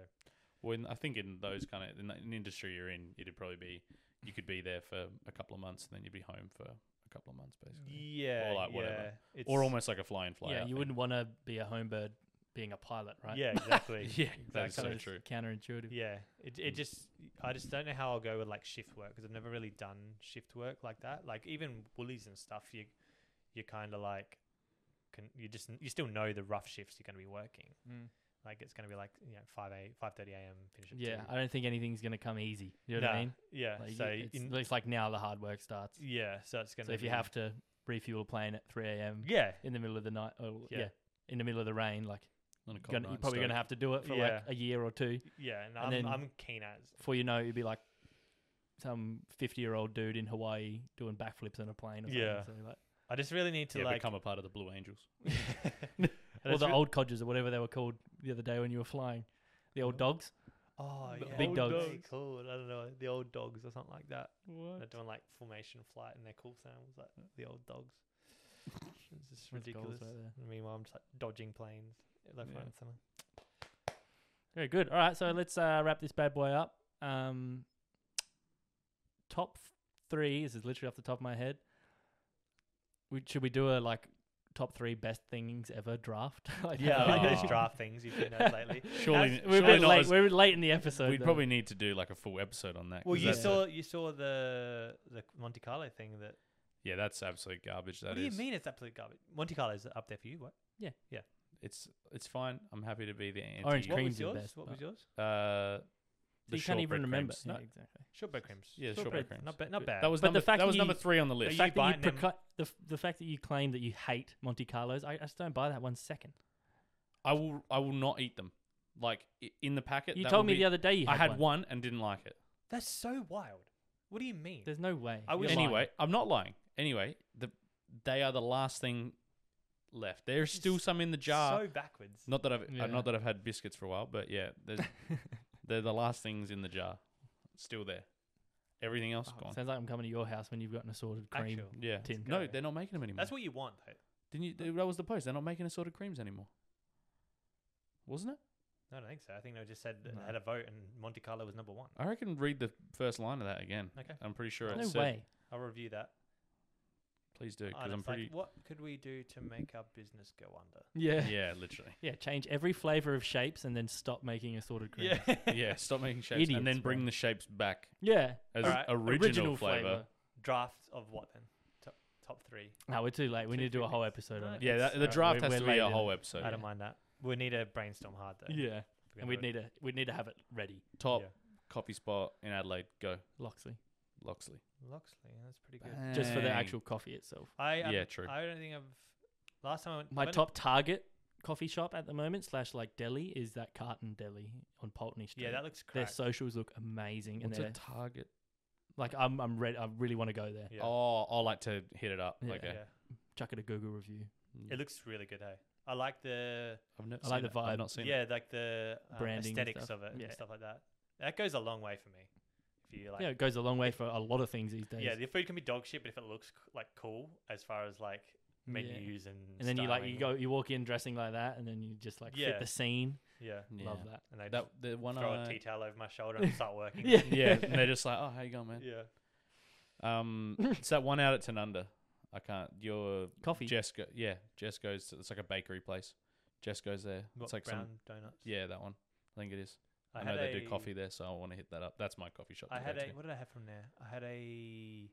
Speaker 2: When I think in those kind of in an industry you're in, it'd probably be you could be there for a couple of months and then you'd be home for a couple of months basically,
Speaker 3: yeah,
Speaker 2: Or, like,
Speaker 3: yeah,
Speaker 2: whatever.
Speaker 3: It's,
Speaker 2: or almost like a fly in fly
Speaker 1: yeah.
Speaker 2: out.
Speaker 1: You
Speaker 2: thing.
Speaker 1: wouldn't want to be a home bird being a pilot, right?
Speaker 3: Yeah, exactly.
Speaker 2: Yeah,
Speaker 1: That
Speaker 2: that's
Speaker 3: Exactly.
Speaker 2: so
Speaker 1: kinda is
Speaker 2: true.
Speaker 1: Counterintuitive.
Speaker 3: Yeah, it it
Speaker 2: Mm.
Speaker 3: just I just don't know how I'll go with like shift work because I've never really done shift work like that. Like even Woolies and stuff, you you kind of like can you just you still know the rough shifts you're going to be working.
Speaker 1: Mm.
Speaker 3: Like it's going to be like you know five a five thirty a.m. finish at
Speaker 1: Yeah,
Speaker 3: two.
Speaker 1: I don't think anything's gonna come easy. You know what I
Speaker 3: Nah,
Speaker 1: mean?
Speaker 3: Yeah,
Speaker 1: Like,
Speaker 3: so
Speaker 1: it's,
Speaker 3: in,
Speaker 1: it's like now the hard work starts.
Speaker 3: yeah, so it's going to
Speaker 1: So if you have to refuel a plane at 3 a.m.
Speaker 3: yeah
Speaker 1: in the middle of the night, or yeah.
Speaker 3: Yeah.
Speaker 1: in the middle of the rain, like
Speaker 2: On a cold
Speaker 1: gonna,
Speaker 2: night
Speaker 1: you're
Speaker 2: in
Speaker 1: probably gonna
Speaker 2: Stoke.
Speaker 1: have to do it for like
Speaker 3: Yeah.
Speaker 1: a year or two
Speaker 3: yeah, and,
Speaker 1: and
Speaker 3: I'm
Speaker 1: then-
Speaker 3: I'm keen as
Speaker 1: before you know it, you'd be like some 50 year old dude in Hawaii doing backflips on a plane. Or
Speaker 3: Yeah.
Speaker 1: something. So like,
Speaker 3: I just really need to
Speaker 2: yeah,
Speaker 3: like
Speaker 2: become a part of the Blue Angels.
Speaker 3: I
Speaker 1: or
Speaker 3: just
Speaker 1: the
Speaker 3: re-
Speaker 1: old codgers or whatever they were called the other day when you were flying, the old
Speaker 3: Oh.
Speaker 1: dogs.
Speaker 3: oh
Speaker 2: the
Speaker 3: yeah,
Speaker 1: big
Speaker 3: old
Speaker 1: dogs.
Speaker 3: dogs, cool I don't know the old dogs or something like that.
Speaker 1: What?
Speaker 3: They're doing like formation flight, and their call sound was like the old dogs. It's just
Speaker 1: That's goals
Speaker 3: ridiculous.
Speaker 1: right there.
Speaker 3: And Meanwhile, I'm just like dodging planes left,
Speaker 2: Yeah.
Speaker 3: right, and center.
Speaker 1: Very good. All right, so let's uh, wrap this bad boy up. Um, top th- three. This is literally off the top of my head. We should we do a like top three best things ever draft? like,
Speaker 3: Yeah,
Speaker 1: how-
Speaker 3: like
Speaker 2: Oh.
Speaker 3: those draft things you've been at lately.
Speaker 2: Surely,
Speaker 1: We're a
Speaker 2: surely
Speaker 1: bit
Speaker 2: not.
Speaker 1: late.
Speaker 2: as-
Speaker 1: We're late in the episode.
Speaker 2: we'd
Speaker 1: though.
Speaker 2: probably need to do like a full episode on that.
Speaker 3: Well,
Speaker 2: 'cause
Speaker 3: you
Speaker 2: that's a-
Speaker 3: saw you saw the the Monte Carlo thing. That
Speaker 2: yeah, that's absolute garbage. That
Speaker 3: what do you
Speaker 2: is.
Speaker 3: mean? It's absolute garbage. Monte Carlo's up there for you. What?
Speaker 2: It's it's fine. I'm happy to be the anti.
Speaker 1: Orange
Speaker 3: what
Speaker 1: cream.
Speaker 3: was
Speaker 1: Creams are
Speaker 3: yours?
Speaker 1: best,
Speaker 3: what
Speaker 1: but-
Speaker 3: was yours?
Speaker 2: Uh,
Speaker 1: you can't even remember.
Speaker 2: No,
Speaker 1: Yeah, exactly.
Speaker 3: Shortbread creams.
Speaker 2: yeah,
Speaker 1: Shortbread
Speaker 2: shortbread creams.
Speaker 3: Not bad. Not
Speaker 2: But
Speaker 3: bad.
Speaker 2: That was
Speaker 1: But
Speaker 2: number.
Speaker 1: the fact
Speaker 2: that was
Speaker 1: you-
Speaker 2: number three on the
Speaker 1: The
Speaker 2: list.
Speaker 3: you
Speaker 1: fact, that
Speaker 3: biting
Speaker 1: you
Speaker 3: them?
Speaker 1: preca- the, f- the fact that you claim that you hate Monte Carlos, I, I just don't buy that one second.
Speaker 2: I will. I will not eat them. Like i- in the packet.
Speaker 1: You
Speaker 2: that
Speaker 1: told
Speaker 2: will
Speaker 1: me
Speaker 2: be-
Speaker 1: the other day you had
Speaker 2: I had
Speaker 1: one.
Speaker 2: one. and didn't like it.
Speaker 3: That's so wild. What do you mean?
Speaker 1: There's no way.
Speaker 3: I
Speaker 1: You're
Speaker 3: was-
Speaker 1: lying.
Speaker 2: anyway, I'm not lying. Anyway, the they are the last thing left. There's
Speaker 3: This
Speaker 2: still
Speaker 3: is
Speaker 2: some in the jar.
Speaker 3: So backwards.
Speaker 2: not that I've
Speaker 1: Yeah.
Speaker 2: uh, not that I've had biscuits for a while, but yeah, there's, they're the last things in the jar. Still there. Everything else
Speaker 1: Oh,
Speaker 2: gone.
Speaker 1: sounds like I'm coming to your house when you've got an assorted cream.
Speaker 3: Actual.
Speaker 2: Yeah.
Speaker 1: tin.
Speaker 2: No,
Speaker 3: Okay.
Speaker 2: they're not making them anymore.
Speaker 3: That's what you want though.
Speaker 2: Didn't you? That was the post. They're not making assorted creams anymore. Wasn't it?
Speaker 3: No, I don't think so. I think they just said that
Speaker 2: No.
Speaker 3: they had a vote and Monte Carlo was number one.
Speaker 2: I reckon read the first line of that again.
Speaker 3: Okay.
Speaker 2: I'm pretty sure it
Speaker 1: No
Speaker 2: said,
Speaker 1: way.
Speaker 3: I'll review that.
Speaker 2: Please do, because
Speaker 3: And
Speaker 2: I'm
Speaker 3: it's like,
Speaker 2: pretty.
Speaker 3: what could we do to make our business go under?
Speaker 1: Yeah. yeah.
Speaker 2: yeah, literally.
Speaker 1: change every flavor of shapes and then stop making assorted cream.
Speaker 2: Yeah, stop making shapes
Speaker 1: Idiots,
Speaker 2: and then bring
Speaker 1: man.
Speaker 2: the shapes back
Speaker 1: Yeah.
Speaker 2: as
Speaker 3: Alright,
Speaker 2: original, flavor.
Speaker 3: Draft of what then? Top, top three.
Speaker 1: No, we're too late. We
Speaker 3: Two,
Speaker 1: need to do
Speaker 3: three
Speaker 1: a whole
Speaker 3: weeks.
Speaker 1: episode on
Speaker 3: Alright.
Speaker 1: it.
Speaker 2: Yeah, that, the
Speaker 3: Alright,
Speaker 2: draft
Speaker 1: we're-
Speaker 2: has to
Speaker 1: we're
Speaker 2: be a
Speaker 1: later.
Speaker 2: whole episode.
Speaker 3: I don't mind that. We need to brainstorm hard though.
Speaker 1: Yeah.
Speaker 3: We're
Speaker 1: And
Speaker 3: gonna
Speaker 1: we'd
Speaker 3: do it.
Speaker 1: need a we'd need to have it ready.
Speaker 2: Top
Speaker 3: Yeah.
Speaker 2: coffee spot in Adelaide. Go,
Speaker 1: Loxley.
Speaker 2: Loxley.
Speaker 3: Loxley. That's pretty good.
Speaker 1: Just for the
Speaker 2: Bang.
Speaker 1: actual coffee itself.
Speaker 3: I I-
Speaker 2: Yeah, true.
Speaker 3: I don't think I've. Last time I went,
Speaker 1: My
Speaker 3: when-
Speaker 1: top target coffee shop at the moment, slash like deli, is that carton deli on Pulteney Street.
Speaker 3: Yeah, that looks
Speaker 1: their
Speaker 3: cracked.
Speaker 1: socials look amazing and
Speaker 2: What's a
Speaker 1: they're
Speaker 2: target?
Speaker 1: like I'm I'm ready I really want to go there.
Speaker 3: Yeah.
Speaker 2: Oh, I like to hit it up.
Speaker 1: Yeah.
Speaker 2: Okay.
Speaker 3: yeah.
Speaker 1: Chuck it a Google review.
Speaker 2: Mm.
Speaker 3: It looks really good. Hey, I like the
Speaker 2: I've never
Speaker 1: I like
Speaker 2: seen
Speaker 1: the
Speaker 2: it. I've
Speaker 1: vibe.
Speaker 2: not seen it.
Speaker 3: yeah, like the um,
Speaker 1: Branding and
Speaker 3: aesthetics
Speaker 1: stuff.
Speaker 3: of it
Speaker 1: Yeah.
Speaker 3: and stuff like that. That goes a long way for me. If you like,
Speaker 1: yeah, it goes a long way for a lot of things these days.
Speaker 3: yeah, the food can be dog shit, but if it looks c- like cool as far as like
Speaker 1: Yeah.
Speaker 3: menus and
Speaker 1: And then you like you
Speaker 3: styling,
Speaker 1: go you walk in dressing like that and then you just like fit
Speaker 3: Yeah.
Speaker 1: the scene.
Speaker 3: yeah,
Speaker 2: Yeah.
Speaker 1: Love that.
Speaker 3: and they
Speaker 2: That the one
Speaker 3: just throw
Speaker 2: I-
Speaker 3: a tea towel over my shoulder and start working.
Speaker 1: Yeah.
Speaker 2: yeah, and they're just like, oh, how you going, man?
Speaker 3: yeah.
Speaker 2: Um, it's that one out at Tanunda. I can't. Your
Speaker 1: Coffee.
Speaker 2: Jess, go, yeah, Jess goes. To, it's like a bakery place. Jess goes there.
Speaker 3: What,
Speaker 2: it's like
Speaker 3: brown
Speaker 2: some,
Speaker 3: donuts.
Speaker 2: yeah, that one. I think it is. I,
Speaker 3: had
Speaker 2: know they do
Speaker 3: a-
Speaker 2: coffee there, so I want to hit that up. That's my coffee shop.
Speaker 3: I
Speaker 2: to
Speaker 3: had
Speaker 2: go
Speaker 3: a
Speaker 2: to.
Speaker 3: what did I have from there? I had a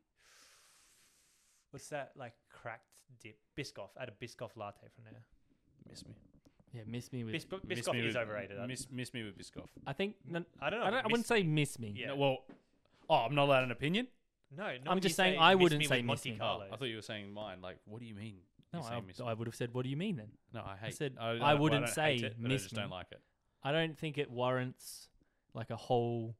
Speaker 3: what's that like cracked dip Biscoff. I had a Biscoff latte from there.
Speaker 2: miss me.
Speaker 1: Yeah, miss me with
Speaker 3: Bis- Biscoff
Speaker 2: Miss me
Speaker 3: is
Speaker 2: with-
Speaker 3: overrated. I-
Speaker 2: Miss, miss me with Biscoff.
Speaker 1: I think no,
Speaker 3: I don't know.
Speaker 1: I, don't, I wouldn't
Speaker 3: miss-
Speaker 1: say miss me.
Speaker 3: Yeah.
Speaker 2: No, well, oh, I'm not allowed an opinion.
Speaker 3: no. not
Speaker 1: I'm
Speaker 3: when
Speaker 1: just
Speaker 3: you
Speaker 1: saying
Speaker 3: say
Speaker 1: I
Speaker 3: miss
Speaker 1: wouldn't
Speaker 3: me
Speaker 1: say
Speaker 3: with
Speaker 1: miss
Speaker 3: Monte
Speaker 1: me. Oh,
Speaker 2: Oh,
Speaker 3: Carlo.
Speaker 2: I thought you were saying mine. Like, what do you mean?
Speaker 1: No,
Speaker 2: You're
Speaker 1: I,
Speaker 2: saying miss
Speaker 1: I would have said what do you mean then?
Speaker 2: No, I hate.
Speaker 1: said,
Speaker 2: I,
Speaker 1: I
Speaker 2: don't- well,
Speaker 1: wouldn't
Speaker 2: don't hate
Speaker 1: say
Speaker 2: it, but
Speaker 1: miss
Speaker 2: I just
Speaker 1: me.
Speaker 2: don't like it.
Speaker 1: I don't think it warrants like a whole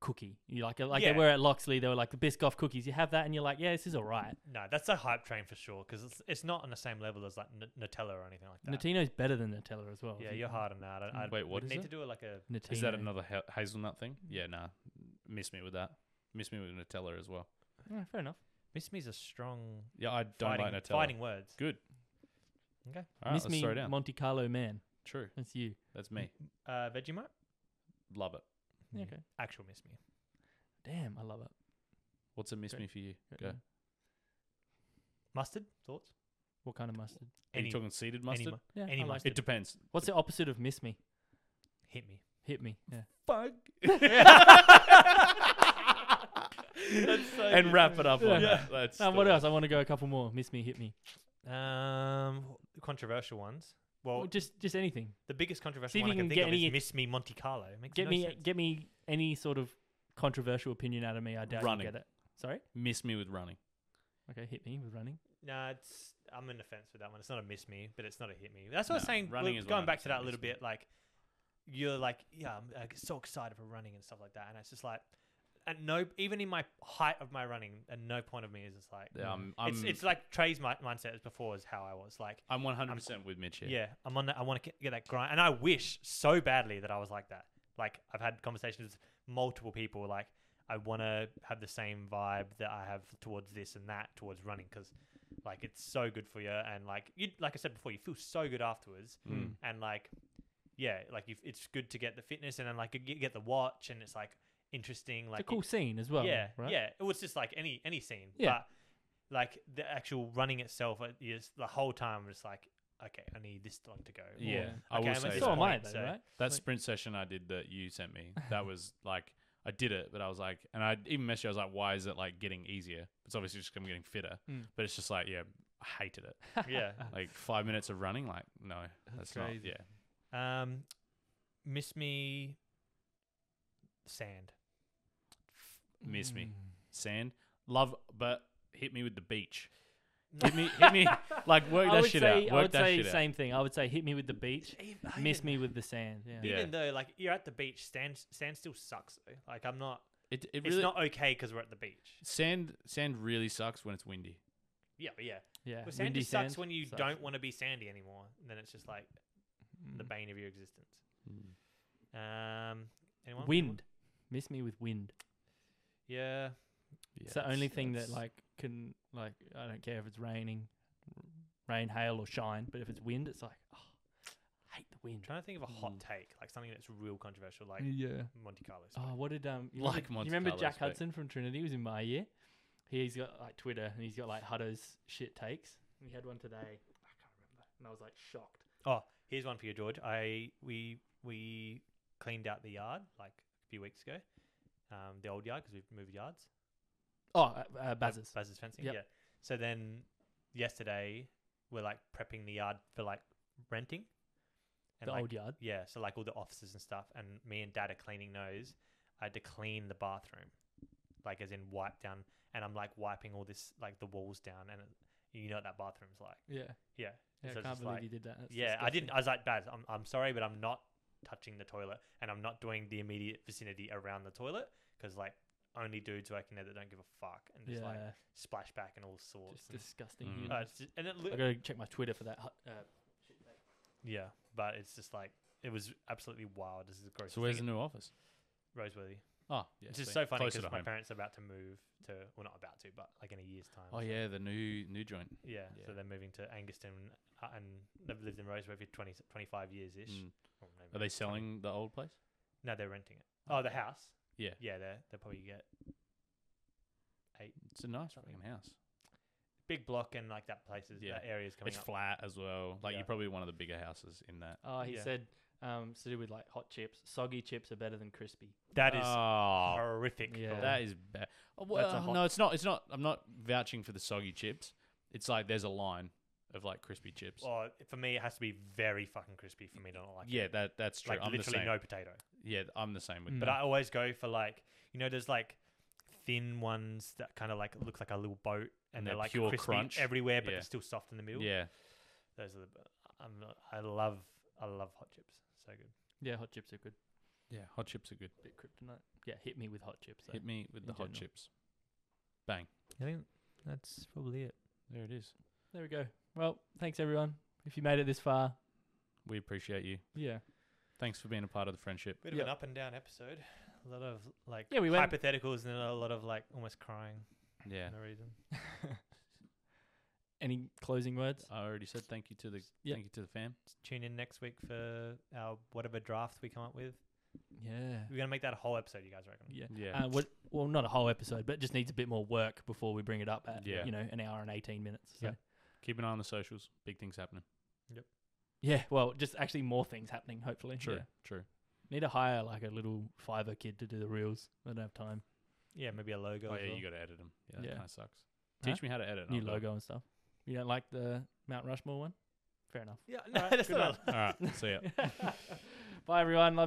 Speaker 1: cookie. You like like
Speaker 3: Yeah.
Speaker 1: they were at Loxley, they were like the Biscoff cookies. You have that and you're like, yeah, this is all right.
Speaker 3: no, that's a hype train for sure because it's, it's not on the same level as like N- Nutella or anything like that.
Speaker 1: Notino's better than Nutella as well.
Speaker 3: Yeah,
Speaker 1: If you-
Speaker 3: you're hard on that.
Speaker 1: Mm.
Speaker 3: I, I
Speaker 2: Wait, what
Speaker 3: would
Speaker 2: is
Speaker 3: need
Speaker 2: it?
Speaker 3: to do like a
Speaker 1: Notino.
Speaker 2: Is that another ha- hazelnut thing? Yeah, nah. Miss me with that. Miss me with Nutella as well.
Speaker 1: Yeah, fair enough.
Speaker 3: miss me's a strong
Speaker 2: Yeah, I don't
Speaker 3: fighting,
Speaker 2: like Nutella.
Speaker 3: fighting words.
Speaker 2: Good.
Speaker 3: Okay.
Speaker 2: All right,
Speaker 1: miss
Speaker 2: let's
Speaker 1: me,
Speaker 2: throw it down.
Speaker 1: Monte Carlo man.
Speaker 2: True.
Speaker 1: That's you.
Speaker 2: That's me.
Speaker 3: Uh, Vegemite.
Speaker 2: Love it.
Speaker 1: Yeah,
Speaker 3: Mm.
Speaker 1: Okay.
Speaker 3: Actual miss me.
Speaker 1: Damn, I love it.
Speaker 2: What's a miss
Speaker 1: Great. Mm-hmm.
Speaker 2: me for you?
Speaker 1: Great
Speaker 2: Go.
Speaker 1: name.
Speaker 3: Mustard thoughts.
Speaker 1: What kind of mustard?
Speaker 2: Are you talking seeded mustard?
Speaker 3: mu-
Speaker 1: Yeah, I
Speaker 3: Any
Speaker 1: like
Speaker 3: mustard.
Speaker 2: It depends.
Speaker 1: What's the opposite of miss me?
Speaker 3: hit me.
Speaker 1: Hit me. Yeah.
Speaker 2: Fuck.
Speaker 3: so
Speaker 2: and wrap it up on
Speaker 1: Yeah.
Speaker 2: that. That's
Speaker 1: Now,
Speaker 2: the
Speaker 1: what
Speaker 2: one.
Speaker 1: else? I want to go a couple more. Miss me, hit me.
Speaker 3: Um, controversial ones. Well,
Speaker 2: Oh.
Speaker 1: Well, just just anything.
Speaker 3: the biggest controversial
Speaker 1: see if
Speaker 3: one
Speaker 1: you
Speaker 3: I can
Speaker 1: can
Speaker 3: think
Speaker 1: get
Speaker 3: of
Speaker 1: any-
Speaker 3: is Miss Me Monte Carlo. It makes
Speaker 1: Get
Speaker 3: no
Speaker 1: me
Speaker 3: sense.
Speaker 1: get me any sort of controversial opinion out of me. I doubt
Speaker 2: Running.
Speaker 1: you get it. Sorry.
Speaker 2: Miss me with running.
Speaker 1: Okay, hit me with running.
Speaker 3: Nah, it's I'm in the fence with that one. It's not a Miss Me, but it's not a Hit Me. That's what I was
Speaker 2: No,
Speaker 3: saying.
Speaker 2: running
Speaker 3: we're
Speaker 2: is
Speaker 3: going back to
Speaker 2: 100%
Speaker 3: that a little
Speaker 2: miss me.
Speaker 3: bit. Like you're like, yeah, I'm like, so excited for running and stuff like that, and it's just like, at no, even in my height of my running, at no point of me is it's like,
Speaker 2: Yeah, I'm, Um, I'm,
Speaker 3: it's it's like Trey's mi- mindset as before is how I was like.
Speaker 2: I'm 100% with Mitch here.
Speaker 3: Yeah, I'm on. That, I want to get that grind, and I wish so badly that I was like that. Like I've had conversations with multiple people. Like I want to have the same vibe that I have towards this and that towards running because, like, it's so good for you. And like you, like I said before, you feel so good afterwards.
Speaker 2: Mm.
Speaker 3: And like, yeah, like you, it's good to get the fitness, and then like you get get the watch, and it's like interesting. Like
Speaker 1: it's a cool scene as well.
Speaker 3: yeah,
Speaker 1: right?
Speaker 3: yeah. It was just like any any scene,
Speaker 1: Yeah.
Speaker 3: but like the actual running itself, uh, is the whole time was like, okay, I need this long to go. or-
Speaker 2: Yeah.
Speaker 1: Okay,
Speaker 2: I
Speaker 3: I'm
Speaker 2: will
Speaker 3: at
Speaker 2: say
Speaker 3: this
Speaker 1: So am I
Speaker 3: point,
Speaker 1: though,
Speaker 3: so-
Speaker 1: right?
Speaker 2: That
Speaker 1: Like-
Speaker 2: sprint session I did that you sent me, that was like I did it, but I was like, and I even messaged you, I was like, why is it like getting easier? It's obviously just 'cause I'm getting fitter,
Speaker 1: Mm.
Speaker 2: but it's just like, yeah, I hated it.
Speaker 3: yeah.
Speaker 2: Like five minutes of running, like no, that's,
Speaker 1: crazy.
Speaker 2: not. Yeah,
Speaker 3: Um, miss me. Sand.
Speaker 2: miss me.
Speaker 1: Mm.
Speaker 2: Sand, love, but hit me with the beach. Hit me, hit me, like work
Speaker 1: I
Speaker 2: that
Speaker 1: would
Speaker 2: shit
Speaker 1: say
Speaker 2: out.
Speaker 1: I
Speaker 2: Work
Speaker 1: would
Speaker 2: that
Speaker 1: say
Speaker 2: shit out.
Speaker 1: same thing. I would say hit me with the beach, miss me with the sand. Yeah.
Speaker 2: Yeah.
Speaker 3: Even though like you're at the beach, sand sand still sucks. Though. Like I'm not.
Speaker 2: It, it really
Speaker 3: It's not okay because we're at the beach.
Speaker 2: sand. Sand really sucks when it's windy.
Speaker 3: Yeah, yeah.
Speaker 1: yeah.
Speaker 3: Well, sand
Speaker 1: windy
Speaker 3: just sucks
Speaker 1: sand
Speaker 3: when you
Speaker 1: sucks.
Speaker 3: don't want to be sandy anymore. Then it's just like the
Speaker 1: Mm.
Speaker 3: bane of your existence.
Speaker 1: Hmm.
Speaker 3: Um, anyone?
Speaker 1: Wind. Miss me with wind.
Speaker 3: Yeah.
Speaker 1: it's the only thing that like can like I don't care if it's raining, rain, hail, or shine, but if it's wind, it's like oh, I hate the wind.
Speaker 3: trying to think of a hot
Speaker 2: Mm.
Speaker 3: take, like something that's real controversial, like
Speaker 2: yeah.
Speaker 3: Monte Carlo.
Speaker 1: Mm. Oh, what did um? You
Speaker 2: Like
Speaker 1: remember,
Speaker 2: Monte
Speaker 1: you remember
Speaker 2: Carlo
Speaker 1: Jack
Speaker 2: spec.
Speaker 1: Hudson from Trinity? He was in my year. He's got like Twitter and he's got like Hutto's shit takes. We had one today. I can't remember, and I was like shocked.
Speaker 3: Here's one for you, George. I we we cleaned out the yard like a few weeks ago, um, the old yard because we've moved yards.
Speaker 1: Oh, uh, uh,
Speaker 3: Uh,
Speaker 1: Baz's.
Speaker 3: Baz's fencing.
Speaker 1: Yep.
Speaker 3: Yeah. So then yesterday we're like prepping the yard for like renting.
Speaker 1: the
Speaker 3: like,
Speaker 1: old yard.
Speaker 3: Yeah, so like all the offices and stuff, and me and dad are cleaning those. I had to clean the bathroom, like as in wipe down, and I'm like wiping all this, like the walls down, and it, you know what that bathroom's like.
Speaker 1: Yeah,
Speaker 3: Yeah.
Speaker 1: yeah.
Speaker 3: So it's
Speaker 1: I can't
Speaker 3: just
Speaker 1: believe
Speaker 3: like-
Speaker 1: you did that. That's
Speaker 3: yeah, I didn't.
Speaker 1: disgusting.
Speaker 3: I was like, Baz, I'm, I'm sorry, but I'm not touching the toilet, and I'm not doing the immediate vicinity around the toilet because like only dudes working there that don't give a fuck and just
Speaker 1: yeah,
Speaker 3: like splash back and all sorts.
Speaker 1: just
Speaker 3: and,
Speaker 1: disgusting.
Speaker 2: Mm.
Speaker 1: human.
Speaker 3: uh, it's just- and it
Speaker 1: I
Speaker 3: look,
Speaker 1: gotta check my Twitter for that. Hut- Uh,
Speaker 3: yeah, but it's just like it was absolutely wild. This is the grossest
Speaker 2: So where's the
Speaker 3: thing.
Speaker 2: new office?
Speaker 3: Roseworthy.
Speaker 2: Oh, yeah.
Speaker 3: It's just
Speaker 2: see,
Speaker 3: so funny
Speaker 2: closer to
Speaker 3: because my
Speaker 2: home.
Speaker 3: parents are about to move to, well, not about to, but like in a year's time.
Speaker 2: Oh
Speaker 3: so-
Speaker 2: yeah, the new new joint.
Speaker 3: Yeah,
Speaker 2: Yeah.
Speaker 3: so they're moving to Anguston uh, and they've lived in Roseworthy for 20, 25 years ish.
Speaker 2: Mm. Are they selling the old place?
Speaker 3: No, they're renting it. Oh, the house?
Speaker 2: Yeah.
Speaker 3: Yeah, they're, they'll probably get
Speaker 2: It's a nice
Speaker 3: Something.
Speaker 2: fucking house.
Speaker 3: big block and like that place is,
Speaker 2: Yeah.
Speaker 3: that area's coming
Speaker 2: It's
Speaker 3: up.
Speaker 2: flat as well. Like
Speaker 3: Yeah.
Speaker 2: you're probably one of the bigger houses in that.
Speaker 1: oh, he
Speaker 3: Yeah.
Speaker 1: said um, it's to do with like hot chips. Soggy chips are better than crispy.
Speaker 3: That is
Speaker 2: Oh,
Speaker 3: horrific.
Speaker 1: Yeah.
Speaker 2: that is bad. Oh,
Speaker 3: That's a
Speaker 2: well,
Speaker 3: hot-
Speaker 2: no, it's not. It's not. I'm not vouching for the soggy chips. It's like there's a line of like crispy chips.
Speaker 3: Or for me, it has to be very fucking crispy for me to not Oh, like it.
Speaker 2: yeah, that that's true.
Speaker 3: Like
Speaker 2: I'm the
Speaker 3: literally
Speaker 2: same. Mm.
Speaker 3: no potato.
Speaker 2: Yeah, I'm the same with.
Speaker 1: Mm.
Speaker 3: But
Speaker 2: that.
Speaker 3: I always go for like you know, there's like thin ones that kind of like look like a little boat, and,
Speaker 2: And
Speaker 3: they're,
Speaker 2: they're
Speaker 3: like
Speaker 2: pure
Speaker 3: crispy
Speaker 2: crunch.
Speaker 3: everywhere, but
Speaker 2: Yeah.
Speaker 3: they're still soft in the middle.
Speaker 2: yeah,
Speaker 3: those are the. I'm not, I love I love hot chips. So good.
Speaker 1: Yeah, hot chips are good.
Speaker 2: yeah. Hot chips are good.
Speaker 1: Bit kryptonite. Yeah, hit me with hot chips. though.
Speaker 2: Hit me with the
Speaker 1: in
Speaker 2: hot
Speaker 1: general.
Speaker 2: chips. Bang.
Speaker 3: I think that's probably it.
Speaker 2: There it is.
Speaker 1: There we go. Well, thanks everyone. If you made it this far,
Speaker 2: We appreciate you.
Speaker 1: yeah.
Speaker 2: Thanks for being a part of the friendship.
Speaker 3: Bit of
Speaker 1: Yeah.
Speaker 3: an up and down episode. A lot of like
Speaker 1: Yeah, we went-
Speaker 3: hypotheticals and then a lot of like almost crying.
Speaker 2: Yeah.
Speaker 3: for No reason.
Speaker 1: Any closing words?
Speaker 2: I already said thank you to the
Speaker 1: Yeah.
Speaker 2: thank you to the fam.
Speaker 3: Tune in next week for our whatever draft we come up with.
Speaker 1: Yeah.
Speaker 3: We're gonna make that a whole episode. You guys reckon?
Speaker 1: Yeah.
Speaker 2: Yeah.
Speaker 1: Uh, what, well, not a whole episode, but just needs a bit more work before we bring it up at
Speaker 2: Yeah.
Speaker 1: you know an hour and eighteen minutes. So.
Speaker 2: Yeah. Keep an eye on the socials. Big things happening.
Speaker 1: Yeah. Well, just actually more things happening. Hopefully.
Speaker 2: True.
Speaker 1: Yeah.
Speaker 2: True.
Speaker 1: Need to hire like a little fiver kid to do the reels. I don't have time.
Speaker 3: Yeah, maybe a logo.
Speaker 2: Oh
Speaker 3: as
Speaker 2: yeah,
Speaker 3: well.
Speaker 2: you got to edit them. Yeah, that
Speaker 1: Yeah.
Speaker 2: kind of sucks.
Speaker 1: Huh?
Speaker 2: Teach me how to edit. and
Speaker 1: New
Speaker 2: I'll do it.
Speaker 1: logo and stuff. You don't like the Mount Rushmore one? Fair enough.
Speaker 3: Yeah, no, that's
Speaker 1: good
Speaker 3: not.
Speaker 2: All right. See ya.
Speaker 1: Bye everyone. Love. you.